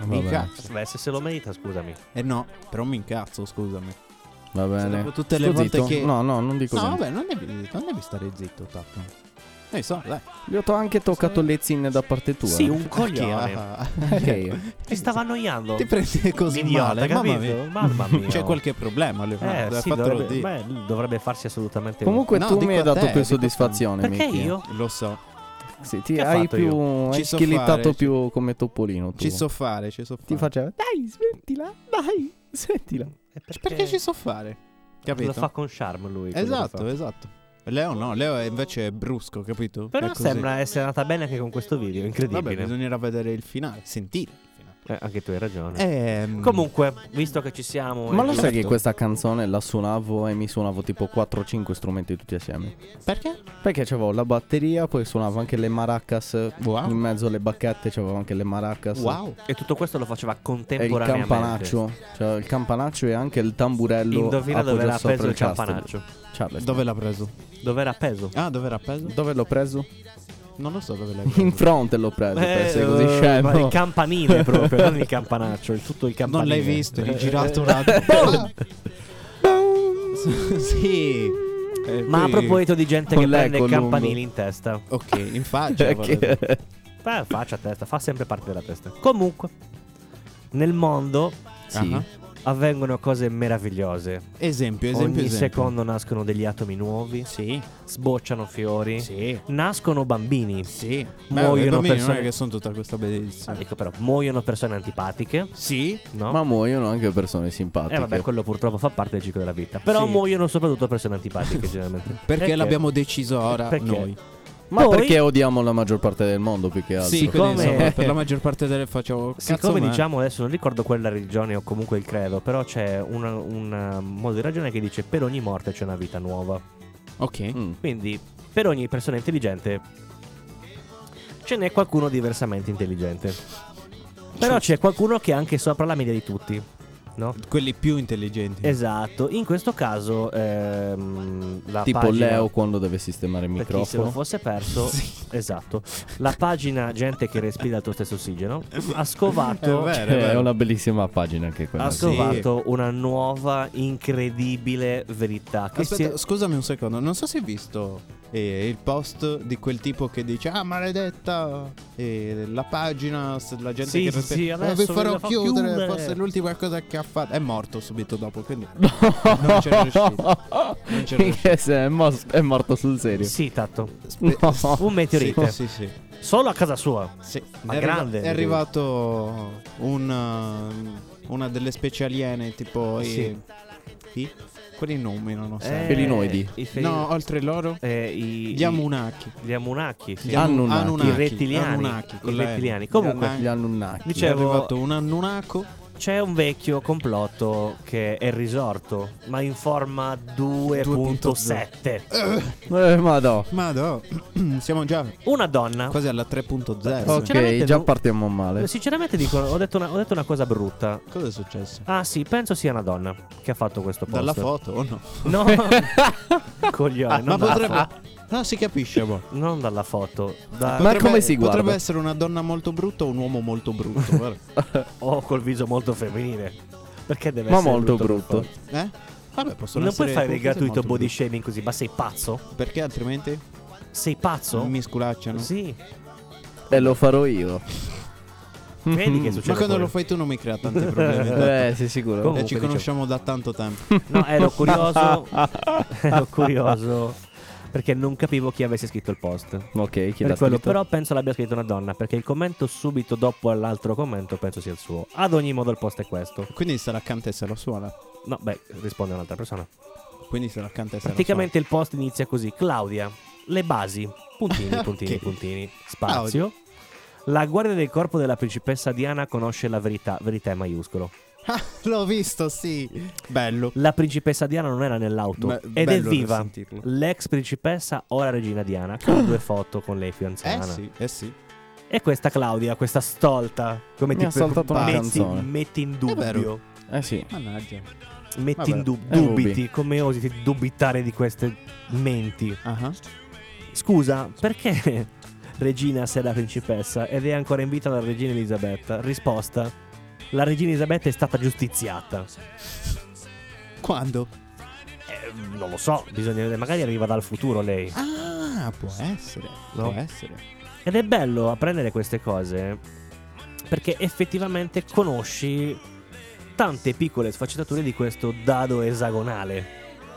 Speaker 4: Va
Speaker 3: Mi
Speaker 4: bene.
Speaker 3: incazzo.
Speaker 2: Beh, se se lo merita, scusami.
Speaker 3: Eh no, però mi incazzo, scusami.
Speaker 4: Va bene.
Speaker 3: Dopo tutte le
Speaker 4: Sto
Speaker 3: volte
Speaker 4: zitto?
Speaker 3: che
Speaker 4: No, no, non dico
Speaker 3: No,
Speaker 4: niente.
Speaker 3: vabbè, non devi, non devi stare zitto, Tappo. Eh, so, dai.
Speaker 4: Gli ho to- anche toccato lezzine da parte tua.
Speaker 2: Sì, un
Speaker 3: Perché,
Speaker 2: coglione.
Speaker 3: ah,
Speaker 4: Ok.
Speaker 2: Ti stava annoiando.
Speaker 3: Ti prendi così
Speaker 2: Idiota,
Speaker 3: male, mamma
Speaker 2: capito?
Speaker 3: mia. Cioè,
Speaker 2: Mamma mia.
Speaker 3: C'è qualche problema,
Speaker 2: Eh,
Speaker 3: Leonardo,
Speaker 2: sì,
Speaker 3: fatelo
Speaker 2: dovrebbe,
Speaker 3: dire.
Speaker 2: beh, dovrebbe farsi assolutamente
Speaker 4: Comunque
Speaker 3: No,
Speaker 4: tu
Speaker 3: dico
Speaker 4: mi hai
Speaker 3: a
Speaker 4: dato
Speaker 3: te,
Speaker 4: più
Speaker 3: dico a te.
Speaker 4: soddisfazione.
Speaker 2: Perché
Speaker 4: Michi.
Speaker 2: io?
Speaker 3: Lo so,
Speaker 4: Sì, ti
Speaker 2: Che ho
Speaker 4: hai
Speaker 2: fatto
Speaker 4: più.
Speaker 3: Ci
Speaker 4: Hai
Speaker 3: so
Speaker 4: schilittato
Speaker 3: fare, ci-
Speaker 4: più come Topolino. Tu.
Speaker 3: ci so fare, ci so fare.
Speaker 4: Ti faceva. Dai, smettila. Dai, smettila.
Speaker 2: Eh, perché,
Speaker 3: Cioè, Perché ci so fare? Capito?
Speaker 2: Lo fa con charm lui. quello che
Speaker 3: Esatto,
Speaker 2: fa.
Speaker 3: esatto. Leo no, Leo è invece brusco, capito? È
Speaker 2: Però
Speaker 3: così.
Speaker 2: sembra essere andata bene anche con questo video, incredibile.
Speaker 3: Vabbè, bisognerà vedere il finale, sentire il finale.
Speaker 2: Eh, anche tu hai ragione.
Speaker 3: Ehm,
Speaker 2: Comunque, visto che ci siamo...
Speaker 4: Ma lo sai
Speaker 3: Certo.
Speaker 4: che questa canzone la suonavo e mi suonavo tipo 4-5 strumenti tutti assieme?
Speaker 3: Perché?
Speaker 4: Perché c'avevo la batteria, poi suonavo anche le maracas.
Speaker 3: Wow.
Speaker 4: In mezzo alle bacchette c'avevo anche le maracas.
Speaker 3: Wow.
Speaker 2: E tutto questo lo faceva
Speaker 4: E il
Speaker 2: contemporaneamente.
Speaker 4: campanaccio. Cioè, il campanaccio e anche il tamburello.
Speaker 2: Indovina dove
Speaker 4: appoggiato
Speaker 2: era
Speaker 4: sopra
Speaker 2: appeso il
Speaker 4: castro.
Speaker 2: campanaccio.
Speaker 4: Ciao, bestia.
Speaker 3: Dove l'ha preso?
Speaker 2: Dove era appeso?
Speaker 3: Ah, dove era appeso?
Speaker 4: Dove l'ho preso?
Speaker 3: Non lo so dove l'hai
Speaker 4: In
Speaker 3: preso.
Speaker 4: fronte l'ho preso, per essere così
Speaker 2: eh, ma
Speaker 4: scemo.
Speaker 2: Il campanile proprio, non il campanaccio, il tutto il campanile.
Speaker 3: Non l'hai visto, gli girato un altro. Boh! sì. Eh,
Speaker 2: Ma a
Speaker 3: poi-
Speaker 2: proposito di gente
Speaker 4: Con
Speaker 2: che prende
Speaker 4: l'eco
Speaker 2: i campanili
Speaker 4: lungo.
Speaker 2: in testa.
Speaker 3: Ok, in
Speaker 2: cioè,
Speaker 3: faccia. volevo dire.
Speaker 2: Beh, faccia testa, fa sempre parte della testa. Comunque, nel mondo
Speaker 4: sì.
Speaker 3: Ah,
Speaker 2: Uh-huh. avvengono cose meravigliose.
Speaker 3: Esempio, esempio,
Speaker 2: Ogni
Speaker 3: esempio.
Speaker 2: secondo nascono degli atomi nuovi,
Speaker 3: Sì,
Speaker 2: sbocciano fiori,
Speaker 3: sì.
Speaker 2: nascono bambini.
Speaker 3: Sì.
Speaker 2: Muoiono
Speaker 3: Muoiono persone...
Speaker 2: persone-
Speaker 3: Non è che sono tutta questa
Speaker 2: Ah,
Speaker 3: benedizione.
Speaker 2: dico però, muoiono persone antipatiche,
Speaker 3: Sì.
Speaker 2: no?
Speaker 4: Ma muoiono anche persone simpatiche.
Speaker 2: Eh vabbè, quello purtroppo fa parte del ciclo della vita. Però
Speaker 3: Sì.
Speaker 2: muoiono soprattutto persone antipatiche, generalmente.
Speaker 3: Perché, l'abbiamo deciso ora
Speaker 2: Perché?
Speaker 3: noi.
Speaker 4: Ma
Speaker 2: Poi-
Speaker 4: perché odiamo la maggior parte del mondo più che altro?
Speaker 3: Sì,
Speaker 2: Siccome-
Speaker 3: quindi insomma, per la maggior parte delle facciamo cazzo
Speaker 2: Siccome
Speaker 3: me.
Speaker 2: diciamo adesso non ricordo quella religione o comunque il credo, però c'è un, un um, modo di ragionare che dice per ogni morte c'è una vita nuova.
Speaker 3: Ok.
Speaker 4: Mm.
Speaker 2: Quindi per ogni persona intelligente ce n'è qualcuno diversamente intelligente. Però c'è qualcuno che è anche sopra la media di tutti. No?
Speaker 3: Quelli più intelligenti.
Speaker 2: Esatto, in questo caso ehm, la
Speaker 4: Tipo
Speaker 2: pagina-
Speaker 4: Leo quando deve sistemare il
Speaker 2: Per chi se lo
Speaker 4: microfono.
Speaker 2: fosse perso,
Speaker 3: Sì.
Speaker 2: esatto. La pagina Gente che respira il tuo stesso ossigeno ha scovato,
Speaker 3: È vero,
Speaker 4: Che
Speaker 3: è
Speaker 4: Eh, è
Speaker 3: vero.
Speaker 4: una bellissima pagina anche quella.
Speaker 2: ha
Speaker 3: sì.
Speaker 2: scovato una nuova incredibile verità. Che
Speaker 3: Aspetta,
Speaker 2: si-
Speaker 3: scusami un secondo, non so se hai visto eh, il post di quel tipo che dice Ah maledetta, eh, la pagina, s- la gente
Speaker 2: Sì, sì,
Speaker 3: che...
Speaker 2: sì, adesso
Speaker 3: vi
Speaker 2: ve
Speaker 3: farò
Speaker 2: la fa
Speaker 3: chiudere,
Speaker 2: chiudere."
Speaker 3: forse è l'ultima cosa che ha fatto. È morto subito dopo, quindi... non c'è riuscito. Non c'è riuscito.
Speaker 4: Minchia, se è, mos- è morto sul serio.
Speaker 2: Sì, Tatto.
Speaker 3: Spe-
Speaker 4: No.
Speaker 3: sì,
Speaker 2: Un meteorite.
Speaker 3: Sì, sì,
Speaker 2: Solo a casa sua.
Speaker 3: sì.
Speaker 2: Ma
Speaker 3: è
Speaker 2: grande,
Speaker 3: È arrivato un, uh, una delle specie aliene, tipo...
Speaker 2: Sì.
Speaker 3: eh, chi? Quelli nomi, non lo so.
Speaker 2: Eh,
Speaker 4: Felinoidi.
Speaker 2: i fel-
Speaker 3: No, oltre loro,
Speaker 2: eh, i,
Speaker 3: gli Amunaki.
Speaker 2: i- gli Amunaki, sì.
Speaker 3: Gli Anu-
Speaker 4: Hanno un
Speaker 3: Anunnaki.
Speaker 2: I rettiliani.
Speaker 3: Anunnaki,
Speaker 2: I
Speaker 3: con la N.
Speaker 2: rettiliani. Comunque,
Speaker 3: Anunnaki.
Speaker 4: Gli Anunnaki.
Speaker 2: Dicevo-
Speaker 3: È arrivato un Annunaco
Speaker 2: C'è un vecchio complotto che è risorto, ma in forma 2.7.
Speaker 4: Eh, ma no.
Speaker 3: Ma no, siamo già
Speaker 2: Una donna.
Speaker 3: quasi alla 3.0.
Speaker 2: Oh,
Speaker 4: Ok,
Speaker 2: Sinceramente
Speaker 4: già
Speaker 2: non-
Speaker 4: partiamo male.
Speaker 2: Sinceramente dico, ho detto, una, ho detto una cosa brutta.
Speaker 3: Cosa è successo?
Speaker 2: Ah sì, penso sia una donna che ha fatto questo post.
Speaker 3: Dalla foto o no?
Speaker 2: No, coglione.
Speaker 3: Ah, ma
Speaker 2: Eh, non, dalla
Speaker 3: potrebbe...
Speaker 2: fo-
Speaker 3: No, si capisce, boh.
Speaker 2: non dalla foto. Da...
Speaker 4: Ma come si guarda?
Speaker 3: Potrebbe essere una donna molto brutta o un uomo molto brutto. guarda.
Speaker 2: Oh, col viso molto femminile. Perché deve
Speaker 4: Ma
Speaker 2: essere
Speaker 4: molto
Speaker 2: brutto per
Speaker 4: brutto.
Speaker 2: forza?
Speaker 3: eh? Vabbè, possono
Speaker 2: Non puoi fare
Speaker 3: essere
Speaker 2: il
Speaker 3: qualcosa di
Speaker 2: gratuito
Speaker 3: molto
Speaker 2: body
Speaker 3: brutto.
Speaker 2: shaming così, ma sei pazzo?
Speaker 3: Perché altrimenti
Speaker 2: Sei pazzo?
Speaker 3: mi sculacciano.
Speaker 2: Sì.
Speaker 4: E lo farò io. Mm-hmm.
Speaker 2: Vedi che succede?
Speaker 3: Ma quando
Speaker 2: poi?
Speaker 3: lo fai tu non mi crea tanti problemi. tanto.
Speaker 4: Eh, sei sicuro?
Speaker 2: Com-
Speaker 3: e ci
Speaker 2: Esatto. Comunque,
Speaker 3: conosciamo da tanto tempo.
Speaker 2: No, ero curioso. ero curioso. Perché non capivo chi avesse scritto il post.
Speaker 4: Ok, chi
Speaker 2: Per
Speaker 4: l'ha
Speaker 2: quello,
Speaker 4: scritto?
Speaker 2: però penso l'abbia scritto una donna, perché il commento subito dopo all'altro commento penso sia il suo. Ad ogni modo il post è questo.
Speaker 3: Quindi sarà accanto e se lo suona.
Speaker 2: No, beh, risponde un'altra persona.
Speaker 3: Quindi sarà accanto e se lo suona.
Speaker 2: Praticamente il post inizia così. Claudia, le basi, puntini, puntini,
Speaker 3: Ok.
Speaker 2: puntini, spazio. La guardia del corpo della principessa Diana conosce la verità, verità in maiuscolo.
Speaker 3: Ah, l'ho visto, sì. Bello.
Speaker 2: La principessa Diana non era nell'auto
Speaker 3: Be-
Speaker 2: ed è
Speaker 3: bello
Speaker 2: viva.
Speaker 3: risentirlo.
Speaker 2: L'ex principessa, ora regina Diana, con due foto con lei
Speaker 3: Ah. Eh
Speaker 2: fidanzata.
Speaker 3: sì, eh sì.
Speaker 2: E questa Claudia, questa stolta, come
Speaker 4: Mi
Speaker 2: ti
Speaker 4: ha saltato una
Speaker 2: metti,
Speaker 4: canzone.
Speaker 2: metti in
Speaker 3: vero.
Speaker 2: dubbio,
Speaker 4: Eh sì.
Speaker 3: Mannaggia.
Speaker 2: metti
Speaker 3: Vabbè,
Speaker 2: in dub-
Speaker 4: è Ruby.
Speaker 2: dubiti, come osi di dubitare di queste menti?
Speaker 3: Ah,
Speaker 2: Scusa, perché regina se è la principessa ed è ancora in vita la regina Elisabetta? Risposta: La regina Elisabetta è stata giustiziata.
Speaker 3: Quando?
Speaker 2: Eh, non lo so, bisogna vedere, magari arriva dal futuro lei.
Speaker 3: Ah, può essere.
Speaker 2: No.
Speaker 3: Può essere.
Speaker 2: Ed è bello apprendere queste cose perché effettivamente conosci tante piccole sfaccettature di questo dado esagonale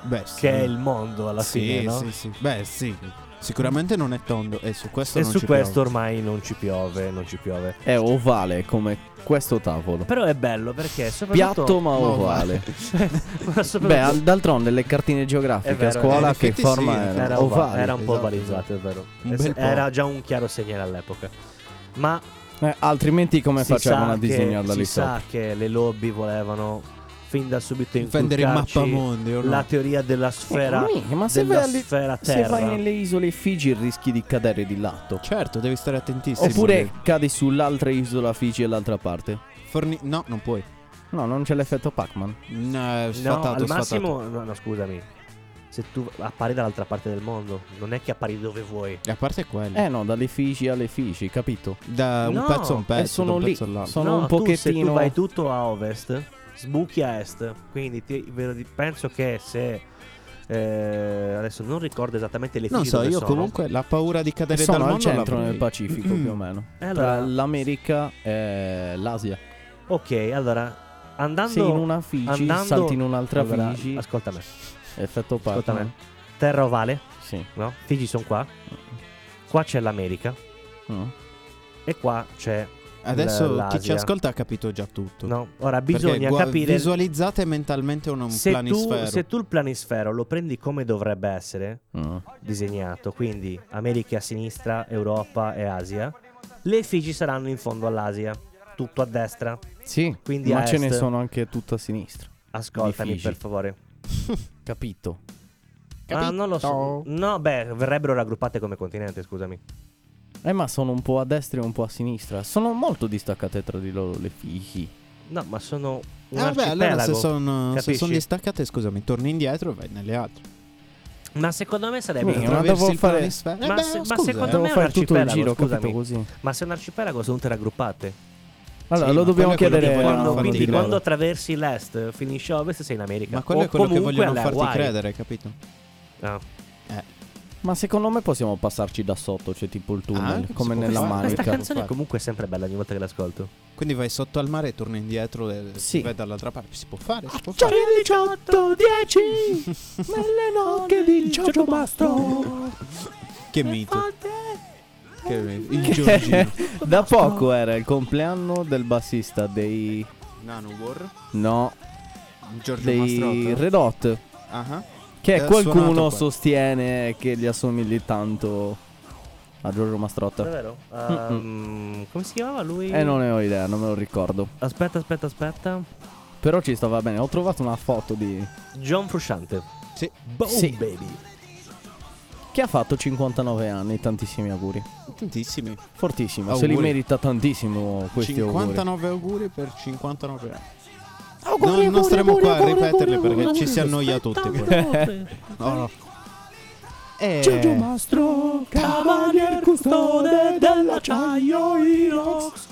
Speaker 3: Beh, sì.
Speaker 2: che è il mondo alla
Speaker 3: sì,
Speaker 2: fine, no?
Speaker 3: sì, sì. Beh, sì. Sicuramente non è tondo e su questo
Speaker 2: E
Speaker 3: non
Speaker 2: su
Speaker 3: ci
Speaker 2: questo ormai non ci piove, non ci piove.
Speaker 4: È ovale come questo tavolo.
Speaker 2: Però è bello perché soprattutto
Speaker 4: Piatto ma
Speaker 3: ma
Speaker 4: ovale.
Speaker 2: ma soprattutto-
Speaker 4: Beh, al- d'altronde le cartine
Speaker 2: È
Speaker 4: geografiche a
Speaker 2: vero,
Speaker 4: scuola
Speaker 3: eh,
Speaker 4: che
Speaker 3: effetti
Speaker 4: forma
Speaker 3: sì,
Speaker 4: era?
Speaker 2: era, ova-
Speaker 4: ovale.
Speaker 2: era un po'
Speaker 3: esatto,
Speaker 2: ovalizzato, è vero.
Speaker 3: Un bel po'.
Speaker 2: Era già un chiaro segnale all'epoca. Ma
Speaker 4: Eh, altrimenti come
Speaker 2: si
Speaker 4: facevano
Speaker 2: sa
Speaker 4: a
Speaker 2: che-
Speaker 4: disegnarla lì
Speaker 2: Si
Speaker 4: sotto?
Speaker 2: sa che le lobby volevano fin da subito
Speaker 3: Vendere il
Speaker 2: inculcarci
Speaker 3: mappamondi o no?
Speaker 2: la teoria della sfera
Speaker 4: Eh, ma se
Speaker 2: della
Speaker 4: vai, alle-
Speaker 2: sfera
Speaker 4: se
Speaker 2: terra
Speaker 4: vai nelle isole Figi rischi di cadere di lato.
Speaker 3: Certo, devi stare attentissimo.
Speaker 4: Oppure cadi sull'altra isola Figi e l'altra parte.
Speaker 3: Forni- No, non puoi.
Speaker 4: No, non c'è l'effetto Pac-Man.
Speaker 3: No, è
Speaker 2: no,
Speaker 3: sfatato,
Speaker 2: al
Speaker 3: sfatato.
Speaker 2: massimo no, no, scusami se tu appari dall'altra parte del mondo non è che appari dove vuoi
Speaker 3: E a parte quello.
Speaker 4: Eh no, dalle Figi alle Figi, capito?
Speaker 3: Da un
Speaker 2: No,
Speaker 3: pezzo a un pezzo.
Speaker 4: eh, sono
Speaker 3: da un
Speaker 4: lì.
Speaker 3: pezzo all'altro.
Speaker 4: Sono
Speaker 2: No,
Speaker 4: un
Speaker 2: tu, se
Speaker 4: pochettino-
Speaker 2: tu vai tutto a ovest sbuchi a est quindi ti- ve lo- penso che se eh, adesso non ricordo esattamente le
Speaker 3: Non
Speaker 2: fili
Speaker 3: so,
Speaker 2: dove
Speaker 3: io
Speaker 2: sono.
Speaker 3: comunque la paura di cadere dal
Speaker 4: sono
Speaker 3: mondo
Speaker 4: al centro
Speaker 3: l'avrei.
Speaker 4: nel Pacifico più o meno.
Speaker 2: Eh,
Speaker 4: Tra
Speaker 2: allora,
Speaker 4: l'America e l'Asia.
Speaker 2: ok allora andando
Speaker 4: Sei in una Figi,
Speaker 2: andando-
Speaker 4: salti in un'altra
Speaker 2: allora,
Speaker 4: Figi.
Speaker 2: ascolta me
Speaker 4: effetto
Speaker 2: ascolta
Speaker 4: Pac-Man.
Speaker 2: me terra ovale
Speaker 4: Sì.
Speaker 2: no? Figi sono qua qua c'è l'America
Speaker 4: Mm.
Speaker 2: e qua c'è
Speaker 3: Adesso
Speaker 2: l-
Speaker 3: chi ci
Speaker 2: l'Asia.
Speaker 3: ascolta ha capito già tutto.
Speaker 2: no ora
Speaker 3: Perché
Speaker 2: bisogna
Speaker 3: gua-
Speaker 2: capire
Speaker 3: Visualizzate mentalmente un, un
Speaker 2: se tu,
Speaker 3: planisfero.
Speaker 2: se tu il planisfero lo prendi come dovrebbe essere
Speaker 4: Mm.
Speaker 2: disegnato, quindi America a sinistra, Europa e Asia, le Figi saranno in fondo all'Asia, tutto a destra.
Speaker 4: Sì,
Speaker 2: Quindi
Speaker 4: ma
Speaker 2: a
Speaker 4: ce
Speaker 2: est.
Speaker 4: ne sono anche tutta a sinistra. Di
Speaker 2: Ascoltami
Speaker 4: Figi.
Speaker 2: per favore.
Speaker 4: Capito?
Speaker 2: Ah, non lo so. No, beh, verrebbero raggruppate come continente, scusami.
Speaker 4: Eh, ma sono un po' a destra e un po' a sinistra. Sono molto distaccate tra di loro le fighi.
Speaker 2: No, ma sono un
Speaker 3: Eh, vabbè,
Speaker 2: arcipelago.
Speaker 3: allora se sono, se
Speaker 2: capisci?
Speaker 3: sono distaccate, scusami, torni indietro e vai nelle altre.
Speaker 2: Ma secondo me sarebbe
Speaker 4: Minchia,
Speaker 2: un-
Speaker 4: ma devo
Speaker 3: Attraversi il
Speaker 4: fare-
Speaker 3: planisfero. Eh
Speaker 2: Ma
Speaker 3: beh,
Speaker 2: se- ma
Speaker 3: scusa,
Speaker 2: secondo
Speaker 3: eh.
Speaker 4: Devo
Speaker 2: me è un
Speaker 4: fare tutto il
Speaker 2: arcipelago,
Speaker 4: giro,
Speaker 2: scusami.
Speaker 4: capito così.
Speaker 2: Ma se è un arcipelago sono tutte raggruppate.
Speaker 4: Allora,
Speaker 3: Sì,
Speaker 4: lo
Speaker 3: ma quello
Speaker 4: dobbiamo
Speaker 3: è quello che
Speaker 4: chiedere
Speaker 3: vogliono
Speaker 4: a-
Speaker 2: Quando,
Speaker 3: fanno
Speaker 2: quindi
Speaker 3: di loro.
Speaker 2: quando attraversi l'est, finisci a ovest, sei in America.
Speaker 3: Ma quello
Speaker 2: O
Speaker 3: è quello che
Speaker 2: comunque
Speaker 3: vogliono
Speaker 2: alle
Speaker 3: farti
Speaker 2: Hawaii.
Speaker 3: credere, capito?
Speaker 2: Ah.
Speaker 4: Ma secondo me possiamo passarci da sotto, c'è tipo il tunnel,
Speaker 3: Ah, si
Speaker 4: come
Speaker 3: può
Speaker 4: nella
Speaker 2: Questa
Speaker 3: fare.
Speaker 4: manica.
Speaker 3: America.
Speaker 2: canzone comunque è sempre bella ogni volta che l'ascolto.
Speaker 3: Quindi vai sotto al mare e torni indietro e
Speaker 4: Sì. Ah,
Speaker 3: vai dall'altra parte. Si può fare, si può
Speaker 4: Ciao
Speaker 3: fare.
Speaker 4: 18, 10 nelle note di Giorgio Mastro.
Speaker 3: Che mito.
Speaker 4: eh.
Speaker 3: Che mito. Il Giorgino.
Speaker 4: da poco era il compleanno del bassista dei
Speaker 3: Nano War.
Speaker 4: no,
Speaker 3: Giorgio
Speaker 4: dei
Speaker 3: Mastrota.
Speaker 4: Red Hot
Speaker 3: Ah ah.
Speaker 4: che
Speaker 3: Eh,
Speaker 4: qualcuno
Speaker 3: suonato qua.
Speaker 4: sostiene che gli assomigli tanto a Giorgio Mastrotta.
Speaker 2: Davvero? Ehm, come si chiamava lui?
Speaker 4: Eh, non ne ho idea, non me lo ricordo.
Speaker 2: Aspetta, aspetta, aspetta.
Speaker 4: Però ci stava bene. Ho trovato una foto di.
Speaker 2: John Frusciante.
Speaker 3: Sì.
Speaker 2: Boom,
Speaker 4: Sì.
Speaker 2: baby.
Speaker 4: che ha fatto 59 anni. Tantissimi auguri.
Speaker 3: Boh, Tantissimi.
Speaker 4: Fortissimo. Se
Speaker 3: Auguri.
Speaker 4: li merita tantissimo questi
Speaker 3: 59 auguri. per 59 anni.
Speaker 4: auguri.
Speaker 3: Non- non staremo qua a ripeterli perché ci si annoia tutti. poi.
Speaker 2: Spettacolo.
Speaker 3: No, no. Eh,
Speaker 4: Giorgio Mastro,
Speaker 2: Cavalier custode dell'acciaio Irox.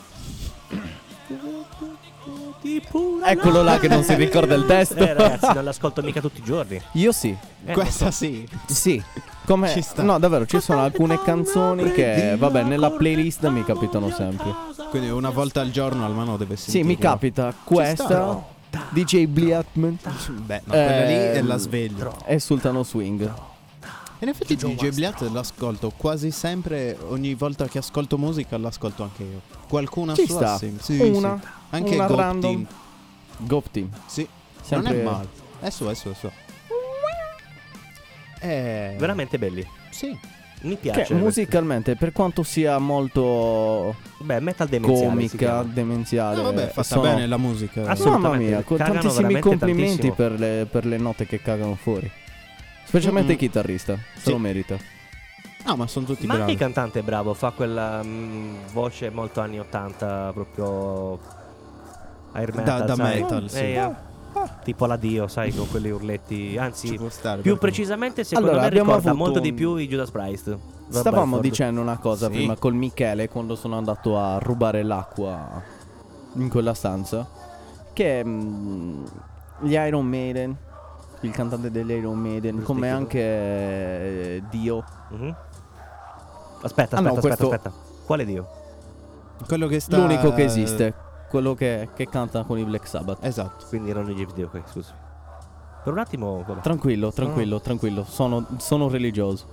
Speaker 2: Di pura
Speaker 4: Eccolo là che non si ricorda il testo.
Speaker 2: Eh ragazzi, non l'ascolto mica tutti i giorni.
Speaker 4: Io sì.
Speaker 2: Eh,
Speaker 3: questa sì.
Speaker 4: Sì. Come...
Speaker 3: Ci sta.
Speaker 4: No, davvero, ci sono alcune canzoni che, vabbè, nella playlist mi capitano sempre.
Speaker 3: Quindi una volta al giorno almano deve
Speaker 4: Sì,
Speaker 3: sentire.
Speaker 4: mi capita questa, DJ Bliatman
Speaker 3: Beh, no, quella lì è la
Speaker 4: Ehm,
Speaker 3: sveglia.
Speaker 4: e Sultano Swing.
Speaker 3: E in effetti DJ Bliat l'ascolto quasi sempre, ogni volta che ascolto musica l'ascolto anche io. Qualcuna
Speaker 4: Ci
Speaker 3: sua
Speaker 4: sta.
Speaker 3: sì. Sì,
Speaker 4: Una,
Speaker 3: sì. Anche
Speaker 4: una
Speaker 3: Goat
Speaker 4: random.
Speaker 3: Team.
Speaker 4: Gop Team.
Speaker 3: Sì,
Speaker 4: Sempre...
Speaker 3: non è male. È su, è su, è su. Eh,
Speaker 2: Veramente belli.
Speaker 3: Sì.
Speaker 2: Mi piace.
Speaker 4: Che musicalmente, per quanto sia molto
Speaker 2: Beh, metal demenziale si
Speaker 4: comica,
Speaker 2: chiama.
Speaker 4: demenziale,
Speaker 3: No, vabbè, è fatta
Speaker 4: sono-
Speaker 3: bene la musica.
Speaker 2: Assolutamente.
Speaker 4: Mamma mia, con
Speaker 2: Cagano
Speaker 4: tantissimi
Speaker 2: veramente
Speaker 4: complimenti
Speaker 2: tantissimo.
Speaker 4: per le, per le note che cagano fuori. Specialmente il
Speaker 3: Mm-mm.
Speaker 4: chitarrista, se
Speaker 3: Sì.
Speaker 4: lo merita.
Speaker 3: No, ma sono tutti
Speaker 2: Ma anche
Speaker 3: bravi.
Speaker 2: il cantante è bravo, fa quella mm, voce molto anni 80 proprio air
Speaker 3: Da-
Speaker 2: metal,
Speaker 3: da
Speaker 2: sai?
Speaker 3: metal, sì.
Speaker 2: Eh, eh. Tipo la Dio, sai, con quegli urletti. Anzi,
Speaker 3: Ci può stare.
Speaker 2: più
Speaker 3: perché-
Speaker 2: precisamente secondo
Speaker 4: Allora,
Speaker 2: me
Speaker 4: abbiamo
Speaker 2: ricorda
Speaker 4: avuto
Speaker 2: molto
Speaker 4: un-
Speaker 2: di più i Judas Priest. Robert
Speaker 4: Stavamo
Speaker 2: Ford.
Speaker 4: dicendo una cosa
Speaker 3: Sì.
Speaker 4: prima col Michele quando sono andato a rubare l'acqua in quella stanza. Che mm, gli Iron Maiden, il cantante degli Iron Maiden,
Speaker 2: Bruce
Speaker 4: come
Speaker 2: Dickinson.
Speaker 4: anche eh, Dio,
Speaker 2: Mhm. Aspetta, aspetta,
Speaker 4: Ah, no,
Speaker 2: aspetta,
Speaker 4: questo-
Speaker 2: aspetta. Quale Dio?
Speaker 3: Quello che sta...
Speaker 4: l'unico che esiste, quello che, che canta con i Black Sabbath.
Speaker 3: Esatto.
Speaker 2: Quindi erano i Jeep Dio, ok, scusa. Per un attimo, vabbè.
Speaker 4: Tranquillo,
Speaker 2: Ah.
Speaker 4: tranquillo, tranquillo, sono, sono religioso.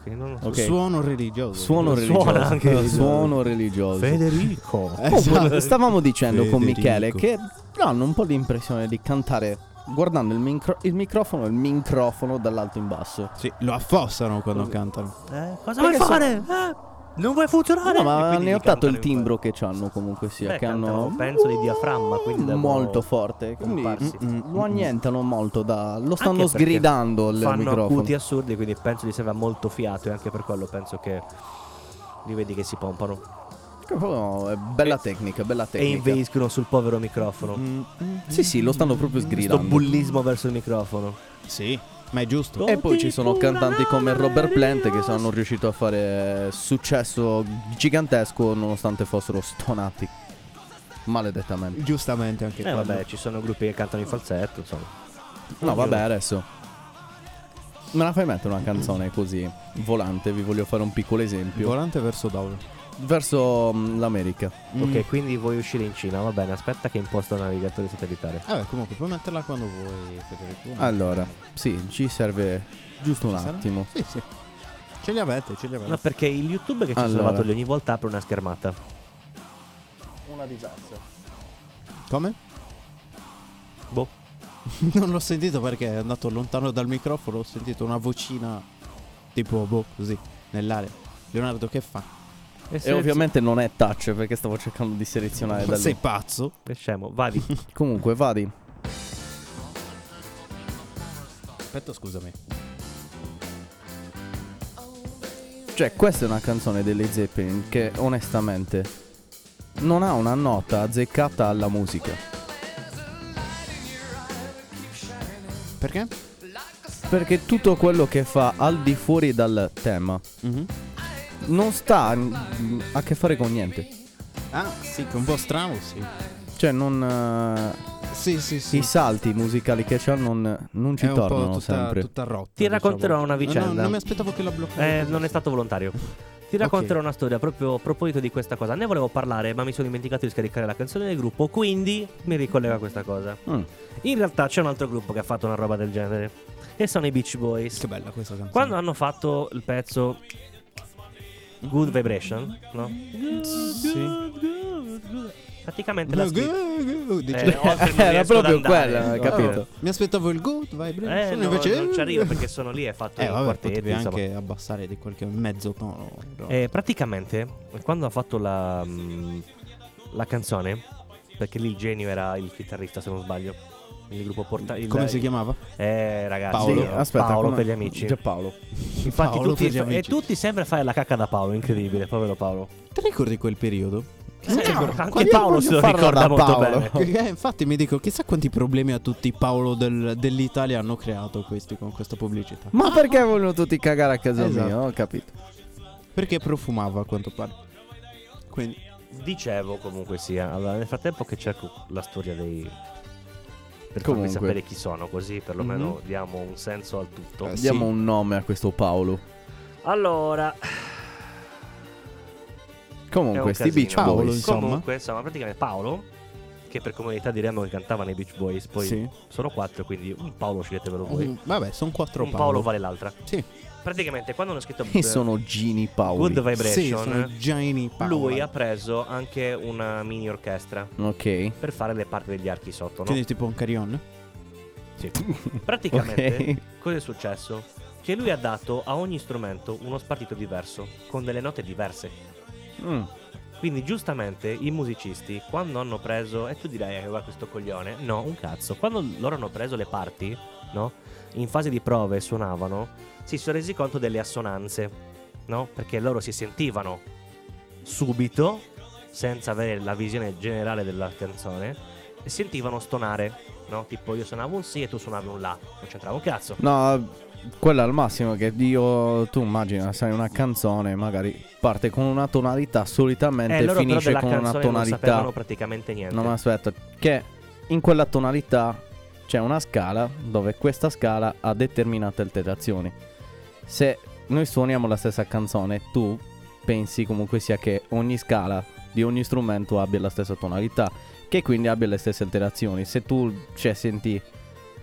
Speaker 2: ok, non lo so.
Speaker 4: Ok.
Speaker 3: Suono religioso.
Speaker 4: Suono
Speaker 2: Suona
Speaker 4: religioso.
Speaker 2: anche religioso.
Speaker 4: Suono religioso.
Speaker 2: Federico.
Speaker 3: Eh, esatto.
Speaker 4: Comunque, stavamo dicendo con
Speaker 3: Federico.
Speaker 4: Michele che hanno un po' l'impressione di cantare guardando il, micro- il microfono e il microfono dall'alto in basso.
Speaker 3: Sì, lo affossano quando cantano.
Speaker 2: Eh, cosa vuoi
Speaker 4: Perché so-
Speaker 2: fare? Eh, non vuoi funzionare?
Speaker 4: No, ma
Speaker 2: Ah, Quindi
Speaker 4: ne ho
Speaker 2: li
Speaker 4: dato
Speaker 2: cantano
Speaker 4: il
Speaker 2: in-
Speaker 4: timbro che hanno comunque sia.
Speaker 2: Beh,
Speaker 4: che
Speaker 2: cantano,
Speaker 4: hanno Mm,
Speaker 2: penso, di diaframma, quindi devono
Speaker 4: molto forte. Quindi
Speaker 2: comparsi. Mm-hmm.
Speaker 4: mm, mm, lo annientano molto da. Lo stanno
Speaker 2: Anche perché
Speaker 4: sgridando il
Speaker 2: Fanno
Speaker 4: microfono.
Speaker 2: acuti assurdi, quindi penso gli serva molto fiato e anche per quello penso che li vedi che si pompano
Speaker 4: Che proprio è bella tecnica, bella
Speaker 2: e
Speaker 4: tecnica. Mm.
Speaker 2: inveiscono sul povero microfono.
Speaker 4: Sì, sì, lo stanno proprio
Speaker 2: Questo
Speaker 4: sgridando.
Speaker 2: bullismo verso il microfono.
Speaker 3: Sì, ma è
Speaker 2: Oh.
Speaker 3: giusto.
Speaker 4: E poi ci sono cantanti come Robert Plant che sono riusciti a fare successo gigantesco nonostante fossero stonati. Maledettamente.
Speaker 3: Giustamente anche
Speaker 2: Eh
Speaker 3: quello.
Speaker 2: vabbè, ci sono gruppi che cantano in falsetto, insomma.
Speaker 4: No, vabbè, adesso. Me la fai mettere una canzone così, volante, vi voglio fare un piccolo esempio.
Speaker 3: Volante verso dove?
Speaker 4: Verso mm, l'America.
Speaker 2: Ok, quindi vuoi uscire in Cina, va bene, aspetta che imposto il navigatore satellitare.
Speaker 3: Vabbè, Eh comunque puoi metterla quando vuoi, Federico.
Speaker 4: Allora, sì, ci serve giusto un
Speaker 3: Ci sarà?
Speaker 4: attimo.
Speaker 3: Sì, sì. Ce li avete, ce li avete.
Speaker 2: No, perché il YouTube che ci
Speaker 4: Allora.
Speaker 2: sono salvato lì ogni volta apre una schermata.
Speaker 4: Una disastro.
Speaker 3: Come?
Speaker 2: Boh.
Speaker 3: non l'ho sentito perché è andato lontano dal microfono, ho sentito una vocina tipo boh, così, nell'aria. Leonardo che fa?
Speaker 2: Eh,
Speaker 4: E ovviamente non è touch perché stavo cercando di
Speaker 2: Ah,
Speaker 4: selezionare da
Speaker 3: Ma
Speaker 4: lì.
Speaker 3: sei pazzo?
Speaker 2: È scemo, vadi.
Speaker 4: Comunque, vadi.
Speaker 3: Aspetta, scusami.
Speaker 4: Cioè, questa è una canzone delle Zeppelin che onestamente non ha una nota azzeccata alla musica.
Speaker 3: Perché?
Speaker 4: Perché tutto quello che fa al di fuori dal tema
Speaker 3: Mhm.
Speaker 4: non sta mm, a che fare con niente.
Speaker 3: Ah, sì, che è un po' strano, sì.
Speaker 4: Cioè, non. eh,
Speaker 3: Sì, sì, sì.
Speaker 4: I salti musicali che c'ha non, non ci
Speaker 3: è un po'
Speaker 4: tornano
Speaker 3: tutta,
Speaker 4: sempre.
Speaker 3: tutta rotta. diciamo.
Speaker 2: Ti racconterò una
Speaker 3: No, no,
Speaker 2: vicenda.
Speaker 3: non mi aspettavo che la bloccasse.
Speaker 2: Eh, non è stato volontario. Ti racconterò una storia proprio a proposito di questa cosa. Ne volevo parlare, ma mi sono dimenticato di scaricare la canzone del gruppo, quindi mi ricollega a questa cosa.
Speaker 4: Mm.
Speaker 2: In realtà c'è un altro gruppo che ha fatto una roba del genere. E sono i Beach Boys.
Speaker 3: Che bella questa canzone.
Speaker 2: Quando hanno fatto il pezzo Good Vibration, no?
Speaker 3: Sì.
Speaker 2: Praticamente la scritta. Eh, oggi
Speaker 3: Dice-
Speaker 2: non
Speaker 4: Era
Speaker 2: riesco
Speaker 4: proprio
Speaker 2: ad andare.
Speaker 4: quella,
Speaker 2: Eh,
Speaker 4: capito?
Speaker 3: Mi aspettavo il good vibration,
Speaker 2: Eh, no,
Speaker 3: invece
Speaker 2: non ci arrivo perché sono lì e fatto
Speaker 3: Eh,
Speaker 2: il
Speaker 3: vabbè,
Speaker 2: quartetto,
Speaker 3: potevi
Speaker 2: insomma.
Speaker 3: anche abbassare di qualche mezzo tono. no?
Speaker 2: Eh, praticamente, quando ha fatto la, mm, la canzone, perché lì il genio era il chitarrista, se non sbaglio, il gruppo porta- il-
Speaker 3: Come si chiamava?
Speaker 2: Eh, ragazzi,
Speaker 3: Paolo.
Speaker 2: eh,
Speaker 4: aspetta,
Speaker 2: Paolo
Speaker 4: come-
Speaker 2: per gli amici.
Speaker 4: Giampaolo.
Speaker 2: Infatti,
Speaker 3: Paolo
Speaker 2: tutti,
Speaker 3: per gli amici.
Speaker 2: e tutti sempre fare la cacca da Paolo, incredibile, povero Paolo.
Speaker 3: Ti ricordi quel periodo?
Speaker 2: Sì, anche
Speaker 4: io
Speaker 2: Paolo
Speaker 4: voglio
Speaker 2: se lo
Speaker 4: farla
Speaker 2: ricorda
Speaker 4: da
Speaker 2: molto
Speaker 4: Paolo.
Speaker 2: bene.
Speaker 3: Eh, infatti mi dico, chissà quanti problemi a tutti i Paolo del- dell'Italia hanno creato questi con questa pubblicità.
Speaker 4: Ma perché vogliono tutti cagare a casa
Speaker 3: Esatto.
Speaker 4: mia? Ho capito.
Speaker 3: Perché profumava a quanto pare. Quindi,
Speaker 2: Dicevo comunque sia, allora, nel frattempo che cerco la storia dei... Per farvi
Speaker 4: Comunque.
Speaker 2: sapere chi sono, così perlomeno diamo un senso al tutto.
Speaker 3: Eh, sì.
Speaker 4: Diamo un nome a questo Paolo.
Speaker 2: Allora, è un
Speaker 4: Comunque, sti
Speaker 2: casino.
Speaker 4: Beach
Speaker 3: Paolo,
Speaker 4: Boys.
Speaker 3: insomma.
Speaker 2: Comunque, insomma, praticamente Paolo, che per comunità diremmo che cantava nei Beach Boys, poi
Speaker 3: sì.
Speaker 2: sono quattro, quindi un Paolo sceglietevelo voi.
Speaker 3: Mm, Vabbè, sono quattro
Speaker 2: un Paolo, vale l'altra.
Speaker 3: Sì.
Speaker 2: Praticamente quando hanno scritto
Speaker 4: E sono Gini Paoli.
Speaker 2: Good
Speaker 3: Sì, sono
Speaker 2: Vibration,
Speaker 3: Gianni Paolo.
Speaker 2: eh. lui ha preso anche una mini orchestra
Speaker 4: Ok.
Speaker 2: per fare le parti degli archi sotto, no?
Speaker 3: Quindi tipo un carion.
Speaker 2: Praticamente,
Speaker 4: Ok.
Speaker 2: cosa è successo? Che lui ha dato a ogni strumento uno spartito diverso, con delle note diverse.
Speaker 4: Mm.
Speaker 2: Quindi giustamente i musicisti quando hanno preso e tu direi che va questo coglione, no, un cazzo. Quando loro hanno preso le parti, no? In fase di prove suonavano, si sono resi conto delle assonanze, no? Perché loro si sentivano subito senza avere la visione generale della canzone e sentivano stonare, no? Tipo io suonavo un si e tu suonavi un la, non c'entrava un cazzo.
Speaker 4: No, quello al massimo che io. Tu immagina, sai, una canzone magari parte con una tonalità, solitamente
Speaker 2: E Eh, loro però
Speaker 4: finisce
Speaker 2: della
Speaker 4: con una
Speaker 2: canzone non
Speaker 4: tonalità.
Speaker 2: sapevano praticamente niente.
Speaker 4: No, ma aspetta, che in quella tonalità c'è una scala dove questa scala ha determinate alterazioni. Se noi suoniamo la stessa canzone, tu pensi comunque sia che ogni scala di ogni strumento abbia la stessa tonalità, che quindi abbia le stesse alterazioni. Se tu cioè, senti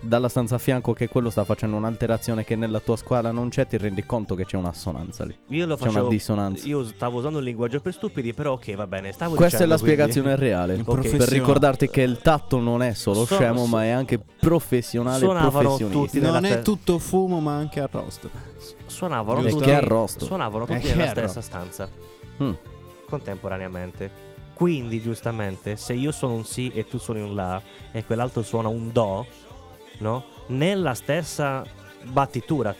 Speaker 4: dalla stanza a fianco che quello sta facendo un'alterazione che nella tua scala non c'è, ti rendi conto che c'è un'assonanza lì.
Speaker 2: Io lo
Speaker 4: C'è una
Speaker 2: facevo
Speaker 4: dissonanza.
Speaker 2: Io stavo usando un linguaggio per stupidi, però ok, va bene. Stavo
Speaker 4: Questa è
Speaker 2: dicendo,
Speaker 4: la spiegazione reale.
Speaker 3: Il
Speaker 2: Ok.
Speaker 4: Per
Speaker 3: professionale.
Speaker 4: ricordarti che il tatto non è solo
Speaker 2: Sono-
Speaker 4: scemo, ma è anche professionale e
Speaker 2: Suonavano
Speaker 4: professionista.
Speaker 2: tutti
Speaker 3: Non
Speaker 2: nella
Speaker 3: è
Speaker 2: te-
Speaker 3: tutto fumo, ma anche arrosto.
Speaker 2: quindi Suonavano
Speaker 4: Perché
Speaker 2: tutti,
Speaker 4: arrosto.
Speaker 2: suonavano tutti
Speaker 3: Eh,
Speaker 2: nella
Speaker 3: chiaro.
Speaker 2: stessa stanza
Speaker 4: Mm.
Speaker 2: contemporaneamente. Quindi, giustamente, se io sono un Si e tu suoni un La e quell'altro suona un Do, no? Nella stessa battitura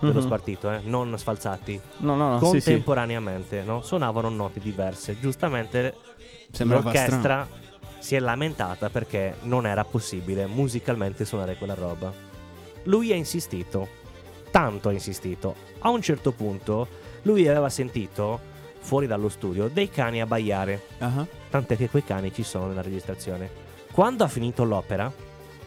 Speaker 2: dello
Speaker 4: Mhm.
Speaker 2: spartito, eh? non sfalzati,
Speaker 4: No, no, no. Ah, sì, sì.
Speaker 2: contemporaneamente, no? Suonavano note diverse. Giustamente
Speaker 3: Sembrava strano.
Speaker 2: l'orchestra si è lamentata perché non era possibile musicalmente suonare quella roba. Lui ha insistito, tanto ha insistito. A un certo punto lui aveva sentito, fuori dallo studio, dei cani abbaiare,
Speaker 3: Ah,
Speaker 2: tant'è che quei cani ci sono nella registrazione. Quando ha finito l'opera,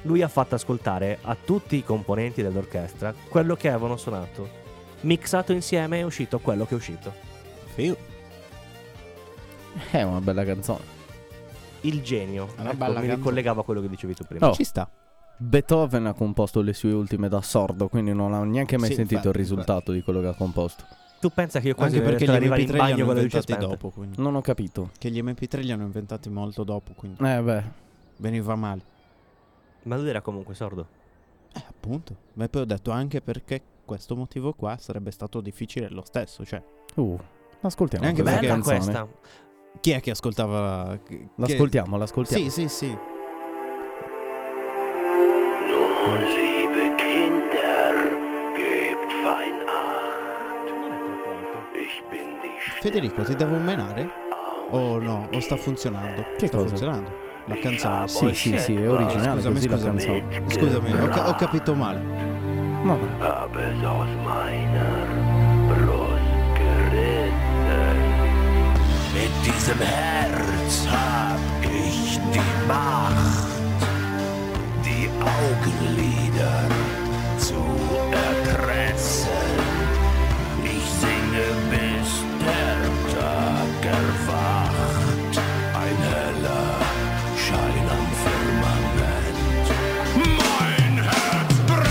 Speaker 2: lui ha fatto ascoltare a tutti i componenti dell'orchestra quello che avevano suonato. Mixato insieme è uscito quello che è uscito.
Speaker 3: figo.
Speaker 4: È una bella canzone.
Speaker 2: Il genio.
Speaker 3: Una
Speaker 2: Ecco,
Speaker 3: bella
Speaker 2: mi
Speaker 3: canzone.
Speaker 2: ricollegavo a quello che dicevi tu prima.
Speaker 4: Oh.
Speaker 3: Ci sta.
Speaker 4: Beethoven ha composto le sue ultime da sordo, quindi non ho neanche mai
Speaker 3: Sì,
Speaker 4: sentito
Speaker 3: infatti,
Speaker 4: il risultato di quello che ha composto.
Speaker 2: Tu pensa che io quasi
Speaker 3: Anche perché gli
Speaker 2: sono arrivato
Speaker 3: MP3
Speaker 2: in
Speaker 3: li hanno
Speaker 2: bagno con la luce
Speaker 3: inventati
Speaker 2: spenta.
Speaker 3: dopo. Quindi.
Speaker 4: Non ho capito.
Speaker 3: Che gli MP3 li hanno inventati molto dopo, quindi
Speaker 4: Eh beh,
Speaker 2: Mm.
Speaker 3: veniva male.
Speaker 2: Ma lui era comunque sordo.
Speaker 3: Eh, appunto. Ma poi ho detto anche perché questo motivo qua sarebbe stato difficile lo stesso. Cioè,
Speaker 4: uh, ascoltiamo
Speaker 3: Neanche
Speaker 4: questa
Speaker 2: Bella
Speaker 3: perché-
Speaker 4: canzone.
Speaker 2: questa.
Speaker 3: chi è che ascoltava? che-
Speaker 4: L'ascoltiamo, l'ascoltiamo.
Speaker 3: Sì, sì, sì.
Speaker 5: Nun, liebe Kinder, gebt fein Acht. Ich bin die
Speaker 3: Federico, ti devo menare? O no? O sta funzionando?
Speaker 4: Che
Speaker 3: sta
Speaker 4: cosa?
Speaker 3: funzionando? La canzone. Ah,
Speaker 4: Sì, sì, sì, è originale
Speaker 3: Scusami,
Speaker 4: così
Speaker 3: scusami.
Speaker 4: la canzone.
Speaker 3: Scusami, ho, ca- ho capito male.
Speaker 4: No, no.
Speaker 5: habe es aus meiner Brust gerissen. Mit diesem Herz hab ich die Macht, die Augenlider zu erpressen. Ich singe bis der Tag erwacht, ein heller Schein am Firmament. Mein Herz brennt!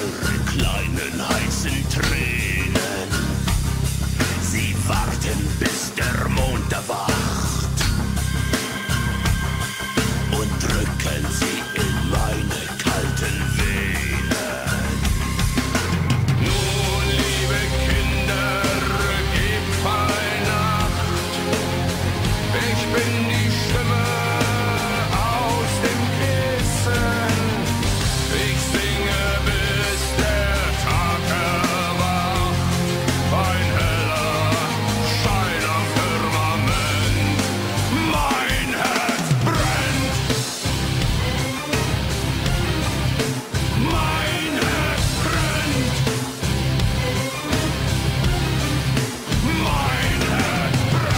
Speaker 5: offenen Hals in Tränen. Sie warten, bis der Mond erwacht und drücken sie in meine kalten Venen. Nun, liebe Kinder, gebt Vernacht. Ich bin die Stimme aus dem Kissen. Ich singe bis der Tag erwacht, ein heller Schein am Firmament. Mein Herz brennt, mein Herz brennt, mein Herz brennt, mein Herz brennt.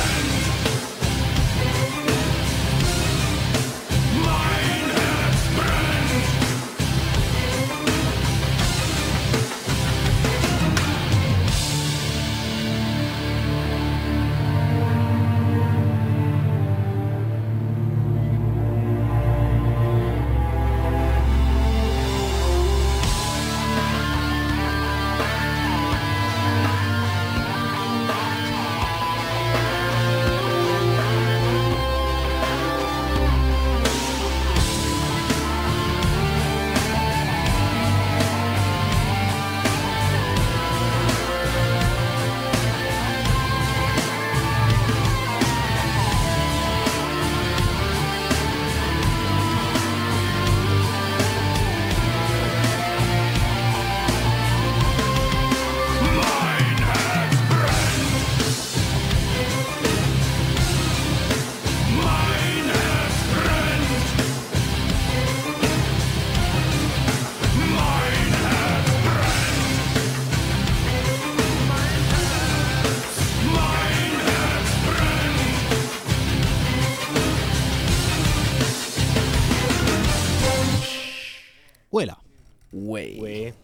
Speaker 5: Mein Herz brennt. Mein Herz brennt. Mein Herz brennt. Mein Herz brennt.
Speaker 3: Uela.
Speaker 4: Way.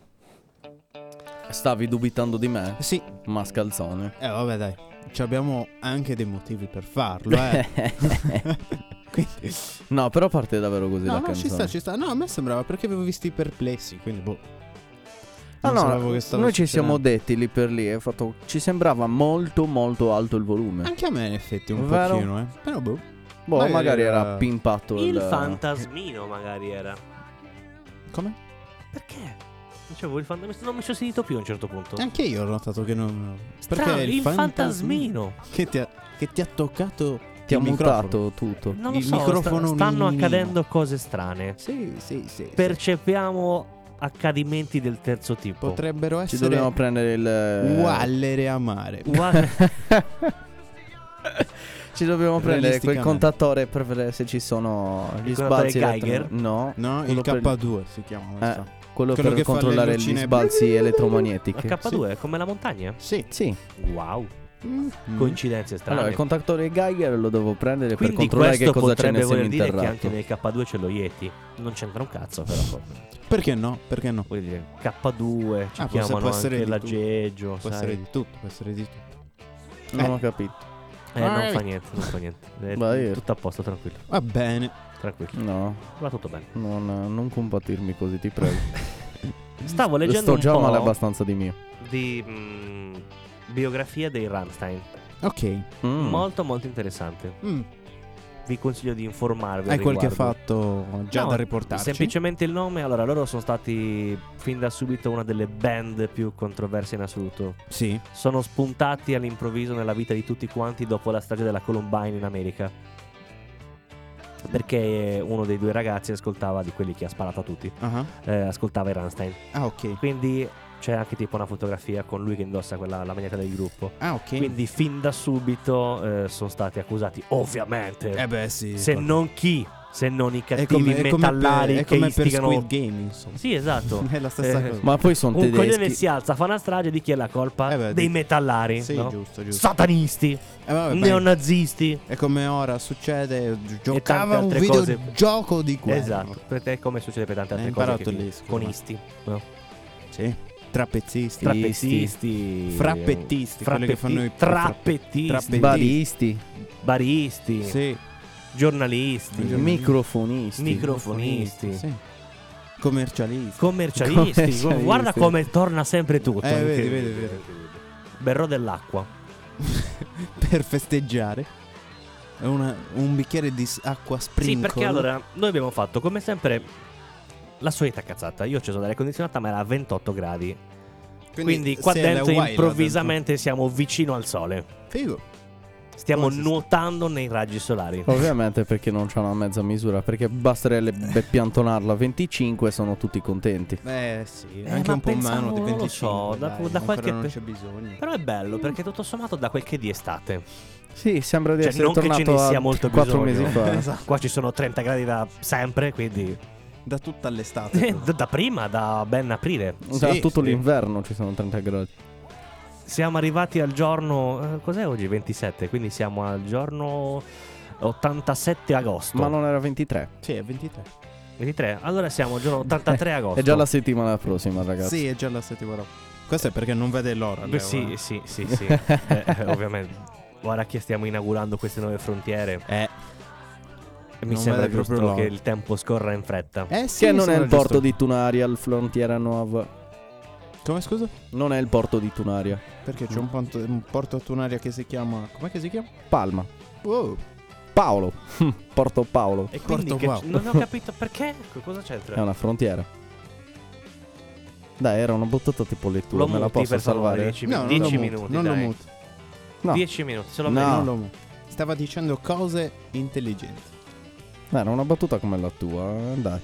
Speaker 4: Stavi dubitando di me?
Speaker 3: Sì,
Speaker 4: Mascalzone.
Speaker 3: eh vabbè dai, Ci abbiamo anche dei motivi per farlo, eh. quindi...
Speaker 4: no, però parte davvero così
Speaker 3: No,
Speaker 4: la
Speaker 3: no,
Speaker 4: canzone.
Speaker 3: ci sta, ci sta. No, a me sembrava perché avevo visto i perplessi, quindi boh.
Speaker 4: Ah,
Speaker 3: Non
Speaker 4: no,
Speaker 3: sapevo che stava
Speaker 4: noi ci siamo
Speaker 3: succedendo.
Speaker 4: detti lì per lì. e Fatto... Ci sembrava molto, molto alto il
Speaker 2: Eh.
Speaker 4: volume.
Speaker 3: Anche a me in effetti un
Speaker 4: Vero?
Speaker 3: pochino, eh. Però boh.
Speaker 4: Boh,
Speaker 3: magari
Speaker 4: magari,
Speaker 3: era-
Speaker 4: era pimpato il.
Speaker 2: Il fantasmino magari era.
Speaker 3: Come?
Speaker 2: Perché? Dicevo, il fanta- Non mi sono sentito più a un certo punto.
Speaker 4: Boh.
Speaker 3: Anche io ho notato che non perché
Speaker 2: Strano,
Speaker 3: il
Speaker 2: il
Speaker 3: fantasmi
Speaker 2: fantasmino.
Speaker 3: che ti ha che ti ha toccato
Speaker 4: Ti ha
Speaker 3: il microfono.
Speaker 4: mutato tutto.
Speaker 2: Non lo
Speaker 3: Il
Speaker 2: so,
Speaker 3: microfono
Speaker 2: sta- stanno
Speaker 3: minimo.
Speaker 2: accadendo cose strane.
Speaker 3: Sì, sì, sì. sì.
Speaker 2: Percepiamo accadimenti del terzo tipo.
Speaker 3: Potrebbero
Speaker 4: Ci
Speaker 3: essere
Speaker 4: dobbiamo prendere il.
Speaker 3: Wallere amare.
Speaker 2: Ua-
Speaker 4: Ci dobbiamo prendere quel
Speaker 3: Realisticamente.
Speaker 4: contatore per vedere se ci sono gli
Speaker 2: Il contatore
Speaker 4: sbalzi. elettro-
Speaker 2: Geiger?
Speaker 4: No,
Speaker 3: No, il
Speaker 4: quello per-
Speaker 3: K2 si chiama questo.
Speaker 4: eh, quello,
Speaker 3: Quello
Speaker 4: per
Speaker 3: che fa le
Speaker 4: controllare gli
Speaker 3: lucine-
Speaker 4: sbalzi
Speaker 2: La
Speaker 4: elettromagnetiche.
Speaker 2: K2 è come la montagna?
Speaker 3: Sì.
Speaker 4: Sì,
Speaker 2: Wow,
Speaker 3: Mm.
Speaker 2: coincidenze strane.
Speaker 4: allora il contatore Geiger lo devo prendere
Speaker 2: Quindi
Speaker 4: per controllare
Speaker 2: questo
Speaker 4: che cosa c'è
Speaker 2: potrebbe
Speaker 4: nel
Speaker 2: voler dire che anche
Speaker 4: seminterrato.
Speaker 2: nel K2 c'è lo Yeti. Non c'entra un cazzo, però. proprio.
Speaker 3: Perché no? Perché no?
Speaker 2: Vuol dire K2, ci
Speaker 3: Ah, forse può
Speaker 2: chiamano
Speaker 3: essere
Speaker 2: anche
Speaker 3: di
Speaker 2: l'aggeggio,
Speaker 3: Può
Speaker 2: sai.
Speaker 3: essere di tutto, può essere di tutto.
Speaker 4: Non ho capito.
Speaker 2: Eh, non fa niente, non fa niente. Eh,
Speaker 4: Ma io-
Speaker 2: tutto a posto, tranquillo,
Speaker 3: Va bene.
Speaker 2: tranquillo.
Speaker 3: Mm. Eh.
Speaker 4: No,
Speaker 2: Va tutto bene.
Speaker 4: non, non compatirmi così, ti prego.
Speaker 2: Stavo leggendo
Speaker 4: Sto già
Speaker 2: un po'
Speaker 4: male abbastanza di mio.
Speaker 2: di mm, biografia dei Rammstein.
Speaker 3: Ok.
Speaker 4: Mm.
Speaker 2: Molto molto interessante.
Speaker 3: Mm.
Speaker 2: Vi consiglio di informarvi. al
Speaker 3: Hai qualche
Speaker 2: riguardo.
Speaker 3: fatto già
Speaker 2: No,
Speaker 3: da riportarci?
Speaker 2: Semplicemente il nome, allora loro sono stati fin da subito una delle band più controverse in assoluto.
Speaker 3: Sì.
Speaker 2: Sono spuntati all'improvviso nella vita di tutti quanti dopo la strage della Columbine in America. Perché uno dei due ragazzi ascoltava di quelli che ha sparato a tutti,
Speaker 3: Ah,
Speaker 2: eh, ascoltava i Rammstein.
Speaker 3: Ah, ok.
Speaker 2: Quindi c'è anche tipo una fotografia con lui che indossa quella, la maglietta del gruppo.
Speaker 3: Ah, ok.
Speaker 2: Quindi fin da subito eh, sono stati accusati, ovviamente.
Speaker 3: eh beh, sì.
Speaker 2: se
Speaker 3: vabbè.
Speaker 2: non chi, se non i
Speaker 3: è
Speaker 2: cattivi
Speaker 3: come, è come
Speaker 2: metallari
Speaker 3: per, è
Speaker 2: che
Speaker 3: come per
Speaker 2: istigano.
Speaker 3: Squid Game, insomma.
Speaker 2: Sì, esatto.
Speaker 3: è la stessa
Speaker 2: Eh,
Speaker 3: cosa.
Speaker 4: Ma poi sono
Speaker 2: Un coglione
Speaker 4: tedeschi.
Speaker 2: si alza, fa una strage di chi è la colpa?
Speaker 3: Eh beh,
Speaker 2: Dei
Speaker 3: di-
Speaker 2: metallari,
Speaker 3: Sì,
Speaker 2: no?
Speaker 3: giusto, giusto.
Speaker 2: satanisti,
Speaker 3: Eh, vabbè, beh,
Speaker 2: neonazisti.
Speaker 3: è come ora succede, gi- giocava un
Speaker 2: altre cose.
Speaker 3: videogioco di guerra.
Speaker 2: Esatto, per te come succede per tante
Speaker 3: Hai
Speaker 2: altre cose
Speaker 3: imparato lì,
Speaker 2: che
Speaker 3: scusa.
Speaker 2: conisti, no?
Speaker 3: Sì. Trappezzisti.
Speaker 2: trapezzisti,
Speaker 3: Frappettisti, quelli che fanno i-
Speaker 2: trappettisti,
Speaker 3: Trappe-
Speaker 4: Baristi,
Speaker 2: baristi,
Speaker 3: Sì.
Speaker 2: giornalisti,
Speaker 3: Giornalisti.
Speaker 4: microfonisti.
Speaker 2: microfonisti.
Speaker 3: Sì. commercialisti.
Speaker 2: Commercialisti,
Speaker 4: Commercialisti.
Speaker 2: guarda come torna sempre tutto.
Speaker 3: Eh, vedi,
Speaker 2: Incredibile,
Speaker 3: vedi, vedi.
Speaker 2: incredibile. Berrò dell'acqua.
Speaker 3: per festeggiare. È una- un bicchiere di s- acqua sprinkle.
Speaker 2: Sì, perché allora noi abbiamo fatto come sempre la solita cazzata. Io ho acceso l'aria condizionata, ma era a 28 gradi. Quindi, qua
Speaker 3: se è la
Speaker 2: dentro
Speaker 3: Hawaii, là
Speaker 2: improvvisamente siamo vicino al sole.
Speaker 3: dentro. Figo.
Speaker 2: Stiamo
Speaker 3: Come si sta?
Speaker 2: nuotando nei raggi solari.
Speaker 4: Ovviamente perché non c'è una mezza misura, perché basterebbe be- piantonarla a 25 e sono tutti contenti.
Speaker 3: Beh, sì,
Speaker 2: Eh,
Speaker 3: anche
Speaker 2: ma
Speaker 3: un po' in
Speaker 2: pensavo,
Speaker 3: mano di
Speaker 2: non lo
Speaker 3: 25.
Speaker 2: so, da-
Speaker 3: dai,
Speaker 2: da
Speaker 3: ancora
Speaker 2: qualche
Speaker 3: non
Speaker 2: pe-
Speaker 3: c'è bisogno.
Speaker 2: Però è bello perché tutto sommato da quel che è di estate.
Speaker 4: Sì, sembra di
Speaker 2: Cioè,
Speaker 4: essere
Speaker 2: non che ce
Speaker 4: tornato
Speaker 2: ne sia
Speaker 4: a
Speaker 2: molto
Speaker 4: 4
Speaker 2: bisogno.
Speaker 4: mesi fa.
Speaker 3: Esatto,
Speaker 2: Qua ci sono 30 gradi da sempre, quindi
Speaker 3: da tutta l'estate.
Speaker 2: da da prima, da ben aprile.
Speaker 4: Sarà
Speaker 3: Sì,
Speaker 4: tutto
Speaker 3: sì.
Speaker 4: l'inverno ci sono 30 gradi.
Speaker 2: Siamo arrivati al giorno. eh, Cos'è oggi? 27, quindi siamo al giorno 87 agosto.
Speaker 4: Ma non era 23.
Speaker 3: sì, è 23.
Speaker 2: 23. Allora siamo al giorno 83 agosto.
Speaker 4: È già la settimana prossima, ragazzi.
Speaker 3: Sì, è già la settimana. Questo è perché non vede l'ora.
Speaker 2: Beh,
Speaker 3: Leo,
Speaker 2: sì,
Speaker 3: eh.
Speaker 2: sì, sì, sì. Eh, eh, ovviamente. Ora che stiamo inaugurando queste nuove frontiere,
Speaker 3: Eh,
Speaker 2: mi
Speaker 3: non
Speaker 2: sembra
Speaker 3: vede proprio
Speaker 2: giusto
Speaker 3: l'ora.
Speaker 2: che il tempo scorra in fretta.
Speaker 3: eh sì,
Speaker 4: Che non è
Speaker 3: sembra
Speaker 4: il porto
Speaker 3: giusto.
Speaker 4: di Tunaria, il frontiera nuova.
Speaker 3: Come scusa?
Speaker 4: Non è il porto di Tunaria.
Speaker 3: Perché c'è un porto, un porto a Tunaria che si chiama... Com'è che si chiama?
Speaker 4: Palma.
Speaker 3: Wow.
Speaker 4: Paolo. porto Paolo.
Speaker 2: E
Speaker 3: Porto
Speaker 2: quindi che-
Speaker 3: qua.
Speaker 2: non ho capito perché. Co- Cosa c'entra?
Speaker 4: È una frontiera. Dai, era una buttata tipo le tue,
Speaker 2: Lo
Speaker 4: me la
Speaker 2: muti,
Speaker 4: posso
Speaker 2: per favore,
Speaker 4: salvare?
Speaker 2: 10
Speaker 3: No, non lo muto,
Speaker 2: minuti.
Speaker 3: Non lo
Speaker 2: dai. Ah.
Speaker 3: muto.
Speaker 4: No.
Speaker 2: 10 minuti, se lo
Speaker 4: No.
Speaker 2: prendo.
Speaker 3: Non lo muto. Stava dicendo cose intelligenti.
Speaker 4: Beh, era una battuta come la tua, eh, dai.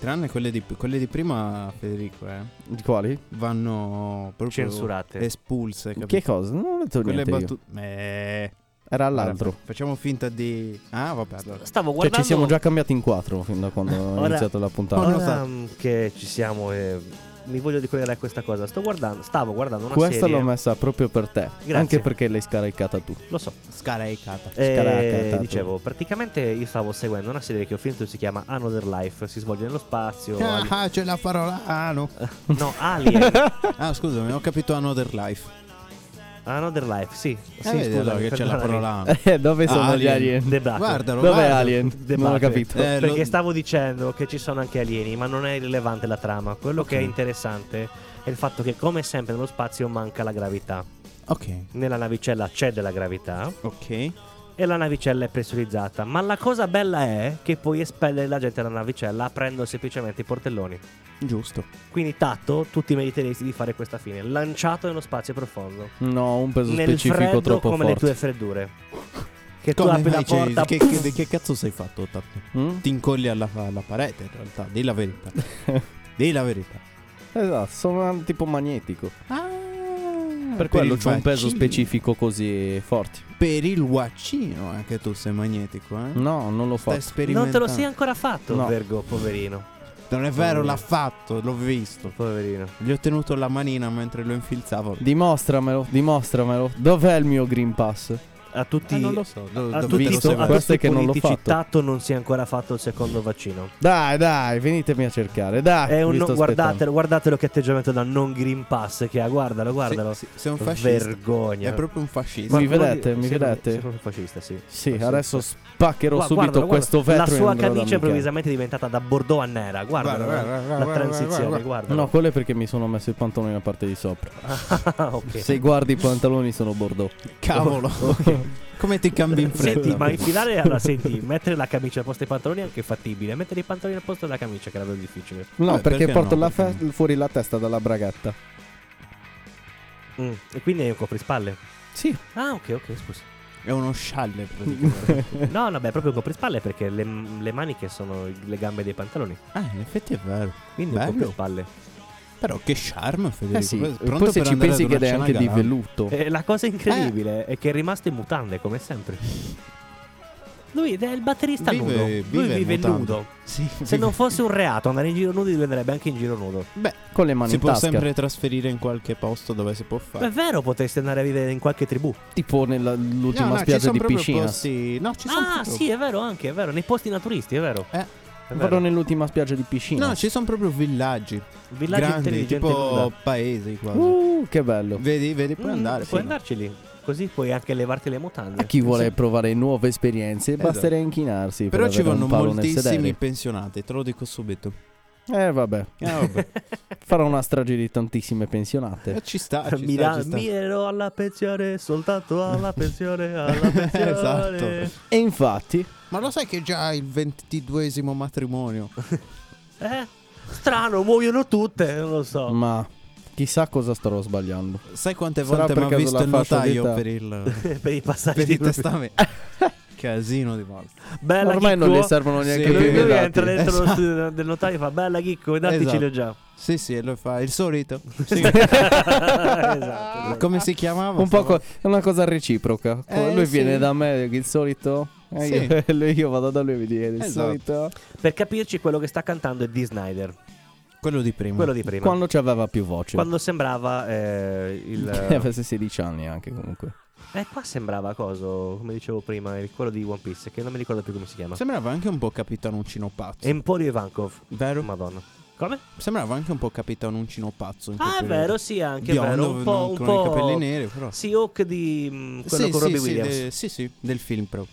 Speaker 3: Tranne quelle di, quelle di prima, Federico, eh.
Speaker 4: Di quali?
Speaker 3: Vanno proprio
Speaker 2: Censurate.
Speaker 4: Eh,
Speaker 3: espulse. Capito?
Speaker 4: Che cosa? Non ho detto
Speaker 3: Quelle
Speaker 4: niente io.
Speaker 3: battute. Eh,
Speaker 4: Era l'altro.
Speaker 3: vabbè, Facciamo finta di. Ah, vabbè. Allora.
Speaker 2: Stavo
Speaker 4: Cioè,
Speaker 2: guardando.
Speaker 4: ci siamo già cambiati in quattro fin da quando è
Speaker 2: Ora-
Speaker 4: iniziata la puntata.
Speaker 3: Non lo
Speaker 2: Ora
Speaker 3: so.
Speaker 2: mm, che ci siamo e mi voglio dichiarare questa cosa. Sto guardando, stavo guardando una
Speaker 4: Questa
Speaker 2: serie.
Speaker 4: l'ho messa proprio per te.
Speaker 2: Grazie.
Speaker 4: Anche perché l'hai scaricata tu.
Speaker 2: Lo so.
Speaker 3: Scaricata.
Speaker 2: Eh,
Speaker 4: Scaracca, tanto.
Speaker 2: dicevo, praticamente io stavo seguendo una serie che ho finito si chiama Another Life, si svolge nello spazio.
Speaker 3: Ah,
Speaker 2: ali-
Speaker 3: ah, c'è la parola. Ah, no.
Speaker 2: no, Alien.
Speaker 3: Ah, scusami, ho capito Another Life.
Speaker 2: Another Life, sì.
Speaker 3: Eh,
Speaker 2: sì,
Speaker 3: vedi, allora che c'è la
Speaker 2: perdonami.
Speaker 3: parola.
Speaker 4: Eh, dove sono gli
Speaker 3: Alien.
Speaker 4: alien?
Speaker 2: The Black.
Speaker 3: Guardalo,
Speaker 4: Dov'è
Speaker 3: guarda.
Speaker 4: Alien?
Speaker 2: The
Speaker 4: non ho
Speaker 2: Buffet.
Speaker 4: capito.
Speaker 3: Eh,
Speaker 2: Perché
Speaker 3: lo-
Speaker 2: stavo dicendo che ci sono anche alieni, ma non è rilevante la trama. Quello che è
Speaker 3: Ok.
Speaker 2: interessante è il fatto che, come sempre, nello spazio manca la gravità.
Speaker 3: Ok.
Speaker 2: Nella navicella c'è della gravità
Speaker 3: Ok.
Speaker 2: e la navicella è pressurizzata. Ma la cosa bella è che puoi espellere la gente dalla navicella aprendo semplicemente i portelloni.
Speaker 3: Giusto.
Speaker 2: Quindi Tatto, tutti meriteresti di fare questa fine, lanciato nello spazio profondo.
Speaker 4: No, un peso
Speaker 2: Nel
Speaker 4: specifico
Speaker 2: freddo
Speaker 4: troppo
Speaker 2: come
Speaker 4: forte.
Speaker 2: le tue freddure. Che tu
Speaker 3: Come
Speaker 2: apri la
Speaker 3: mai, cioè,
Speaker 2: porta.
Speaker 3: Che, che- che cazzo sei fatto, Tatto?
Speaker 4: Mm?
Speaker 3: Ti incolli alla, alla parete, in realtà. Di la verità. Di la verità.
Speaker 4: Esatto, sono un tipo magnetico.
Speaker 2: Eh.
Speaker 3: Ah,
Speaker 4: Per quello
Speaker 3: il
Speaker 4: c'è un peso
Speaker 3: vaccino.
Speaker 4: specifico così forte.
Speaker 3: Per il vaccino anche tu sei magnetico, eh?
Speaker 4: No, non lo
Speaker 3: Stai
Speaker 4: Eh. faccio.
Speaker 2: non
Speaker 3: sperimentando.
Speaker 2: te lo sei ancora fatto,
Speaker 4: No.
Speaker 2: Vergo, poverino.
Speaker 3: Non è vero, l'ha fatto, l'ho visto.
Speaker 2: Poverino.
Speaker 3: Gli ho tenuto la manina mentre lo infilzavo.
Speaker 4: Dimostramelo, dimostramelo. Dov'è il mio Green Pass?
Speaker 2: A tutti,
Speaker 4: Eh,
Speaker 3: Ah, non lo so, do-
Speaker 2: a
Speaker 3: dove
Speaker 2: tutti,
Speaker 3: te lo
Speaker 4: visto?
Speaker 3: sei
Speaker 2: a
Speaker 4: Questo
Speaker 3: messo?
Speaker 2: tutti i
Speaker 4: che non l'ho
Speaker 2: politici,
Speaker 4: fatto.
Speaker 2: Tatto non si è ancora fatto il secondo vaccino.
Speaker 4: Dai, dai, venitemi a cercare.
Speaker 3: Ah,
Speaker 4: Dai,
Speaker 2: È un
Speaker 4: vi
Speaker 2: no-
Speaker 4: sto aspettando.
Speaker 2: guardatelo, guardatelo che atteggiamento da non Green Pass che ha. Guardalo, guardalo.
Speaker 3: Sì, sì, sei un
Speaker 4: Oh,
Speaker 3: fascista.
Speaker 2: Vergogna.
Speaker 3: È proprio un fascista.
Speaker 4: Mi
Speaker 2: Guarda,
Speaker 4: vedete? Mi
Speaker 2: sei proprio-
Speaker 4: vedete?
Speaker 2: sei proprio un fascista, sì.
Speaker 4: Sì,
Speaker 2: Assolutamente.
Speaker 4: adesso spaccherò
Speaker 2: Gua-
Speaker 4: subito
Speaker 2: guardalo, guarda.
Speaker 4: questo
Speaker 2: La
Speaker 4: vetro. e
Speaker 2: sua
Speaker 4: non me lo dà
Speaker 2: camicia
Speaker 4: mica.
Speaker 2: improvvisamente è diventata da bordeaux a nera. Guarda,
Speaker 3: Guarda, guarda, guarda,
Speaker 2: la
Speaker 3: guarda,
Speaker 2: transizione,
Speaker 3: guarda,
Speaker 2: guarda.
Speaker 4: No, quello è perché mi sono messo il pantalone nella parte di sopra.
Speaker 2: Ah, ok.
Speaker 4: Se guardi i pantaloni sono bordeaux.
Speaker 3: Cavolo. Come ti cambi in fretta?
Speaker 2: Senti, ma infilare allora, senti, mettere la camicia al posto dei pantaloni è anche fattibile. Mettere i pantaloni al posto della camicia, che era vedo difficile.
Speaker 4: No,
Speaker 3: Vabbè,
Speaker 4: perché,
Speaker 3: perché
Speaker 4: porto
Speaker 3: no?
Speaker 4: la
Speaker 3: Perché
Speaker 4: fe- fuori la testa dalla bragatta.
Speaker 2: Mm, E quindi è un coprispalle.
Speaker 4: Sì,
Speaker 2: Ah, ok, ok, scusa.
Speaker 3: È uno scialle praticamente.
Speaker 2: No, no, beh, è proprio un coprispalle perché le, le maniche sono le gambe dei pantaloni.
Speaker 3: ah, in effetti è vero.
Speaker 2: Quindi è un
Speaker 3: Bello.
Speaker 2: coprispalle.
Speaker 3: Però che charme, Federico.
Speaker 4: eh sì.
Speaker 3: Pronto
Speaker 4: Poi se
Speaker 3: per
Speaker 4: ci
Speaker 3: andare
Speaker 4: pensi
Speaker 3: ad una
Speaker 4: che è
Speaker 3: cena
Speaker 4: anche di
Speaker 3: galante.
Speaker 4: velluto.
Speaker 2: E la cosa incredibile
Speaker 3: Eh.
Speaker 2: è che è rimasto in mutande, come sempre. Lui è il batterista
Speaker 3: Vive-
Speaker 2: nudo. Lui
Speaker 3: vive in
Speaker 2: vive
Speaker 3: mutande.
Speaker 2: nudo.
Speaker 3: Sì,
Speaker 2: Se
Speaker 3: sì.
Speaker 2: non fosse un reato andare in giro nudo, diventerebbe anche in giro nudo.
Speaker 3: Beh,
Speaker 4: Con le mani
Speaker 3: si
Speaker 4: in
Speaker 3: può
Speaker 4: tasca.
Speaker 3: sempre trasferire in qualche posto dove si può
Speaker 2: Ma è
Speaker 3: fare.
Speaker 2: vero, potresti andare a vivere in qualche tribù.
Speaker 4: Tipo nell'ultima spiaggia di piscina.
Speaker 3: No, ci sono
Speaker 2: Ah, sì, è vero, anche è vero. Nei posti naturisti, è vero.
Speaker 3: Eh.
Speaker 2: È
Speaker 4: Vado
Speaker 2: vero.
Speaker 4: nell'ultima spiaggia di piscina.
Speaker 3: No, ci sono proprio villaggi
Speaker 2: Villaggi
Speaker 3: grandi,
Speaker 2: intelligenti.
Speaker 3: tipo paesi quasi.
Speaker 4: Uh, che bello.
Speaker 3: Vedi, vedi, puoi andare.
Speaker 2: Mm, Puoi
Speaker 3: sì.
Speaker 2: andarci lì. Così puoi anche levarti le mutande.
Speaker 4: A chi vuole provare nuove esperienze,
Speaker 3: Esatto.
Speaker 4: basterà inchinarsi. per
Speaker 3: Però ci
Speaker 4: avere
Speaker 3: vanno
Speaker 4: un palo nel
Speaker 3: moltissimi
Speaker 4: sedere.
Speaker 3: pensionati, te lo dico subito.
Speaker 4: Eh vabbè,
Speaker 3: Ah, vabbè.
Speaker 4: farò una strage di tantissime pensionate.
Speaker 3: Eh, ci sta, ci
Speaker 2: Mi
Speaker 3: sta,
Speaker 2: da-
Speaker 3: ci sta.
Speaker 2: miro alla pensione, soltanto alla pensione, alla pensione.
Speaker 3: Esatto.
Speaker 4: E infatti,
Speaker 3: Ma lo sai che già il ventiduesimo matrimonio?
Speaker 2: Eh? Strano, muoiono tutte, non lo
Speaker 3: Oh.
Speaker 2: so.
Speaker 4: ma chissà cosa starò sbagliando.
Speaker 3: Sai quante
Speaker 4: Sarà
Speaker 3: volte
Speaker 4: per
Speaker 3: mi ha
Speaker 4: caso
Speaker 3: visto
Speaker 4: la
Speaker 3: il
Speaker 4: fascia
Speaker 3: notaio
Speaker 4: d'età?
Speaker 3: per il,
Speaker 2: per i passaggi
Speaker 3: per il
Speaker 2: di
Speaker 3: testamento? Casino di volte.
Speaker 2: Bella
Speaker 4: Ormai non
Speaker 2: Chicco.
Speaker 4: le servono neanche
Speaker 3: Eh, Sì.
Speaker 4: più
Speaker 2: Lui,
Speaker 4: i
Speaker 2: lui
Speaker 4: dati.
Speaker 2: entra dentro lo
Speaker 3: Esatto.
Speaker 2: studio del notaio e fa bella chicco, datticelo
Speaker 3: Esatto.
Speaker 2: già.
Speaker 3: Sì, sì, e lo fa il solito. Sì.
Speaker 2: esatto.
Speaker 3: Come si chiamava?
Speaker 4: Un po' co- è una cosa reciproca. Co-
Speaker 3: Eh,
Speaker 4: lui
Speaker 3: sì.
Speaker 4: viene da me, il solito. e
Speaker 3: Sì.
Speaker 4: io- e lui- io vado da lui e mi dice il
Speaker 3: Esatto.
Speaker 4: solito.
Speaker 2: Per capirci quello che sta cantando è Dee Snyder,
Speaker 3: Quello di prima.
Speaker 2: quello di prima. Quando,
Speaker 4: Mm. Quando ci aveva più voce.
Speaker 2: sembrava eh, il...
Speaker 4: Che avesse 16 anni anche comunque.
Speaker 2: eh, qua sembrava coso, come dicevo prima, il- quello di One Piece, che non mi ricordo più come si chiama.
Speaker 3: Sembrava anche un po' Capitanuncino pazzo.
Speaker 2: Emporio Ivankov.
Speaker 3: Vero?
Speaker 2: Madonna. Come?
Speaker 3: Sembrava anche un po' Capitanuncino pazzo. in quel
Speaker 2: Ah, è
Speaker 3: periodo.
Speaker 2: vero, sì, anche
Speaker 3: Biondo,
Speaker 2: vero. Un po'...
Speaker 3: non
Speaker 2: Un
Speaker 3: con
Speaker 2: po'...
Speaker 3: i capelli neri, però.
Speaker 2: Sì, Hawk di mh, quello
Speaker 3: sì,
Speaker 2: con
Speaker 3: sì,
Speaker 2: Robbie
Speaker 3: sì,
Speaker 2: Williams.
Speaker 3: de- sì, sì, del film però.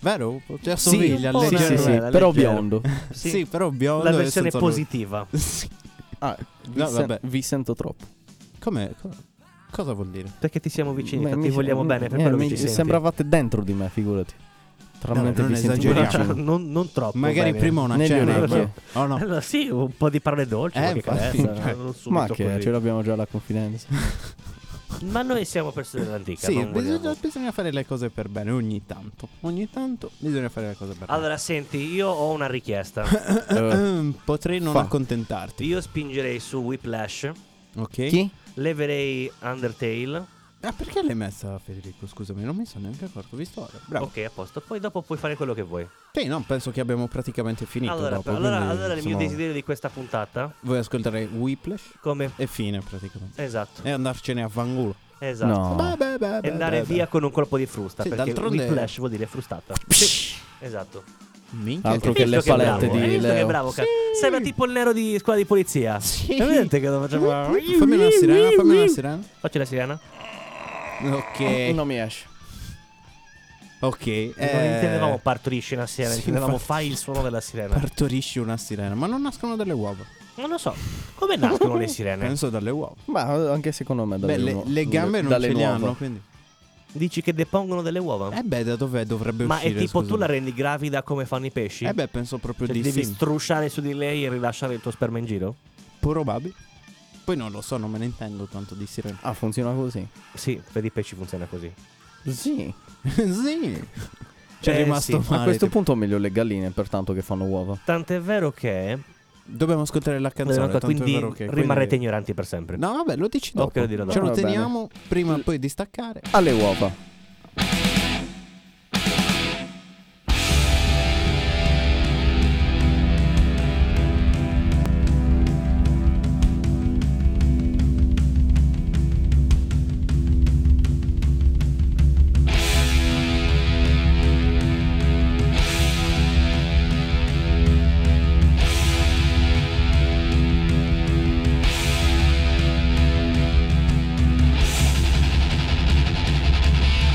Speaker 3: Vero? Cioè,
Speaker 4: sì,
Speaker 3: assomiglia
Speaker 2: un po'
Speaker 3: leggero-
Speaker 4: sì,
Speaker 2: leggero,
Speaker 4: sì,
Speaker 2: era
Speaker 4: però
Speaker 2: leggero.
Speaker 4: biondo.
Speaker 2: Sì.
Speaker 3: Sì, però biondo
Speaker 2: La
Speaker 3: e
Speaker 2: versione
Speaker 3: senza lui.
Speaker 2: positiva.
Speaker 4: Ah, vi,
Speaker 3: No,
Speaker 4: sen-
Speaker 3: vabbè.
Speaker 4: vi sento troppo.
Speaker 3: Com'è? Co- Cosa vuol dire?
Speaker 2: Perché ti siamo vicini,
Speaker 4: Beh,
Speaker 2: ti
Speaker 4: mi-
Speaker 2: vogliamo
Speaker 4: mi-
Speaker 2: bene per
Speaker 4: eh,
Speaker 2: quello
Speaker 4: mi-
Speaker 2: che ci senti.
Speaker 4: Sembravate dentro di me, figurati. Tra
Speaker 3: No,
Speaker 4: me
Speaker 3: non
Speaker 4: vi sentivo
Speaker 3: esageriamo.
Speaker 4: vicino.
Speaker 2: Cioè, non, non troppo.
Speaker 3: Magari
Speaker 2: bene.
Speaker 3: prima una
Speaker 4: Negli
Speaker 3: cena.
Speaker 4: orecchi.
Speaker 3: però. Oh no.
Speaker 2: Allora, sì, un po' di parole dolci,
Speaker 3: Eh,
Speaker 2: qualche
Speaker 3: infatti. Cioè,
Speaker 2: carezza, non subito
Speaker 4: Ma che
Speaker 2: così.
Speaker 4: ce l'abbiamo già la confidenza.
Speaker 2: Ma noi siamo persone dell'antica,
Speaker 3: Sì,
Speaker 2: non vogliamo-
Speaker 3: bisogna, bisogna fare le cose per bene ogni tanto. Ogni tanto bisogna fare le cose per
Speaker 2: Allora, senti, io ho una richiesta.
Speaker 4: Eh,
Speaker 3: bene. Ehm, Potrei non
Speaker 4: Fa.
Speaker 3: accontentarti.
Speaker 2: Io spingerei su Whiplash,
Speaker 3: Ok?
Speaker 4: chi?
Speaker 2: leverei Undertale.
Speaker 3: Ah, perché l'hai messa, Federico? Scusami, non mi sono neanche accorto. Visto ora. Bravo.
Speaker 2: Ok, a posto. Poi dopo puoi fare quello che vuoi.
Speaker 3: Sì, no, penso che abbiamo praticamente finito.
Speaker 2: allora,
Speaker 3: dopo,
Speaker 2: per- allora,
Speaker 3: quindi,
Speaker 2: allora il mio
Speaker 3: insomma,
Speaker 2: desiderio di questa puntata,
Speaker 3: Vuoi ascoltare Whiplash?
Speaker 2: come...
Speaker 3: E fine, praticamente.
Speaker 2: Esatto,
Speaker 3: E andarcene a fangulo.
Speaker 2: esatto.
Speaker 4: No.
Speaker 3: Beh, beh, beh,
Speaker 2: E
Speaker 3: beh,
Speaker 2: andare
Speaker 3: beh,
Speaker 2: via con un colpo di frusta,
Speaker 3: Sì,
Speaker 2: perché
Speaker 3: d'altronde-
Speaker 2: Whiplash vuol dire frustata. Sì, esatto.
Speaker 3: beh. Minchia.
Speaker 4: Altro
Speaker 2: Hai
Speaker 4: che
Speaker 2: visto
Speaker 4: le palette
Speaker 2: bravo,
Speaker 4: di
Speaker 2: hai
Speaker 3: eh?
Speaker 2: visto che
Speaker 4: Leo.
Speaker 2: bravo, ca-
Speaker 3: Sì.
Speaker 2: Sembra tipo il nero di squadra di polizia.
Speaker 3: Sì.
Speaker 2: È Vedete che lo facciamo.
Speaker 3: Fammi una sirena, fammi una sirena.
Speaker 2: Faccio la sirena.
Speaker 3: Ok.
Speaker 4: Non mi esce.
Speaker 3: Ok.
Speaker 2: Non
Speaker 3: eh,
Speaker 2: intendevamo partorisci una sirena,
Speaker 3: sì,
Speaker 2: intendevamo
Speaker 3: infatti.
Speaker 2: fai il suono della sirena.
Speaker 3: Partorisci una sirena, ma non nascono dalle uova.
Speaker 4: Eh.
Speaker 2: non lo so. Come nascono le sirene?
Speaker 3: Penso dalle uova.
Speaker 4: Ma eh, anche secondo me dalle
Speaker 3: Beh, le,
Speaker 4: uova-
Speaker 3: le gambe non
Speaker 4: dalle
Speaker 3: ce le
Speaker 4: nuova.
Speaker 3: hanno, quindi.
Speaker 2: Dici che depongono delle uova?
Speaker 3: Eh beh, da dov'è dovrebbe
Speaker 2: Oh. Ma
Speaker 3: uscire?
Speaker 2: è tipo tu
Speaker 3: scusami.
Speaker 2: la rendi gravida come fanno i pesci?
Speaker 3: Eh beh, penso proprio
Speaker 2: Cioè,
Speaker 3: di
Speaker 2: devi
Speaker 3: sì.
Speaker 2: strusciare su di lei e rilasciare il tuo sperma in giro?
Speaker 3: Probabile. Poi non lo so, non me ne intendo tanto di sirena.
Speaker 4: Ah, funziona così.
Speaker 2: Sì, per i pesci funziona così.
Speaker 4: Sì.
Speaker 3: sì. C'è
Speaker 2: Eh,
Speaker 3: rimasto
Speaker 2: sì.
Speaker 3: male.
Speaker 4: A questo
Speaker 3: tipo.
Speaker 4: punto meglio le galline, pertanto che fanno uova.
Speaker 2: Tant'è vero che.
Speaker 3: Dobbiamo ascoltare la canzone, tanto è
Speaker 2: quindi
Speaker 3: vero che- quindi-
Speaker 2: rimarrete ignoranti per sempre.
Speaker 3: No, vabbè, lo dici dopo.
Speaker 2: Ok, lo dirò
Speaker 3: Ce
Speaker 4: dopo.
Speaker 3: lo
Speaker 4: Va bene.
Speaker 3: teniamo prima poi di staccare.
Speaker 4: Alle uova.
Speaker 5: Thank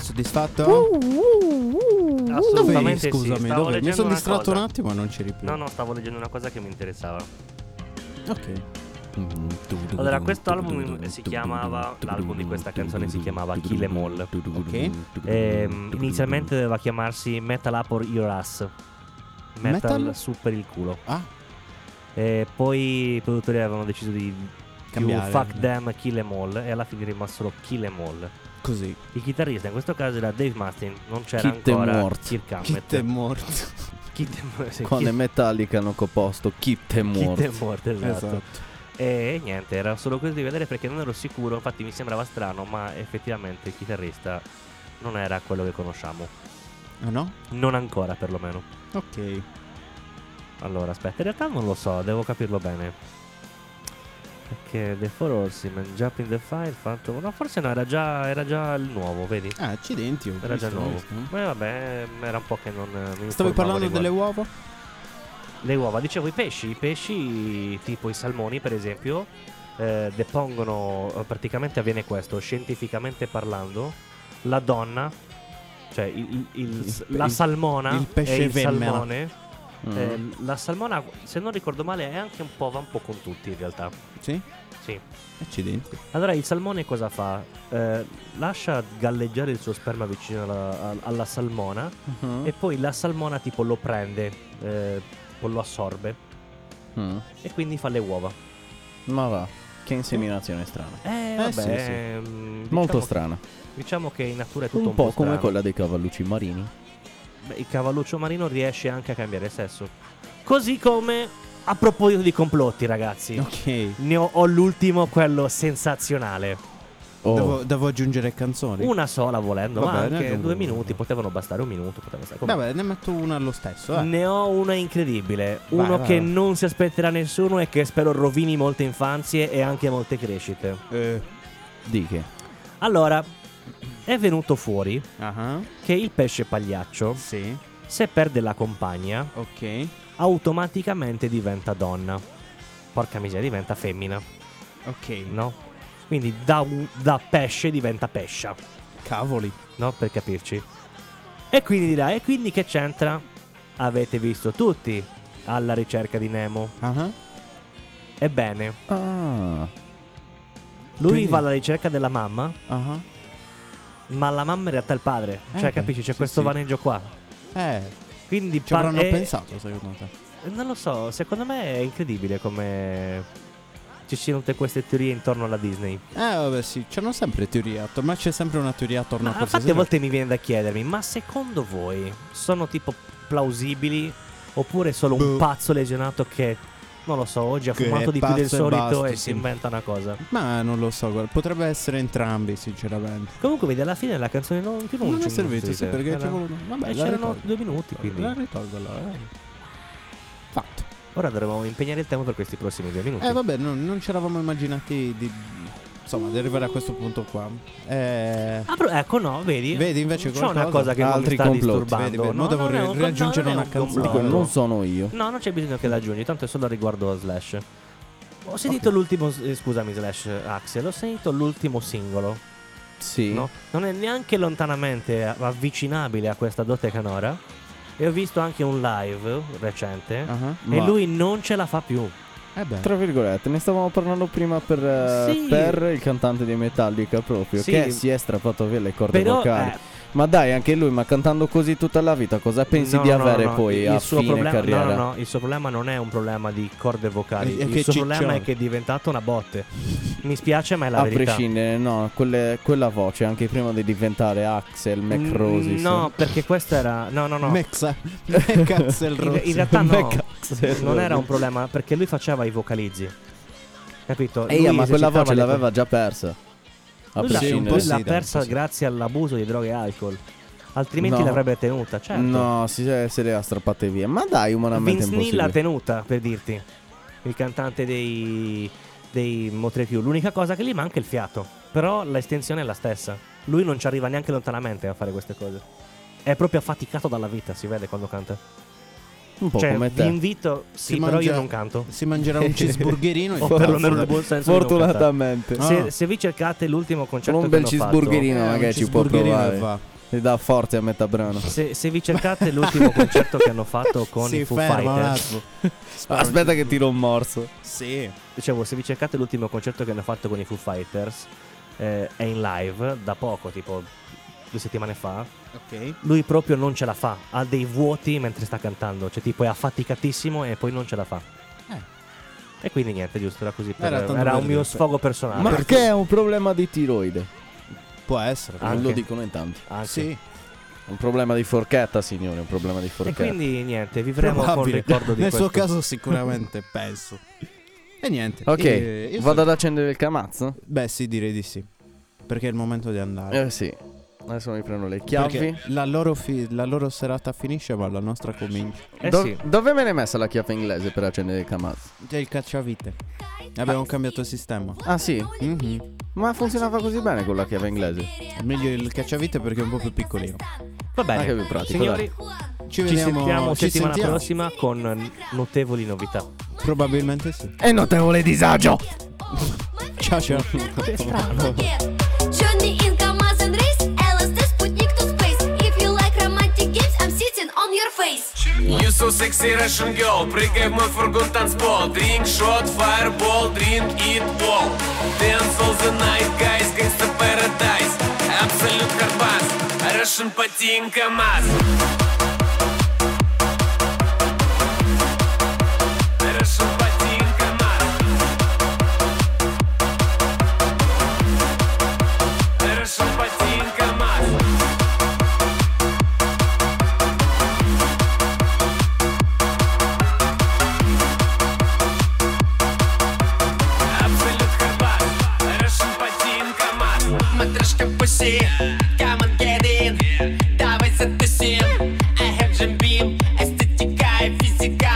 Speaker 3: soddisfatto?
Speaker 2: Uh, Assolutamente sì,
Speaker 3: scusami,
Speaker 2: stavo
Speaker 3: dove- mi
Speaker 2: leggendo
Speaker 3: sono
Speaker 2: una
Speaker 3: distratto
Speaker 2: cosa.
Speaker 3: un attimo e non c'eri più.
Speaker 2: No, no, stavo leggendo una cosa che mi interessava.
Speaker 3: Ok.
Speaker 2: Allora, questo album si chiamava. L'album di questa canzone si chiamava Kill Em All.
Speaker 3: Ok.
Speaker 2: Ehm, inizialmente doveva chiamarsi Metal Up or Your Ass. Metal,
Speaker 3: Metal?
Speaker 2: su per il culo.
Speaker 3: Ah.
Speaker 2: E poi i produttori avevano deciso di più
Speaker 3: Cambiare.
Speaker 2: fuck them, kill em all. E alla fine rimase solo kill em all.
Speaker 3: Così.
Speaker 2: Il chitarrista in questo caso era Dave Martin, non c'era
Speaker 4: Kit è
Speaker 2: ancora
Speaker 4: morto.
Speaker 2: Kirk Hammett.
Speaker 3: Kit è morto.
Speaker 2: Esatto. Kit è morto. sì,
Speaker 4: Quando i
Speaker 2: Kit-
Speaker 4: Metallica hanno composto Kit e
Speaker 2: Kit è
Speaker 4: Morto.
Speaker 2: morto, esatto.
Speaker 3: Esatto.
Speaker 2: E niente, era solo quello di vedere perché non ero sicuro, infatti mi sembrava strano, ma effettivamente il chitarrista non era quello che conosciamo.
Speaker 3: Ah no?
Speaker 2: Non ancora perlomeno.
Speaker 3: Ok.
Speaker 2: Allora, aspetta, in realtà non lo so, devo capirlo bene. Perché The Four Horsemen, Jump in the Fire, Phantom... No, forse no, era già, era già il nuovo, vedi?
Speaker 3: Ah, accidenti. ho
Speaker 2: Era già
Speaker 3: visto
Speaker 2: nuovo.
Speaker 3: questo.
Speaker 2: Ma vabbè, era un po' che non eh, mi
Speaker 3: Stavi
Speaker 2: informavo
Speaker 3: parlando delle
Speaker 2: riguardo.
Speaker 3: uova?
Speaker 2: Le uova, dicevo i pesci, i pesci tipo i salmoni per esempio, eh, depongono, eh, praticamente avviene questo, scientificamente parlando, la donna, cioè il- il- il-
Speaker 3: Il-
Speaker 2: la
Speaker 3: il-
Speaker 2: salmona
Speaker 3: il pesce
Speaker 2: e il
Speaker 3: femmina.
Speaker 2: salmone,
Speaker 4: Mm.
Speaker 2: eh, la salmona se non ricordo male è anche un po', va un po' con tutti in realtà,
Speaker 3: Sì.
Speaker 2: sì.
Speaker 3: Accidenti.
Speaker 2: Allora il salmone cosa fa? Eh, lascia galleggiare il suo sperma vicino alla, al- alla salmona
Speaker 3: Ah.
Speaker 4: Mhm.
Speaker 2: e poi la salmona tipo lo prende, eh, o lo assorbe
Speaker 4: Mm.
Speaker 2: e quindi fa le uova.
Speaker 4: Ma va, che inseminazione strana.
Speaker 2: Eh,
Speaker 3: vabbè,
Speaker 2: sì, sì.
Speaker 3: ehm,
Speaker 4: Molto
Speaker 2: diciamo,
Speaker 4: strana.
Speaker 2: Diciamo che in natura è tutto
Speaker 4: Un,
Speaker 2: un,
Speaker 4: po', come
Speaker 2: strano.
Speaker 4: quella dei cavallucci marini.
Speaker 2: Beh, il cavalluccio marino riesce anche a cambiare sesso. Così come a proposito di complotti, ragazzi.
Speaker 3: Ok.
Speaker 2: Ne ho, ho l'ultimo, quello sensazionale.
Speaker 4: Oh,
Speaker 3: Devo, devo aggiungere canzoni.
Speaker 2: Una sola volendo,
Speaker 3: Vabbè,
Speaker 2: ma
Speaker 3: ne
Speaker 2: anche
Speaker 3: aggiungo
Speaker 2: due
Speaker 3: una.
Speaker 2: minuti potevano bastare, un minuto poteva bastare. Comunque,
Speaker 3: Vabbè, ne metto una lo stesso. Eh.
Speaker 2: Ne ho una incredibile,
Speaker 3: Vai,
Speaker 2: uno
Speaker 3: vai,
Speaker 2: che
Speaker 3: vai.
Speaker 2: non si aspetterà nessuno e che spero rovini molte infanzie e anche molte crescite.
Speaker 3: Eh.
Speaker 4: di che?
Speaker 2: Allora, è venuto fuori
Speaker 3: Ah.
Speaker 2: che il pesce pagliaccio
Speaker 3: Sì.
Speaker 2: Se perde la compagna,
Speaker 3: Ok.
Speaker 2: automaticamente diventa donna. Porca miseria, diventa femmina,
Speaker 3: Ok.
Speaker 2: no? Quindi da, u- da pesce diventa pescia,
Speaker 3: Cavoli.
Speaker 2: no? Per capirci. E quindi dirà, e quindi che c'entra? Avete visto tutti alla ricerca di Nemo.
Speaker 3: Ah.
Speaker 2: Ebbene,
Speaker 4: Ah,
Speaker 2: lui
Speaker 3: Quindi-
Speaker 2: va alla ricerca della mamma,
Speaker 3: Ah.
Speaker 2: ma la mamma in realtà è il padre.
Speaker 3: Eh,
Speaker 2: Cioè,
Speaker 3: beh,
Speaker 2: capisci, c'è
Speaker 3: sì,
Speaker 2: questo
Speaker 3: sì.
Speaker 2: vaneggio qua.
Speaker 3: Eh.
Speaker 2: Quindi
Speaker 3: Ci avranno
Speaker 2: pensato
Speaker 3: pensato, secondo te. Eh,
Speaker 2: Non lo so, secondo me è incredibile come ci siano tutte queste teorie intorno alla Disney.
Speaker 3: Eh, vabbè, sì. C'hanno sempre teorie attorno. Ma c'è sempre una teoria attorno
Speaker 2: Ma
Speaker 3: a qualsiasi
Speaker 2: Ah, infatti a volte mi viene da chiedermi, ma secondo voi sono tipo plausibili oppure solo un
Speaker 3: Boh.
Speaker 2: pazzo lesionato che, non lo so, oggi ha
Speaker 3: Che
Speaker 2: fumato
Speaker 3: è
Speaker 2: di più del
Speaker 3: pazzo e
Speaker 2: solito
Speaker 3: basta,
Speaker 2: e
Speaker 3: sì.
Speaker 2: si inventa una cosa?
Speaker 3: Ma non lo so, guarda, potrebbe essere entrambi, sinceramente.
Speaker 2: Comunque vedi, alla fine la canzone non più
Speaker 3: Non, è
Speaker 2: ci-
Speaker 3: servito, sì,
Speaker 2: sì,
Speaker 3: perché
Speaker 2: era-
Speaker 3: ci voluto. Vabbè,
Speaker 2: eh,
Speaker 3: la
Speaker 2: c'erano
Speaker 3: ritolgo.
Speaker 2: due minuti, quindi
Speaker 3: La ritolgo allora. eh. Fatto.
Speaker 2: ora dovremmo impegnare il tempo per questi prossimi due minuti.
Speaker 3: Eh, vabbè, non, non ci eravamo immaginati di. Insomma, di arrivare a questo punto qua. Eh.
Speaker 2: Ah, però, ecco, no, vedi?
Speaker 3: Vedi, invece
Speaker 2: c'è una
Speaker 3: qualcosa-
Speaker 2: cosa che non mi
Speaker 4: altri
Speaker 2: sta
Speaker 4: complotti.
Speaker 2: disturbando.
Speaker 3: Vedi, vedi,
Speaker 2: no,
Speaker 3: mo devo
Speaker 2: non è un-
Speaker 3: ri-
Speaker 2: no,
Speaker 3: raggiungere
Speaker 2: non è
Speaker 3: una
Speaker 2: un
Speaker 3: canzone.
Speaker 4: dico,
Speaker 2: complotto.
Speaker 4: non sono io.
Speaker 2: No, non c'è bisogno che la aggiungi, tanto è solo riguardo a Slash. Ho sentito l'ultimo, eh, scusami Slash eh, Axel, ho sentito l'ultimo singolo,
Speaker 4: Sì.
Speaker 2: no? Non è neanche lontanamente a- avvicinabile a questa dote canora. E ho visto anche un live recente
Speaker 3: Ah,
Speaker 2: e
Speaker 4: ma-
Speaker 2: lui non ce la fa più.
Speaker 3: Eh beh.
Speaker 4: Tra virgolette, ne stavamo parlando prima per, eh,
Speaker 2: Sì.
Speaker 4: per il cantante di Metallica proprio,
Speaker 2: Sì.
Speaker 4: che si è strappato via le corde
Speaker 2: Però
Speaker 4: vocali.
Speaker 2: eh,
Speaker 4: Ma dai, anche lui, ma cantando così tutta la vita, cosa pensi
Speaker 2: no,
Speaker 4: di
Speaker 2: no, no,
Speaker 4: avere
Speaker 2: no,
Speaker 4: poi
Speaker 2: il
Speaker 4: a
Speaker 2: suo
Speaker 4: fine
Speaker 2: problema,
Speaker 4: carriera?
Speaker 2: No, no, no, il suo problema non è un problema di corde vocali,
Speaker 3: È- è
Speaker 2: il
Speaker 3: che
Speaker 2: suo
Speaker 3: ciccione.
Speaker 2: problema è che è diventata una botte. Mi spiace, ma è la
Speaker 4: a
Speaker 2: verità.
Speaker 4: prescindere, no, quelle- quella voce anche prima di diventare Axel,
Speaker 2: Mm,
Speaker 4: Macrosis.
Speaker 2: No, perché questa era No, no, no.
Speaker 3: Mexa. Mexa il
Speaker 2: In,
Speaker 3: rosso.
Speaker 2: in realtà no,
Speaker 4: Mac-
Speaker 2: non era un problema perché lui faceva i vocalizzi. Capito?
Speaker 4: E io,
Speaker 2: Lui
Speaker 4: ma quella
Speaker 2: esercitava
Speaker 4: voce
Speaker 2: le-
Speaker 4: l'aveva già persa. A
Speaker 2: Lui l'ha-
Speaker 3: sì, un
Speaker 4: prescindere.
Speaker 3: po'
Speaker 2: l'ha
Speaker 3: sì, dai,
Speaker 2: persa
Speaker 3: un po' sì.
Speaker 2: grazie all'abuso di droghe e alcol. Altrimenti
Speaker 4: No.
Speaker 2: l'avrebbe tenuta, certo.
Speaker 4: No, si, se le ha strappate via. Ma dai, umanamente
Speaker 2: Vince Neil l'ha
Speaker 4: impossibile.
Speaker 2: tenuta, per dirti. Il cantante dei dei Motre più. L'unica cosa che gli manca è il fiato, però l'estensione è la stessa. Lui non ci arriva neanche lontanamente a fare queste cose. È proprio affaticato dalla vita, si vede quando canta.
Speaker 4: Un po'
Speaker 2: cioè,
Speaker 4: come
Speaker 2: vi
Speaker 4: te.
Speaker 2: invito, sì,
Speaker 3: Si
Speaker 2: però io
Speaker 3: mangia-
Speaker 2: non canto.
Speaker 3: Si mangerà un cheeseburgerino e
Speaker 2: O
Speaker 3: fa-
Speaker 2: perlomeno nel buon senso. di non
Speaker 4: Fortunatamente.
Speaker 3: Ah.
Speaker 2: cantare. Se, se vi cercate l'ultimo concerto
Speaker 4: Con un
Speaker 2: certo che
Speaker 4: bel
Speaker 2: hanno fatto,
Speaker 4: cheeseburgerino
Speaker 3: Eh, un
Speaker 4: magari ci può
Speaker 3: cheeseburgerino e
Speaker 4: provare.
Speaker 3: va.
Speaker 4: Ti dà forze a metà brano.
Speaker 2: Se, se vi cercate l'ultimo concerto che hanno fatto con
Speaker 3: si
Speaker 2: i Foo
Speaker 3: ferma un
Speaker 2: Fighters,
Speaker 3: attimo. Sparo-
Speaker 4: Aspetta che tiro un morso.
Speaker 3: Sì.
Speaker 2: dicevo, se vi cercate l'ultimo concerto che hanno fatto con i Foo Fighters, eh, è in live da poco, tipo due settimane fa.
Speaker 3: Ok.
Speaker 2: Lui proprio non ce la fa, ha dei vuoti mentre sta cantando, cioè tipo è affaticatissimo e poi non ce la fa. E quindi niente, giusto, era così. per-
Speaker 3: Eh. Era tanto
Speaker 2: era
Speaker 3: per
Speaker 2: un mio
Speaker 3: dire,
Speaker 2: sfogo personale.
Speaker 4: Ma perché è un problema di tiroide?
Speaker 3: Può essere.
Speaker 2: Ah,
Speaker 4: Non lo
Speaker 2: Anche.
Speaker 4: dicono in tanti.
Speaker 2: Anche.
Speaker 3: Sì.
Speaker 4: Un problema di forchetta, signore. Un problema di
Speaker 2: E
Speaker 4: forchetta.
Speaker 2: quindi niente, vivremo con il
Speaker 3: Probabile.
Speaker 2: ricordo di
Speaker 3: Nel
Speaker 2: questo.
Speaker 3: suo caso sicuramente penso. E niente.
Speaker 4: Ok,
Speaker 3: eh, io
Speaker 4: vado
Speaker 3: so-
Speaker 4: ad accendere il camazzo?
Speaker 3: Beh, sì, direi di sì. Perché è il momento di andare.
Speaker 4: Eh sì. Adesso mi prendo le chiavi.
Speaker 3: Perché la loro, fi- la loro serata finisce, ma la nostra comincia.
Speaker 2: Eh
Speaker 4: Do-
Speaker 2: sì.
Speaker 4: Dove me l'hai messa la chiave inglese per accendere il camazzo?
Speaker 3: C'è il cacciavite. Abbiamo cambiato il sistema.
Speaker 4: Ah sì?
Speaker 3: Mhm.
Speaker 4: Ma funzionava così bene con la chiave inglese?
Speaker 3: È Meglio il cacciavite perché è un po' più piccolino.
Speaker 2: Va bene,
Speaker 4: Anche più pratico,
Speaker 2: signori,
Speaker 3: Ci
Speaker 2: ci
Speaker 3: vediamo
Speaker 2: sentiamo
Speaker 3: ci
Speaker 2: settimana
Speaker 3: sentiamo.
Speaker 2: prossima con eh, notevoli novità.
Speaker 3: Probabilmente sì.
Speaker 4: È notevole disagio!
Speaker 3: Ciao ciao.
Speaker 6: Johnny in Kamaz and race, LSD Sputnik to space. If you like romantic games, I'm sitting on your face.
Speaker 7: You so sexy Russian girl Прыгай в мой фургон танцпол Drink shot, fireball, drink it all Dance all the night, guys Gangsta paradise Absolute карбас Russian потин КамАЗ Russian потин КамАЗ Russian потин КамАЗ Абсолют Хабар, Russian Patin КамАЗ Матрешка пуси, come and get in Давай затусим, I have Jim Beam Эстетика и физика,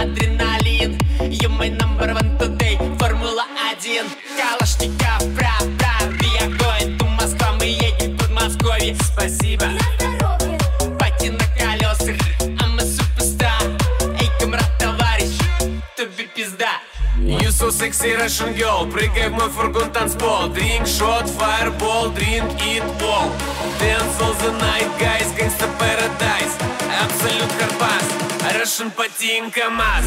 Speaker 7: адреналин You my number one today, Формула 1 Калашников, бра, бра, we are going to Москва Мы едем в Подмосковье, спасибо Пати на колесах, а мы суперстар Эй, камрад, товарищ, тебе пизда You so sexy Russian girl Прыгай в мой фургон танцпол Drink shot, fireball, drink it all Dance all the night, guys Gangsta paradise Абсолют карбас Russian потин КамАЗ